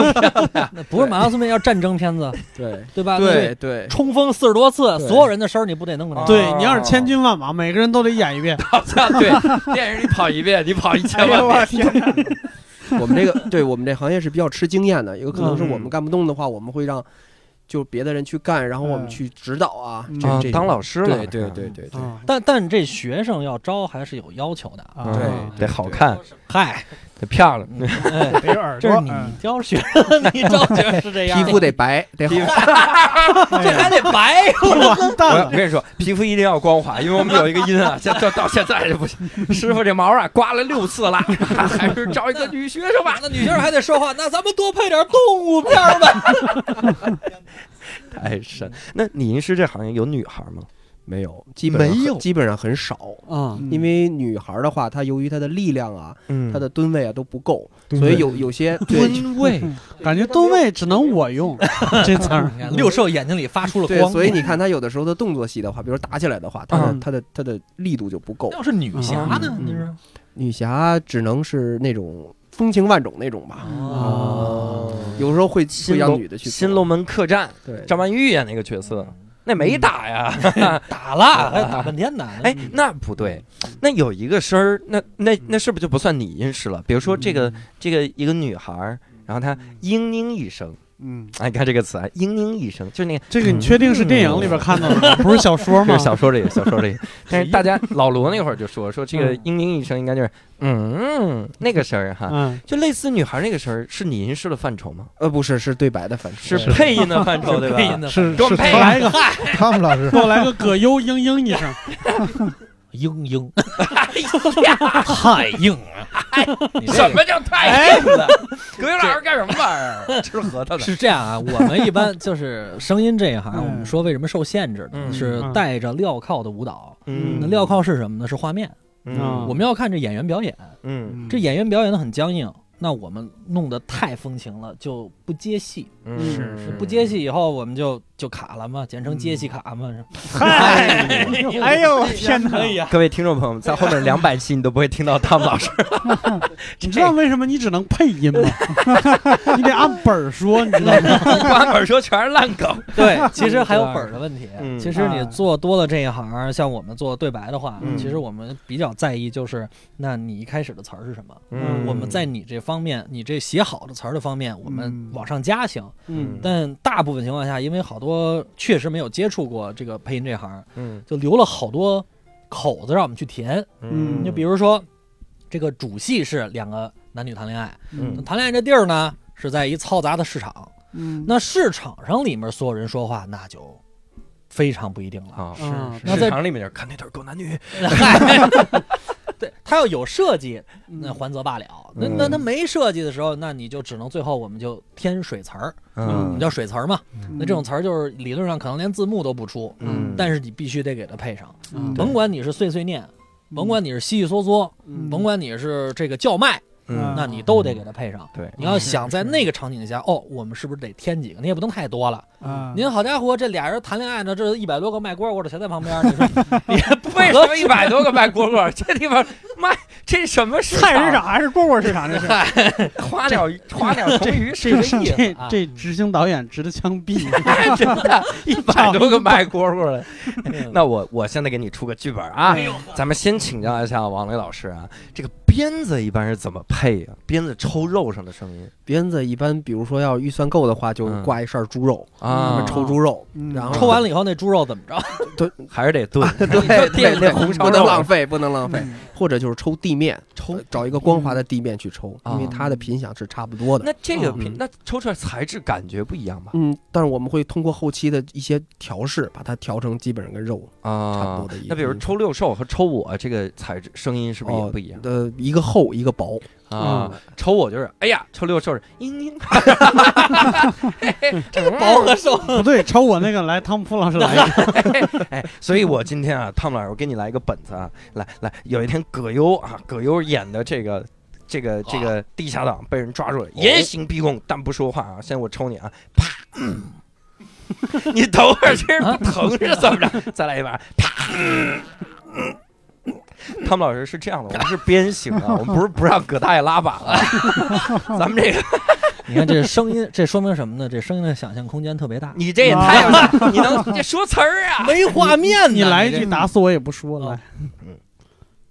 那不是马拉松片，要战争片 子，对对吧？对，对，冲锋四十多次，对所有人的声儿你不得弄过来？对你要是千军万马，每个人都得演 一遍，啊对，电影里跑一遍，你跑一哎千万遍。我们这个 对我们这行业是比较吃经验的，有可能是我嗯们干不动的话，我们会让就别的人去干，然后我们嗯去指导啊嗯，这这当老师了，嗯对对对对对啊但但这学生要招还是有要求的。啊。啊对嗯得好看，嗨，得漂亮，哎 得有耳这朵，嗯是你教学 生，你教学是这样 皮的，肤得白，得好。这还得白。完 蛋我了，我跟你说，皮肤一定要光滑，因为我们有一个音啊，现到到现在就不行。师傅这毛啊，刮了六次了， 还是招一个女学生吧。啊那女生还得说话，那咱们多配点动物片儿吧。太神！那拟音师这行业有女孩吗？没有，基本上没很有基本上很少。嗯因为女孩儿的话，她由于她的力量啊，嗯她的吨位啊都不够，吨所位以有有些对 吨 位感觉吨位只能我用 嗯这词儿， 六兽眼睛里 发出了对，光。所以你看她有的时候的动作戏的话，比如打起来的话，她的嗯她的她的力度就不够。要是女侠呢？嗯你说女侠只能是那种风情万种那种吧，嗯啊哦有时候会会新让龙女的去做新龙门客栈，对张曼玉演那个角色，嗯那没打呀。打了，还打半天呢。哎，那不对，那有一个声儿，那那那是不是就不算拟音师了？比如说这嗯个这个一个女孩儿，然后她嘤嘤一声， 嗯哎，你看这个词啊，嘤嘤一声，就是那个这个你确定是电影里边看到的 吗，不是小说就吗是？小说里小说里，但是大家老罗那会儿就说说这个嘤嘤一声应该就是嗯那个声儿哈，嗯，就类似女孩那个声儿是拟音师的范畴吗？呃不是是对白的反正是配音的范畴对吧？配音的是装是配啊给我来一个，他们俩是给我来个葛优嘤嘤一声， 英英， 太硬了。哎你这个什么叫啊太硬了？葛优老师干什么玩意儿？ 吃核桃的。是这样啊，我们一 般就是声音这一行，嗯我们说为什么受限制呢？嗯是带着镣铐的舞蹈。那嗯镣铐是什么呢？是画面。嗯我们要看这演员表演，嗯这演员表演的很僵硬，那我们弄得太风情了，就不接戏，嗯嗯是是不接戏以后我们就就卡了嘛，简称接戏卡嘛。是吧 嗨，哎呦我天哪！呀，各位听众朋友们，在后 面两百期你都不会听到汤姆老师，你知道为什么你只能配音吗？ 你得按本儿说，你知道吗？关本说全是烂梗。 对，其实还有本儿的问题啊嗯。其实你做多了这一行，像我们做对白的话嗯，其实我们比较在意就是，那你一开始的词儿是什么？嗯我们在你这方面，你这写好的词儿的方面，我们嗯往上加行。嗯但大部分情况下，因为好多确实没有接触过这个配音这行，嗯就留了好多口子让我们去填。嗯你就比如说，这个主戏是两个男女谈恋爱，嗯谈恋爱这地儿呢是在一嘈杂的市场，嗯那市场上里面所有人说话，那就非常不一定了。 啊，啊是那市在场里面就是看那对狗男女，嗨，对他要有设计，那嗯还则罢了。那那他没设计的时候，那你就只能最后我们就添水词儿，我嗯们叫水词儿嘛。那这种词儿就是理论上可能连字幕都不出，嗯但是你必须得给它配上，嗯甭管你是碎碎念，嗯甭管你是稀稀嗦嗦，嗯甭管你是这个叫卖，嗯那你都得给它配上。对你要想在那个场景下，哦，我们是不是得添几个？你也不能太多了。嗯啊，您好家伙，这俩人谈恋爱呢，这一百多个卖蝈蝈的全在旁边，你 说哎为什么一百多个卖蝈蝈？这地方卖这什么啊市菜市场？场还是蝈蝈市场？这是花鸟花鸟虫鱼是一个意思这啊。这执行导演值得枪毙。真的，一百多个卖蝈蝈 的。嗯那我我现在给你出个剧本啊，咱们先请教一下王磊老师啊，这个鞭子一般是怎么配呀、鞭子抽肉上的声音鞭子一般，比如说要预算够的话，就嗯挂一扇猪肉，啊，抽猪肉，嗯然后抽完了以后那猪肉怎么着？还是得炖，对就对垫对，那红烧不能肉浪费，不能浪费，嗯或者就是抽地面，抽呃找一个光滑的地面去抽，啊因为它的品相是差不多的。那这个嗯品那抽出来材质感觉不一样吧？嗯，但是我们会通过后期的一些调试，把它调成基本上跟肉差不啊多，的一个。那比如抽六兽和抽我这个材质声音是不是也哦不一样呃，一个厚一个薄，嗯啊？抽我就是哎呀， 抽六兽是嘤嘤， 这个薄和瘦，不对，抽我那个来，汤姆普老师来一个。 哎，所以我今天啊，汤姆老师，我给你来一个本子啊，来来，有一天葛优啊，葛优演的这个。这个这个地下党被人抓住了，严刑逼供，但不说话啊！现在我抽你啊，啪！嗯 你等会儿这是不疼是怎么 着？再来一把，啪！嗯 汤姆老师是这样的，我们是鞭刑啊，我们不是不让葛大爷拉粑了。 咱们这个，你看这声音，这说明什么呢？这声音的想象空间特别大。你这也太有了，你能这说词儿啊？没画面呢，你来一这句，打死我也不说来。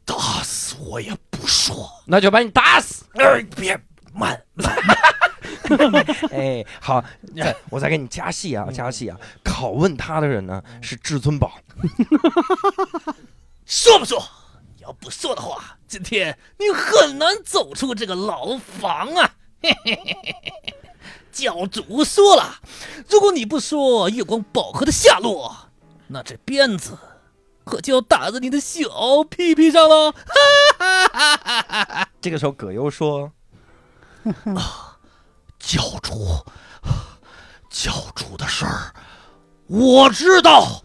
打死我也不说。 那就把你打死！哎，别慢 慢。哎，好，再我再给你加戏啊，加戏啊！拷问他的人呢是至尊宝，说不说？你要不说的话，今天你很难走出这个牢房 啊！教主说了，如果你不说月光宝盒的下落，那这鞭子可就要打在你的小屁屁上了。这个时候葛优说教主，教主的事儿我知道。：“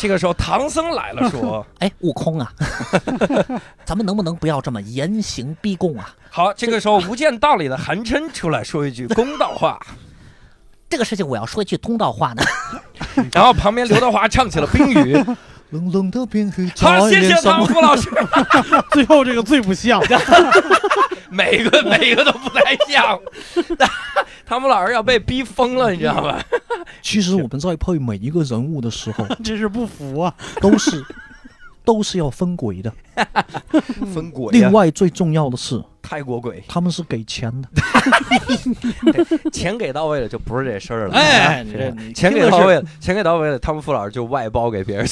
这个时候唐僧来了，说哎，悟空 啊，咱们能不能不要这么严刑逼供啊？好。”这个时候无间道里的韩琛出来说一句公道话，这个事情我要说一句通道话 呢。然后旁边刘德华唱起了冰雨。冷冷的冰雨好，谢谢唐福 老师，哦 最后这个最不像， 每个每个都不太像。 唐福老师要被逼疯了，你知道吧？其实我们在配每一个人物的时候， 真是不服啊！都是都是要分轨的。分鬼呀另，外最重要的是，泰国 鬼，他们是给钱的。钱给到位了就不是这事儿了。哎，钱给到位了，钱给到位了，汤姆·傅老师就外包给别 人。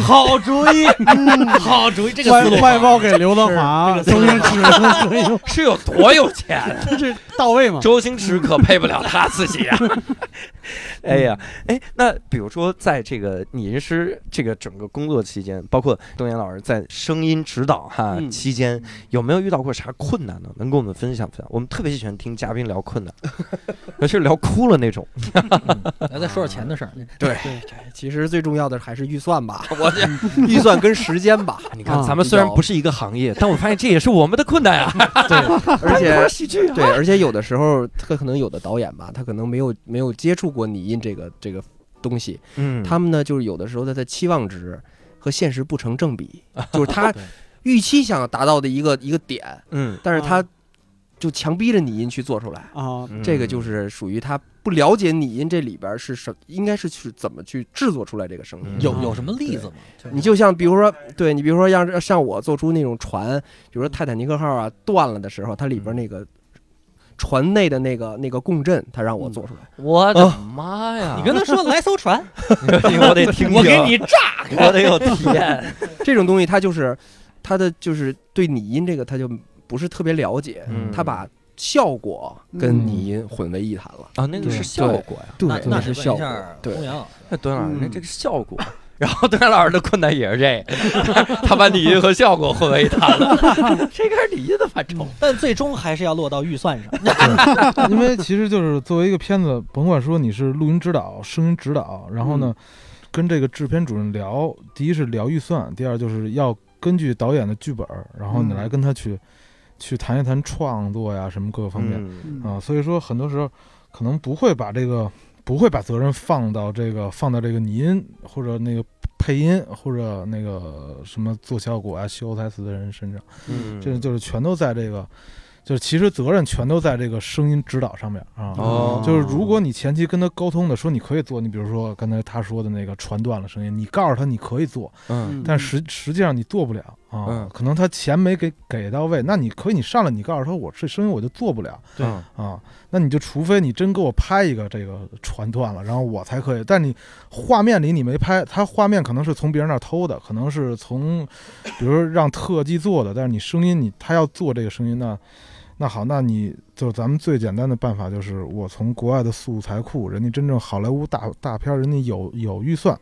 好主意，好主意， 这外外包给刘德华、啊周星驰，所以是有多有钱？ 啊 这到位嘛？周星驰可配不了他自己呀、啊 哎呀，哎，那比如说，在这个拟音师这个整个工作期间，包括东岩老师在声音指导哈、嗯期间，有没有遇到过啥困难呢？能跟我们分享分享？我们特别喜欢听嘉宾聊困 难，尤其是聊哭了那种。来再说说钱的事儿。对 对，哎其实最重要的还是预算吧， 我这预算跟时间 吧，啊你看，咱们虽然不是一个行业，但我发现这也是我们的困难啊。 而且喜剧啊对，而且有的时候，他可能有的导演吧，他可能没有没有接触过拟音这个这个东西，嗯，他们呢就是有的时候他的期望值和现实不成正比，就是他预期想要达到的一个一个点，嗯，但是啊他就强逼着拟音去做出来，啊，嗯这个就是属于他不了解拟音这里边是什，应该是去怎么去制作出来这个声音。嗯有有什么例子吗？你就像比如说，对你比如说让像我做出那种船，比如说泰坦尼克号啊断了的时候，它里边那个船内的那个那个共振，它让我做出来。我的妈呀！你跟他说来艘船， 我 得听，我啊给 你炸， 我得有体验。这种东西它就是它的就是对拟音这个它就不是特别了解，嗯它把效果跟拟音混为一谈了。 啊，那个嗯是效果呀。那那是得效问一果下啊对东阳，那段老师，那嗯这个效 果。然后段老师的困难也是这， 他把底音和效果混为一谈了，这个是底音的范畴。 但最终还是要落到预算 上。 因为其实就是作为一个片子，甭管说你是录音指导、声音指导，然后呢，跟这个制片主任聊，第一是聊预算，第二就是要根据导演的剧本，然后你嗯来跟他去、去谈一谈创作呀什么各个方面嗯啊、所以说很多时候可能不会把这个不会把责任放到这个放到这个拟音或者那个配音或者那个什么做效果啊、修台词的人身上。嗯这就是全都在这个，就是其实责任全都在这个声音指导上面啊。哦就是如果你前期跟他沟通的说你可以做，你比如说刚才他说的那个传断了声音，你告诉他你可以做，嗯但实实际上你做不了啊。嗯可能他钱没给给到位，那你可以你上来你告诉他我这声音我就做不了对啊，那你就除非你真给我拍一个这个传断了，然后我才可以。但你画面里你没拍，他画面可能是从别人那儿偷的，可能是从，比如说让特技做的，但是你声音你他要做这个声音那。那好，那你就咱们最简单的办法就是，我从国外的素材库，人家真正好莱坞大大片儿，人家有有预算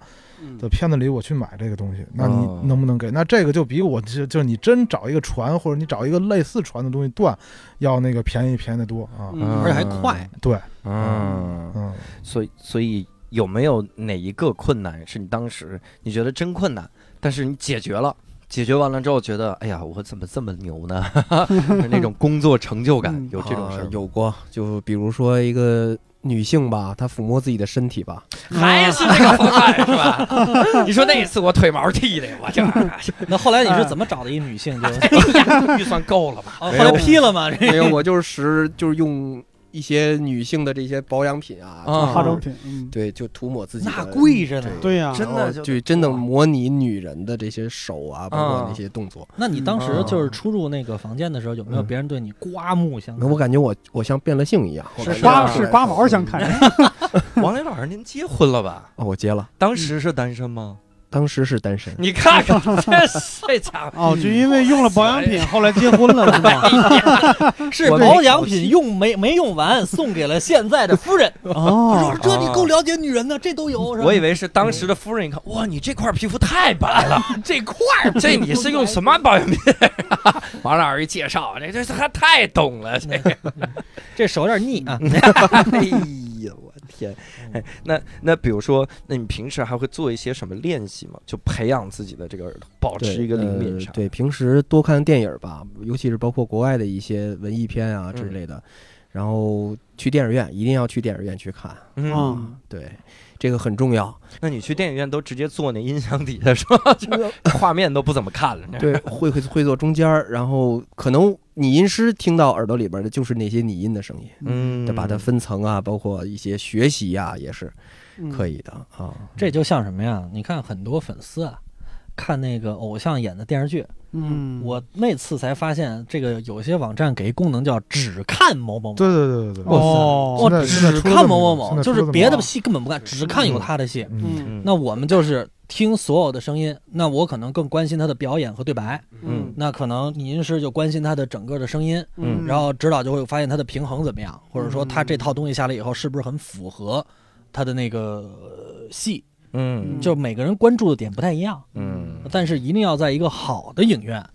的片子里，我去买这个东西，那你哦能不能给？那这个就比我就就是你真找一个船或者你找一个类似船的东西断，要那个便宜便宜的多啊。嗯而且还快，对，嗯，嗯，所以所以有没有哪一个困难是你当时你觉得真困难，但是你解决了，解决完了之后觉得哎呀，我怎么这么牛呢？ 就是那种工作成就感嗯有这种事儿啊吗，有过，就比如说一个女性吧，她抚摸自己的身 体吧，嗯还是这个方案是吧？ 你说那一次我腿毛剃的，我这那后来你是怎么找的一女性？ 就哎预算够了吧？ 嗯哦后来批了吗？这没有，我就是使就是用一些女性的这些保养品啊，啊就是化妆品，嗯，对，就涂抹自己的那贵着呢。对哦呀，真的然后就哦哦就真的模拟女人的这些手啊，包括那些动作。那你当时就是出入那个房间的时候，有没有别人对你刮目相那看？我感觉我我像变了性一样，我感觉刮啊是刮毛相看，王磊老师，您结婚了吧？哦，我结了，当时是单身吗？当时是单身，你看看这这家伙，哦，就因为用了保养品，后来结婚了是吗？是保养品用没没用完，送给了现在的 夫人。哦，这你够了解女人呢，这都有。我以为是啊当时的夫人一看，哇，你这块皮肤太白 了，这块这你是用什么保 养品？王老师一介绍，这这他太懂了，这个。这手有点腻啊。 哎呀，我天！哎，那那比如说，那你平时还会做一些什么练习吗？就培养自己的这个耳朵，保对持一个灵敏啥呃。？对，平时多看电影吧，尤其是包括国外的一些文艺片啊嗯之类的，然后去电影院一定要去电影院去看，嗯，嗯，对，这个很 重要。那你去电影院都直接坐那音响底下是吧？就画面都不怎么看了。对，会会会坐中间儿，然后可能拟音师听到耳朵里边儿的就是那些拟音的声音，嗯，得把它分层啊，包括一些学习啊，也是嗯嗯可以的啊。这就像什么呀？你看很多粉丝啊，看那个偶像演的电视剧，嗯，我那次才发现，这个有些网站给一功能叫只看某某某。对对对对对。哦，我现在现在只出了看这某某么某，现在就出是了这么别的多戏根本不看，只看有他的戏。嗯，嗯那我们就是听所有的声音，那我可能更关心他的表演和对白，嗯那可能拟音师就关心他的整个的声音，嗯然后指导就会发现他的平衡怎么样，或者说他这套东西下来以后是不是很符合它的那个呃戏，嗯就每个人关注的点不太一样，嗯但是一定要在一个好的影院啊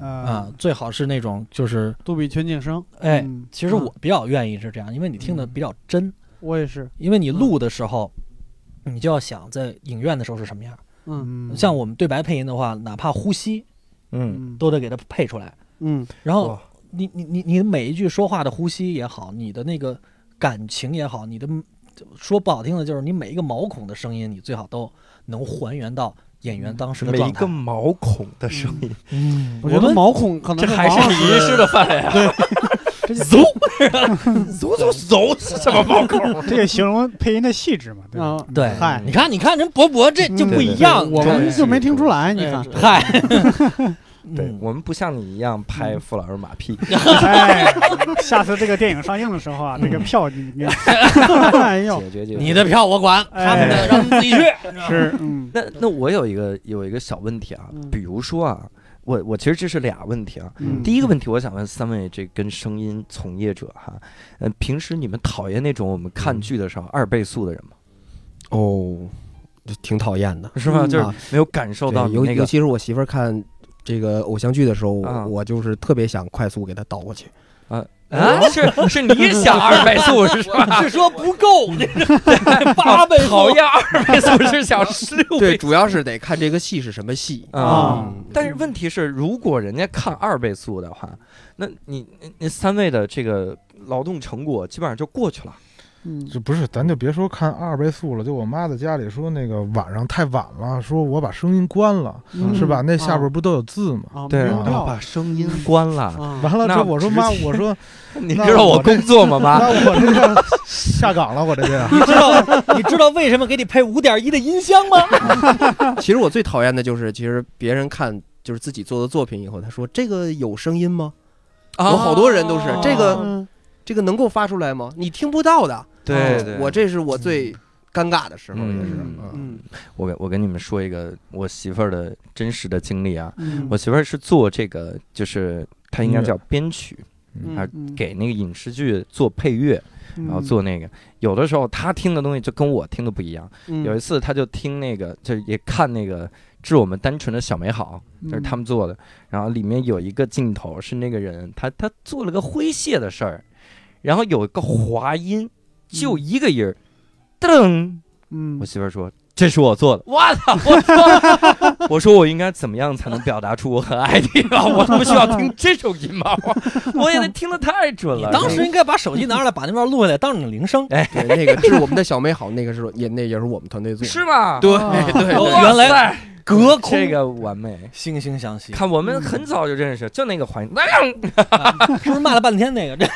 嗯啊，，最好是那种就是杜比全景声，哎嗯其实我比较愿意是这样，因为你听的比较真，我也是，因为你录的时候，你就要想在影院的时候是什么样。嗯嗯像我们对白配音的话，哪怕呼吸嗯嗯都得给它配出来。嗯然后哇你你你你每一句说话的呼吸也好，你的那个感情也好，你的嗯说不好听的就是你每一个毛孔的声音，你最好都能还原到演员当时的每一状个态。毛孔的声音，嗯我觉得毛孔可能这还是往你式的范围啊！ 走，走走走，是什么毛孔？这也形容配音的细致嘛，对吧？啊，对，嗨你看你看人博博这哎就嗯不一样，我们就没听出来，你看，嗨， 对嗯我们不像你一样拍傅老师马屁，哎，下次这个电影上映的时候啊，这个票你你，哎呦，解决解决。 你的票我管，他们的哎让他们自己 去。是，嗯那那我有一个有一个小问题啊嗯，比如说啊，我我其实这是俩问题啊。嗯，第一个问题，我想问三位这跟声音从业者哈，嗯、平时你们讨厌那种我们看剧的时候二倍速的人吗？哦，就挺讨厌的。是吧？嗯就是啊没有感受到对你尤那尤个其是我媳妇儿看这个偶像剧的时候，啊我就是特别想快速给她倒过去。啊，是是你想二倍速是吧？是说不够，八倍 讨速厌二倍速是想十六 对，倍主要是得看这个戏是什么戏嗯啊。啊但是问题是，如果人家看二倍速的话，那你你你三位的这个劳动成果基本上就过去了。嗯这不是，咱就别说看二倍速了，就我妈在家里说那个晚上太晚了，说我把声音关了，嗯是吧？那下边不都有字吗？啊，对没有啊料把声音关了。啊，完了之那后我说直妈，接我说 你哦那知道我我这工作吗，妈？那我这个下岗了，我这啊个。 你知道 你知道为什么给你配五点一的音箱吗？其实我最讨厌的就是，其实别人看就是自己做的作品以后，他说这个有声音吗？啊 我好多人都是哦这个嗯这个能够发出来吗？你听不到的。哦对对，我这是我最尴尬的时候，嗯也是。嗯嗯我跟我跟你们说一个我媳妇儿的真实的经历啊。嗯，我媳妇儿是做这个，就是她应该音乐叫编曲，嗯还嗯给那个影视剧做配乐，嗯然后做那个。有的时候她听的东西就跟我听的不一样。嗯有一次她就听那个，就也看那个《致我们单纯的小美好》，这是他们做的。然后里面有一个镜头是那个人，他他做了个诙谐的事儿，然后有一个滑音，就一个音儿，噔。嗯我媳妇儿说：“这是我做的。”我操！我操！ 我说我应该怎么样才能表达出我很爱你啊？ 我他妈需要听这种音吗？ 我我也得听得太准了。当时应该把手机拿出来，把那边录下来当你的铃声。对，那个是我们的小美好，那个是也那也是我们团队做的。是吗？对啊对哦对，原来隔空这个嗯完美。惺惺相 惜，看我们很早就认识，就那个环是不是骂了半天那 个？这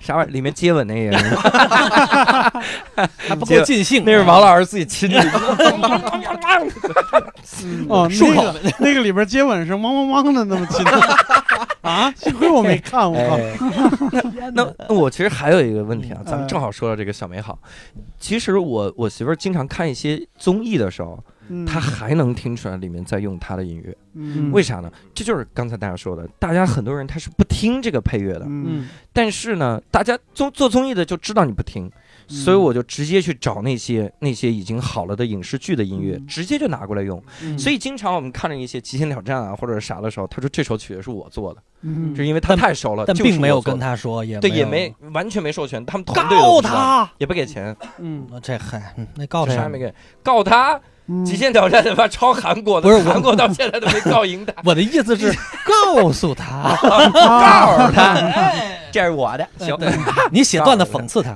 啥玩意儿，里面接吻那 个，还不够尽兴。那是王老师自己亲的。哦，漱那口个那个里边接吻是汪汪汪的那么 亲啊，幸亏我没看，我靠，哎，那 那那我其实还有一个问题啊，咱们嗯正好说到这个小美好。其实我我媳妇儿经常看一些综艺的时候，嗯她还能听出来里面在用她的音乐，嗯为啥呢？这就是刚才大家说的，大家很多人他是不听这个配乐的，嗯嗯但是呢，大家综做综艺的就知道你不听，所以我就直接去找那些那些已经好了的影视剧的音乐嗯，直接就拿过来用。嗯所以经常我们看着一些《极限挑战》啊或者是啥的时候，他说这首曲子是我做的，嗯就因为他但太熟了，但就是并没我有做跟的他说，也对，也有没完全没授权，他们团队都告不知道，他。也不给钱，嗯这嗨，嗯那告啥他也没。给，告他嗯《极限挑战》他妈超韩国的，不是我，韩国到现在 都没告赢他我的意 思是告诉他，啊告诉 他，这是我的，行。你写段子讽刺他。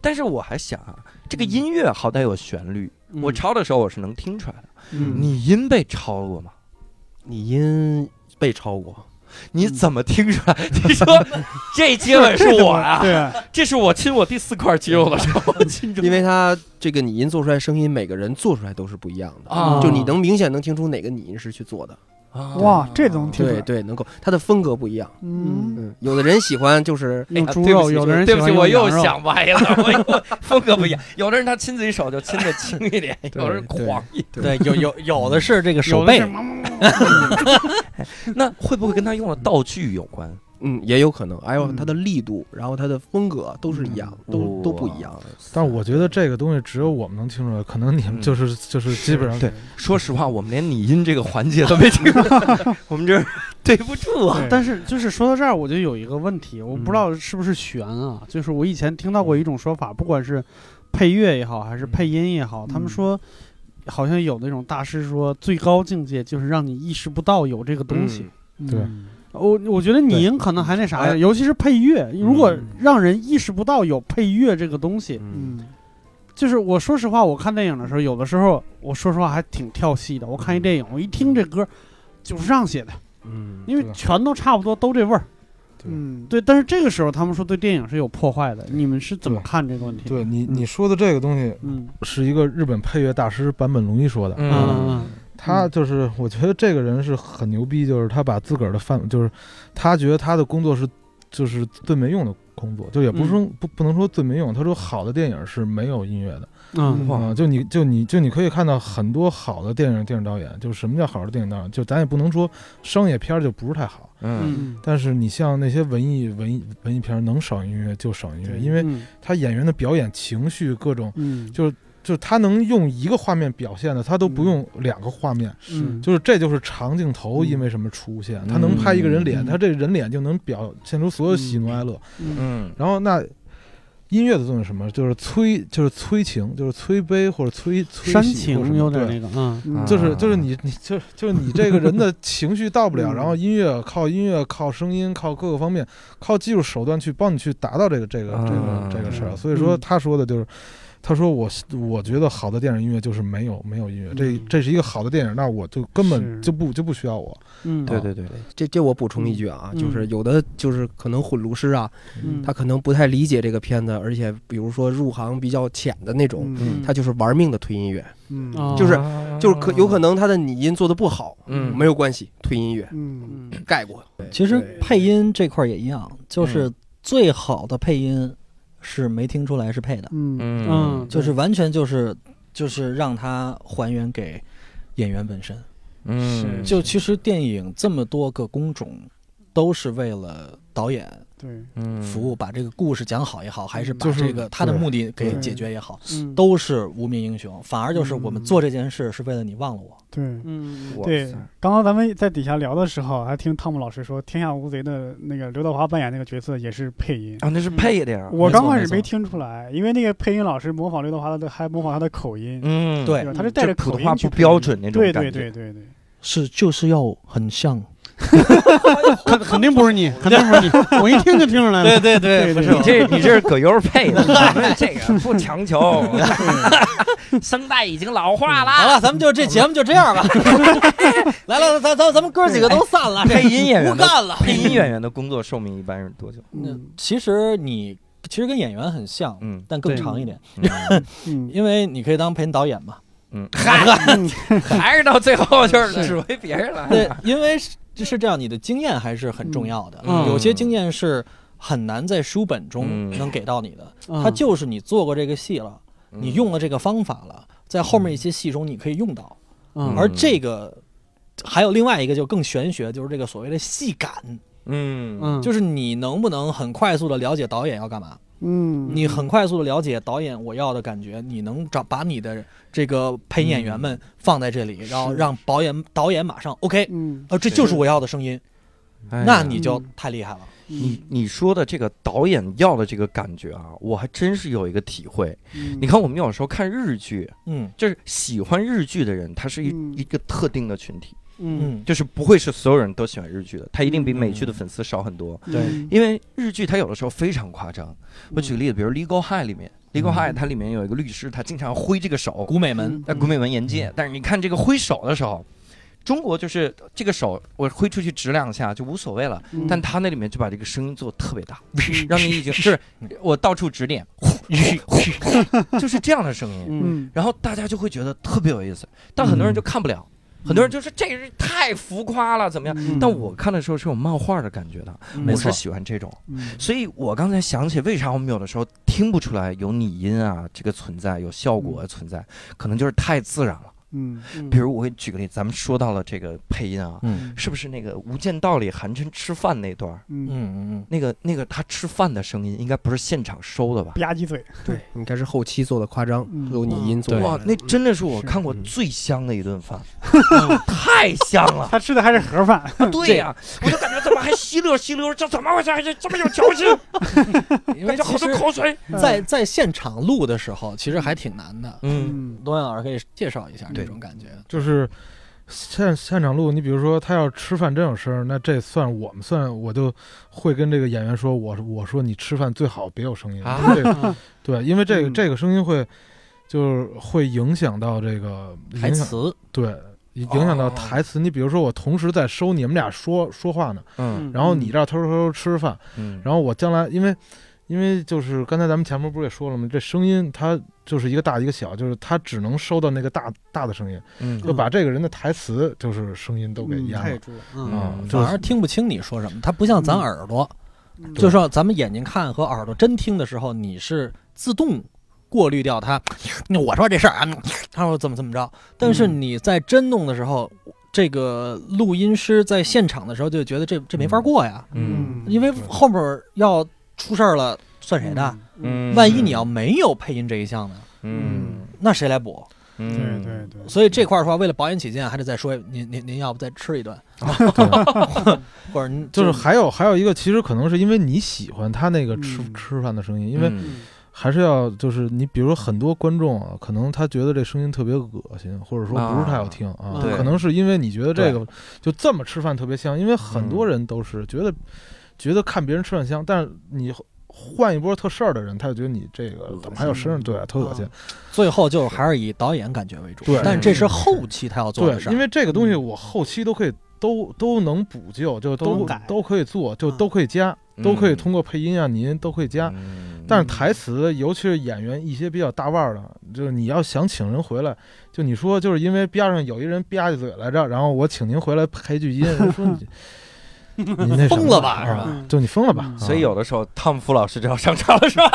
但是我还想啊，这个音乐好歹有旋律，我抄的时候我是能听出来的。嗯你音被抄过吗？你音被超过，你怎么听出来？ 你说嗯这接吻是我呀、 对啊，这是我亲我第四块肌肉 的时候，亲中嗯因为他这个拟音做出来声音，每个人做出来都是不一样的。啊，就你能明显能听出哪个拟音是去做的，啊哇，这能听出对来，对，能够，他的风格不一样。嗯，嗯，有的人喜欢就是用啊猪对不肉，起有的人对不喜起，欢我又用羊肉想歪了，我 又风格不一样。有的人他亲自己手就亲的轻一点，有人对狂一点。对，有有有的是这个手有的背是，毛毛那会不会跟他用的道具有关？嗯，也有可能。还有嗯它的力度，然后它的风格都是一样，嗯都都不一样。但我觉得这个东西只有我们能清楚，可能你嗯们就是、就是基本上对，说实话，我们连拟音这个环节都没听过，我们这儿对不住啊。但但是就是说到这儿，我就有一个问题，我不嗯知道是不是悬啊。就是我以前听到过一种说法，不管是配乐也好，还嗯是配音也好，他们说好像有那种大师说，最高境界就是让你意识不到有这个东西。嗯对我我觉得拟音可能还那啥呀，尤其是配乐，如果让人意识不到有配乐这个东西，嗯，嗯就是我说实话，我看电影的时候，有的时候我说实话还挺跳戏的。我看一电影，我一听这歌，九十让写的，嗯因为全都差不多，都这味儿。嗯，对，但是这个时候他们说对电影是有破坏的，你们是怎么对看这个问题？，对你你说的这个东西嗯是一个日本配乐大师坂本龙一说的，嗯，他就是我觉得这个人是很牛逼，就是他把自个儿的饭，就是他觉得他的工作是就是最没用的工作，就也不是说、不不能说最没用，他说好的电影是没有音乐的。嗯啊、就你就你就你可以看到很多好的电影电影导演，就是什么叫好的电影导演，就咱也不能说商业片儿就不是太好，嗯嗯，但是你像那些文艺文艺文艺片儿，能少音乐就少音乐，因为嗯他演员的表演情绪各种，嗯就是他能用一个画面表现的，他都不用两个画面，嗯就是这就是长镜头，嗯因为什么出现，嗯他能拍一个人脸，嗯他这人脸就能表现出所有喜怒哀乐，嗯然后那。音乐的作用是什么？就是催，就是催情，就是催悲或者催催煽喜或者情什么有点对那个，嗯嗯就是就是你你就是就是你这个人的 情绪到不了，嗯然后音乐靠音乐靠声音靠各个方面靠技术手段去帮你去达到这个这个这啊个这个事儿。嗯所以说嗯他说的就是，他说我我觉得好的电影音乐就是没有没有音乐，这嗯这是一个好的电影，那我就根是本就不就不需要我。嗯，啊对对对，这这我补充一句啊，嗯就是有的就是可能混炉师啊，嗯他可能不太理解这个片子，而且比如说入行比较浅的那种，嗯他就是玩命的推音乐，嗯哦就是就是可有可能他的拟音做的不好，嗯没有关系，推音乐嗯嗯盖过。其实对配音这块儿也一样，就是最好的配音是没听出来是配的，嗯嗯，就是完全就是就是让它还原给演员本身。嗯就其实电影这么多个工种，都是为了导演对嗯服务，把这个故事讲好也好，还是把就是这个他的对目的给对解决也好，嗯都是无名英雄。反而就是我们嗯做这件事是为了你忘了我。对。嗯对，刚刚咱们在底下聊的时候，还听汤姆老师说，《天下无贼》的那个刘德华扮演那个角色也是配音。啊，那是配的呀。我刚开没始错没听出来，因为那个配音老师模仿刘德华的，还模仿他的口音，嗯，对 对吧？他是带着就普口通音话去不配标音准那种对感对觉对对对，是就是要很像，肯肯定不是你，肯定不是你，我一听就听出来了。对对不是对 你这你这是葛优配 的，咱们这个不强求， 声带已经老化好啊了。了，咱们就这节目就这样吧。 来来，咱咱咱们哥几个都散了，这配音演员哎不干了。配音演员的工作寿命一般是多久？那嗯其实你其实跟演员很像， 嗯但更对长一点，嗯嗯因为你可以当配音导演嘛。嗯，嗨，还是到最后就是指挥别人 了。对，因为是是这样，你的经验还是很重要的。嗯有些经验是很难在书本中嗯能给到你的，嗯它就是你做过这个戏了，嗯你用了这个方法了，在后面一些戏中你可以用到。嗯而这个还有另外一个就更玄学，就是这个所谓的戏感，嗯嗯就是你能不能很快速的了解导演要干嘛？嗯，你很快速的了解导演我要的感觉，你能找把你的这个配音演员们放在这里，然后让导演导演马上 OK，嗯哦，这对就是我要的声音，哎呀那你就嗯太厉害了。你你说的这个导演要的这个感觉啊，我还真是有一个体会。你你看我们有时候看日剧，嗯就是喜欢日剧的人，他是一嗯一个特定的群体，嗯嗯，就是不会是所有人都喜欢日剧的，他一定比美剧的粉丝少很多。对嗯因为日剧它有的时候非常夸张，我举个例子，比如《Legal High》里面，《Legal High》它里面有一个律师，他经常挥这个手，古美门，那古美门严戒，但是你看这个挥手的时候，中国就是这个手我挥出去指两下就无所谓了，嗯但他那里面就把这个声音做得特别大，让你已经就是我到处指点，就是这样的声音，嗯然后大家就会觉得特别有意思，但很多人就看不了，很多人就是这是太浮夸了，怎么样？嗯但我看的时候是有漫画的感觉的，嗯我没错是喜欢这种，嗯所以我刚才想起为啥我们有的时候听不出来有拟音啊这个存在，有效果存在，可能就是太自然了。嗯，嗯比如我给你举个例子，咱们说到了这个配音啊，嗯是不是那个《无间道》里韩琛吃饭那段儿？嗯嗯嗯那个那个他吃饭的声音应该不是现场收的吧？吧唧嘴，对，应该是后期做的夸张，嗯有拟音做对哇，那真的是我是看过嗯最香的一顿饭，太香 了！他吃的还是盒饭，对呀、我就感觉怎么还吸溜吸溜，这怎么回事？还是这么有嚼 劲，嗯，因感为觉好其多实口水。在在现场录的时候，其实还挺难的。嗯，嗯东阳老师可以介绍一下这种感觉。就是现现场录，你比如说他要吃饭真有声儿，那这算我们算，我就会跟这个演员说，我我说你吃饭最好别有声音，啊 这个、对，因为这个、嗯这个声音会就是会影响到这个台影响词，对。影响到台词，你比如说我同时在收你们俩说说话呢，嗯然后你这儿偷偷偷吃饭，嗯，然后我将来因为因为就是刚才咱们前面不是也说了吗？这声音它就是一个大一个小，就是它只能收到那个大大的声音，嗯就把这个人的台词就是声音都给嗯淹太了。住了，嗯嗯，啊嗯，就反是而听不清你说什么。它不像咱嗯耳朵，嗯就是说咱们眼睛看和耳朵真听的时候，你是自动过滤掉它。我说这事儿啊，他说怎么怎么着，但是嗯你在真弄的时候，这个录音师在现场的时候就觉得这这没法过呀，嗯因为后边儿要出事儿了，算谁的？嗯，万一你要没有配音这一项呢？嗯那谁来补？对嗯对对，所以这块儿的话，为了保险起见，还得再说，您您您要不再吃一顿，或者您就是还有还有一个，其实可能是因为你喜欢他那个吃、嗯吃饭的声音，因为嗯还是要就是你比如说很多观众啊，可能他觉得这声音特别恶心，或者说不是太好听啊，啊对可能是因为你觉得这个就这么吃饭特别香，因为很多人都是觉得、觉得看别人吃饭香，但是你换一波特事儿的人，他就觉得你这个怎么还有声儿，对，啊特恶心。最后就还是以导演感觉为主对。但这是后期他要做对的事，儿，因为这个东西我后期都可以都都能补救，就都能都改可以做，就嗯都可以加，都可以通过配音啊、拟音都可以加。嗯但是台词，尤其是演员一些比较大腕儿的，就是你要想请人回来，就你说就是因为边上有一人吧唧嘴来着，然后我请您回来配句音，人说你 你那什么疯了吧啊是吧嗯就你疯了吧？啊所以有的时候汤姆夫老师就要上场了，是吧？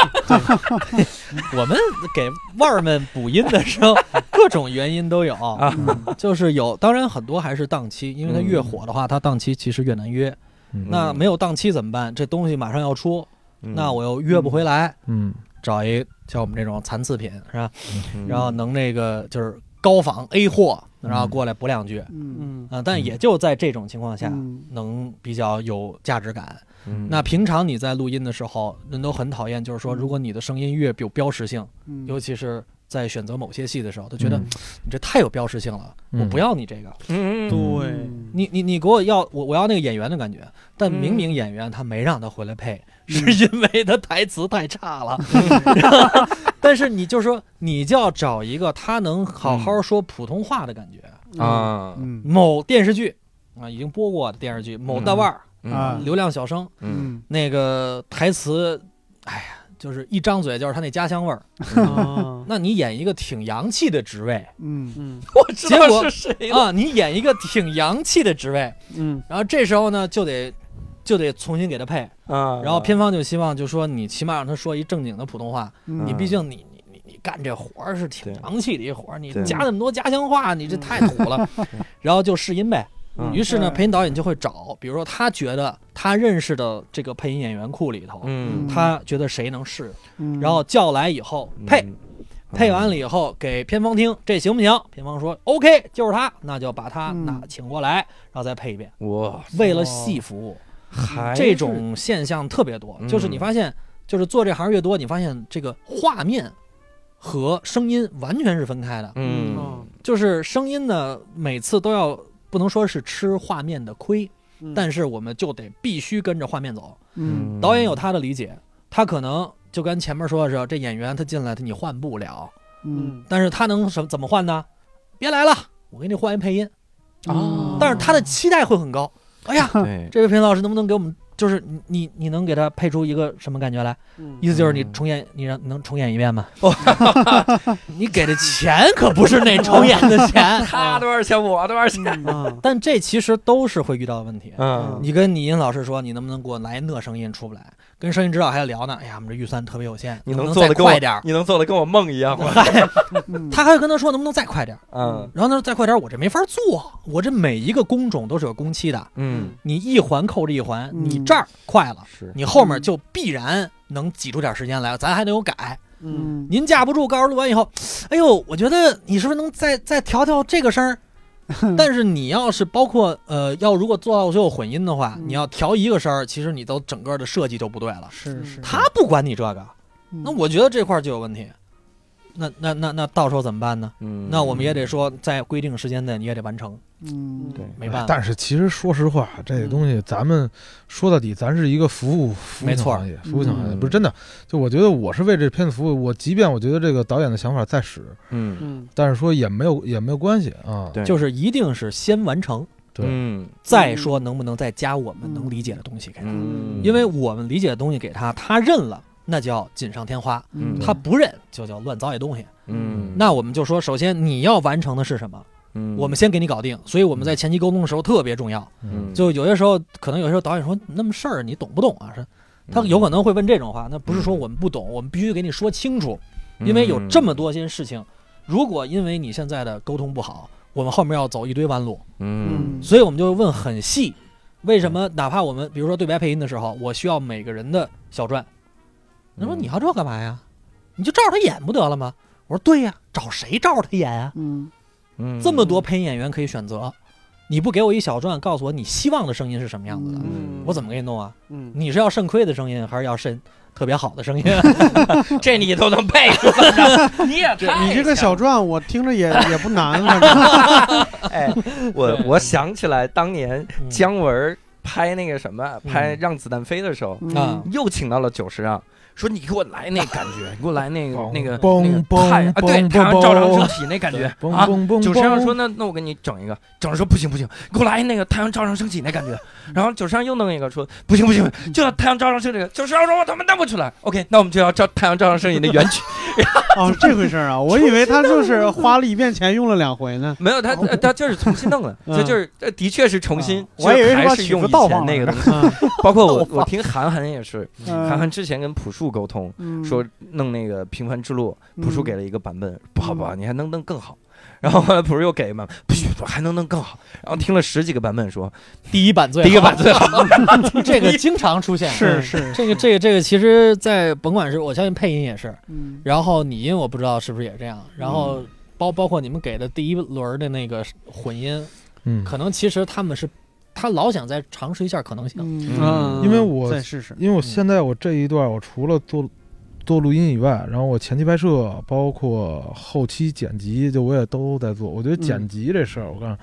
我们给腕儿们补音的 时候，各种原因都有，啊就是有，当然很多还是档期，因为它越火的话，它档期其实越难约。嗯那没有档期怎么办？这东西马上要出，嗯那我又约不回来，嗯，找一像我们这种残次品是吧？嗯然后能那个就是高仿 A 货，然后过来补两句啊、嗯嗯但也就在这种情况下。嗯能比较有价值感。嗯那平常你在录音的时候，人都很讨厌，就是说，如果你的声音越有标识性，嗯尤其是在选择某些戏的时候，他觉得嗯你这太有标识性了，我不要要你这个，嗯嗯对，你你你给我要我我要那个演员的感觉，但明明演员他没让他回来配，嗯是因为他台词太 差了，但是你就说你就要找一个他能好好说普通话的感觉，嗯啊嗯某电视剧啊已经播过的电视剧，某大腕儿、啊流量小生嗯那个台词，哎呀。就是一张嘴就是他那家乡味儿，啊那你演一个挺洋气的职位，嗯嗯 我知结道果是谁了。啊，你演一个挺洋气的职位，嗯然后这时候呢就得就得重新给他配，啊然后片方就希望就说你起码让他说一正经的普通话，嗯，你嗯毕竟你你你你干这活儿是挺对洋气的一活儿，你对加那么多家乡话，你这嗯太 土了，然后就试音呗。嗯于是呢，对配音导演就会找，比如说他觉得他认识的这个配音演员库里头，嗯，他觉得谁能试，嗯然后叫来以后嗯配，配完了以后给片方听，这行不行？片方说 OK，就是他，那就把他嗯那请过来，然后再配一哦遍，我为了戏服务，嗯还这种现象特别多。就是你哎嗯发现，就是做这行越多，你发现这个画面和声音完全是分开的。嗯哦就是声音呢，每次都要不能说是吃画面的亏，嗯但是我们就得必须跟着画面走。嗯导演有他的理解，他可能就跟前面说的是，这演员他进来他你换不了。嗯但是他能什怎么换呢？别来了，我给你换一配音。嗯啊但是他的期待会很高。哎呀，对这位配音老师能不能给我们，就是你你你能给他配出一个什么感觉来？嗯意思就是你重演，你让能重演一遍吗？？Oh， 你给的钱可不是那重演的 钱。他多少钱，我多少钱。啊但这其实都是会遇到的问题。嗯你跟拟音老师说，你能不能给我来那声音出不来？跟声音指导还在聊呢。哎呀，我们这预算特别有限，你能能不做再的跟我快点儿？你能做的跟我梦一样吗？嗯 他还会跟他说能不能再快点儿？嗯然后他说再快点儿，我这没法做，我这每一个工种都是有工期的，嗯，你一环扣着一环，嗯你这儿快了，是你后面就必然能挤出点时间来，咱还得有改。嗯您架不住，告诉录完以后，哎呦，我觉得你是不是能再再调调这个声 儿？但是你要是包括呃，要如果做到最后混音的话，嗯你要调一个声儿，其实你都整个的设计就不对了。是嗯是，他不管你这个，那我觉得这块儿就有问题。那那那那到时候怎么办呢？嗯那我们也得说，在规定时间内你也得完成，嗯对没办法。嗯但是其实说实话，这东西咱们说到底，咱是一个服务服务没型错行业，服务型行业嗯不是真的。就我觉得我是为这片子服务，我即便我觉得这个导演的想法在使，嗯嗯但是说也没有也没有关系啊。对就是一定是先完成，对嗯再说能不能再加我们能理解的东西给他，嗯，因为我们理解的东西给他，他认了，那叫锦上添花；嗯他不认，就叫乱糟践东西。嗯那我们就说，首先你要完成的是什么，嗯我们先给你搞定。所以我们在前期沟通的时候特别重要。嗯就有些时候，可能有些时候导演说那么事儿你懂不懂啊？嗯是他有可能会问这种话，那不是说我们不懂，我们必须给你说清楚，嗯因为有这么多件事情，如果因为你现在的沟通不好，我们后面要走一堆弯路，嗯所以我们就问很细。为什么？哪怕我们比如说对白配音的时候，我需要每个人的小传，他嗯说你要这干嘛呀？你就照着他演不得了吗？我说对呀，找谁照着他演啊？嗯嗯这么多配音演员可以选择，你不给我一小传，告诉我你希望的声音是什么样子的，嗯我怎么给你弄啊？嗯你是要肾亏的声音，还是要肾特别好 的声音？嗯这你都能背出来，你也太你这个小强传我听着也 也不难，反正哎，我我想起来当年嗯姜文拍那个什么嗯拍《让子弹飞》的时候，嗯啊又请到了九十让，说你给我来那感觉，你给我来那个那个嘣那个嘣太啊，对，嘣太阳嘣照常升起那感觉嘣啊。嘣嘣，九十让说嘣那那我给你整一个，整说不行不行，你给我来那个太阳照常升起那感觉。嗯然后九十让又弄一个说不行不行，就要太阳照常升起。九十让说我他妈弄不出来，OK，那我们就要照太阳照常升起那原曲。哦这回事儿 啊，我以为他就是花了一遍钱用了两回呢。没有他呃他就是重新弄的，嗯这就是这的确是重新嗯，我以为是还把是曲用子以倒前放那了个东西。嗯包括我，我听韩寒也是，嗯韩寒之前跟朴树沟通，嗯说弄那个《平凡之路》，朴树嗯给了一个版本，不好不好，你还能弄更好。然后后来朴树又给一版本，不行，我还能弄更好。然后听了十几个版本，说第一版最第一个版最好。 这个经常出现。嗯嗯是是，这个这个这个，其实，在甭管是我相信配音也是，嗯然后你音我不知道是不是也这样，然后包包括你们给的第一轮的那个混音，嗯，可能其实他们是他老想再尝试一下可能性。嗯，因为我再试试，因为我现在我这一段我除了做做录音以外，然后我前期拍摄，包括后期剪辑，就我也都在做。我觉得剪辑这事儿，我告诉你，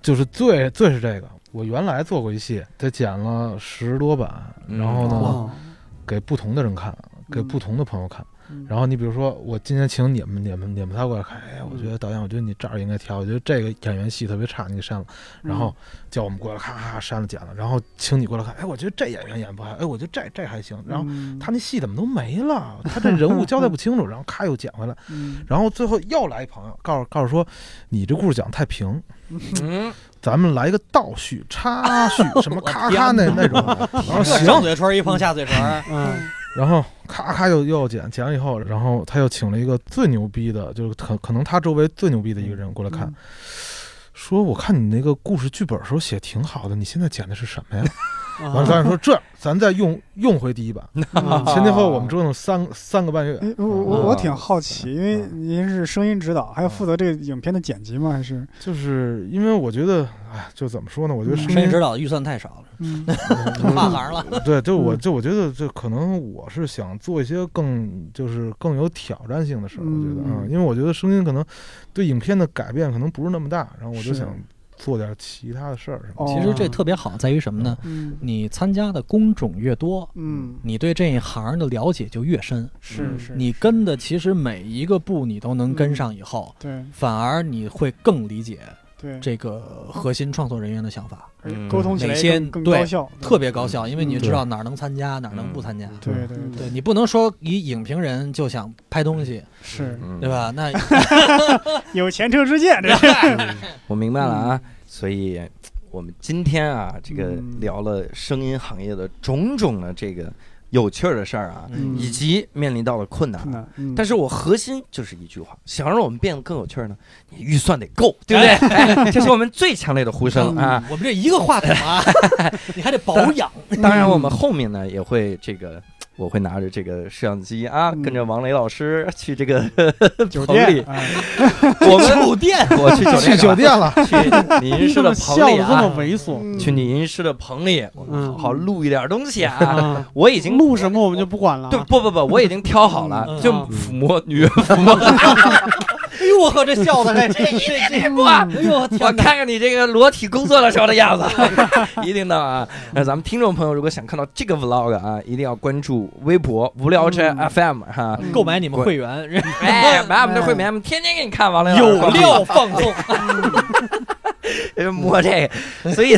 就是最最是这个。我原来做过一系，它剪了十多版，嗯然后呢，哦给不同的人看，给不同的朋友看。嗯然后你比如说，我今天请你们、你们、你们仨过来看，哎，我嗯觉得导演，我觉得你这儿应该调，我觉得这个演员戏特别差，你给删了。然后嗯叫我们过来，咔咔咔删了剪了，然后请你过来看，哎，我觉得这演员演不还，哎，我觉得这这还行。然后嗯他那戏怎么都没了，他这人物交代不清楚，然后咔又捡回来，嗯然后最后又来一朋友告诉告诉说，你这故事讲太平，嗯，咱们来个倒叙、插 叙什么咔咔那 那种，然后行，上嘴唇一碰下嘴唇，嗯然后咔咔又又要剪，剪完以后，然后他又请了一个最牛逼的，就是可可能他周围最牛逼的一个人过来嗯看，说我看你那个故事剧本时候写挺好的，你现在剪的是什么呀？ 啊完了导演说这样咱再用用回第一版，嗯啊嗯前前后后我们折腾三个三个半月。嗯哎我啊我我挺好奇，嗯因为您是声音指导，还有负责这个影片的剪辑吗？还是就是因为我觉得，哎，就怎么说呢？我觉得嗯声声音音指导的预算太少嗯了，骂行了。 对，就我嗯就我觉得，这可能我是想做一些更就是更有挑战性的事儿。我觉得啊，嗯因为我觉得声音可能对影片的改变可能不是那么大，然后我就是想做点其他的事儿什么的。哦 其实这特别好在于什么呢？嗯你参加的工种越多，嗯你对这一行的了解就越深，是是，嗯你跟的其实每一个步你都能跟上，以后、对反而你会更理解对，这个核心创作人员的想法，而嗯且沟通起来哪些更更对高效，特别高效，因为你嗯知道哪儿能参加，哪儿能不参加。对对嗯对你不能说以影评人就想拍东西，是嗯对？吧？那有前车之鉴，这是我明白了啊，所以我们今天啊，这个嗯聊了声音行业的种种的这个有趣儿的事儿啊，嗯 以及面临到的困难啊。难，嗯但是我核心就是一句话：想让我们变得更有趣儿呢，你预算得够，对不对？哎 这是我们最强烈的呼声啊！我们这一个话筒 啊，你还得保养。嗯嗯当然，我们后面呢也会这个，我会拿着这个摄像机啊，嗯啊跟着王雷老师去这个酒店里，我们酒店，我去酒去店，酒店了，去你 银你市怎的么棚笑里的这么啊，猥琐去你银市的棚里，我们嗯好好录一点东西 啊！啊？我已经录什么我们就不管了啊。对，不不不，我已经挑好了，嗯就嗯抚摸女人抚摸 哎呦，我靠，这笑的这这 这这不啊哎呦，我我天哪！看看你这个裸体工作的时候的 样子，一定的啊！那咱们听众朋友如果想看到这个 vlog 啊，一定要关注微博无聊斋嗯 FM 哈。购买你们会员， 哎，买我们的会员，我们天天给你看王雷老师 嗯有料放送。摸这个，所以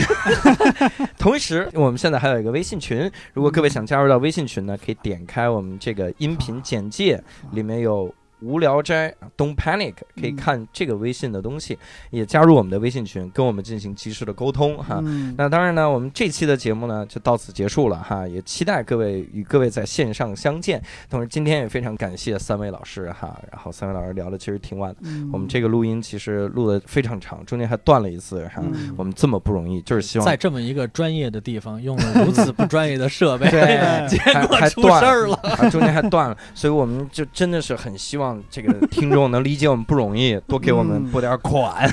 同时我们现在还有一个微信群，如果各位想加入到微信群呢，可以点开我们这个音频简介，里面有。无聊斋，Don't panic，可以看这个微信的东西，也加入我们的微信群，跟我们进行及时的沟通哈。嗯，啊那当然呢，我们这期的节目呢就到此结束了哈，也期待各位与各位在线上相见。同时，今天也非常感谢三位老师哈，然后三位老师聊的其实挺晚的，我们嗯这个录音其实录的非常长，中间还断了一次哈。嗯我们这么不容易， 就是希望在这么一个专业的地方，用了如此不专业的设备，对结 还果还出断事儿了。啊，中间还断了，所以我们就真的是很希望这个听众能理解我们不容易，多给我们嗯拨点款，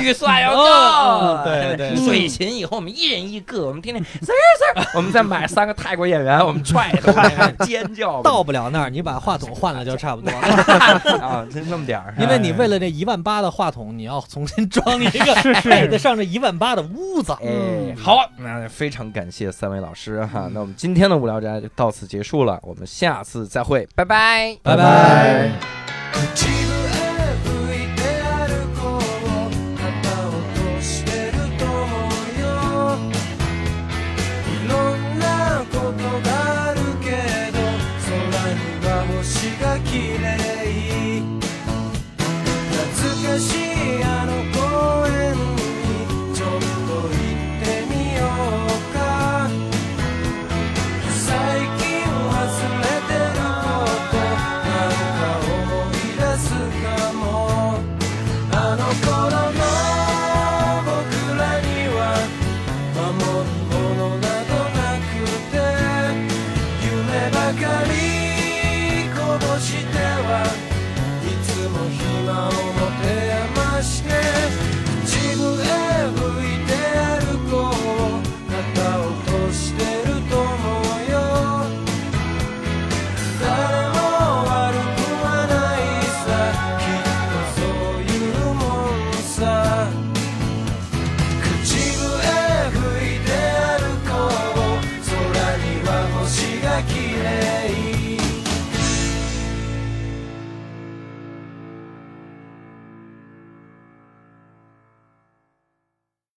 预算要够哦。 对对水琴以后我们一人一个，我们天天嗖嗖，我们再买三个泰国演员，我们踹 他，尖叫， 到不了那儿，你把话筒换了就差不多了，啊，就那么点儿，因为你为了这一万八的话筒，你要重新装一个配得上这一万八的屋子。哎，好，那非常感谢三位老师哈，那我们今天的无聊斋就到此结束了，我们下次再会，拜拜，拜拜。情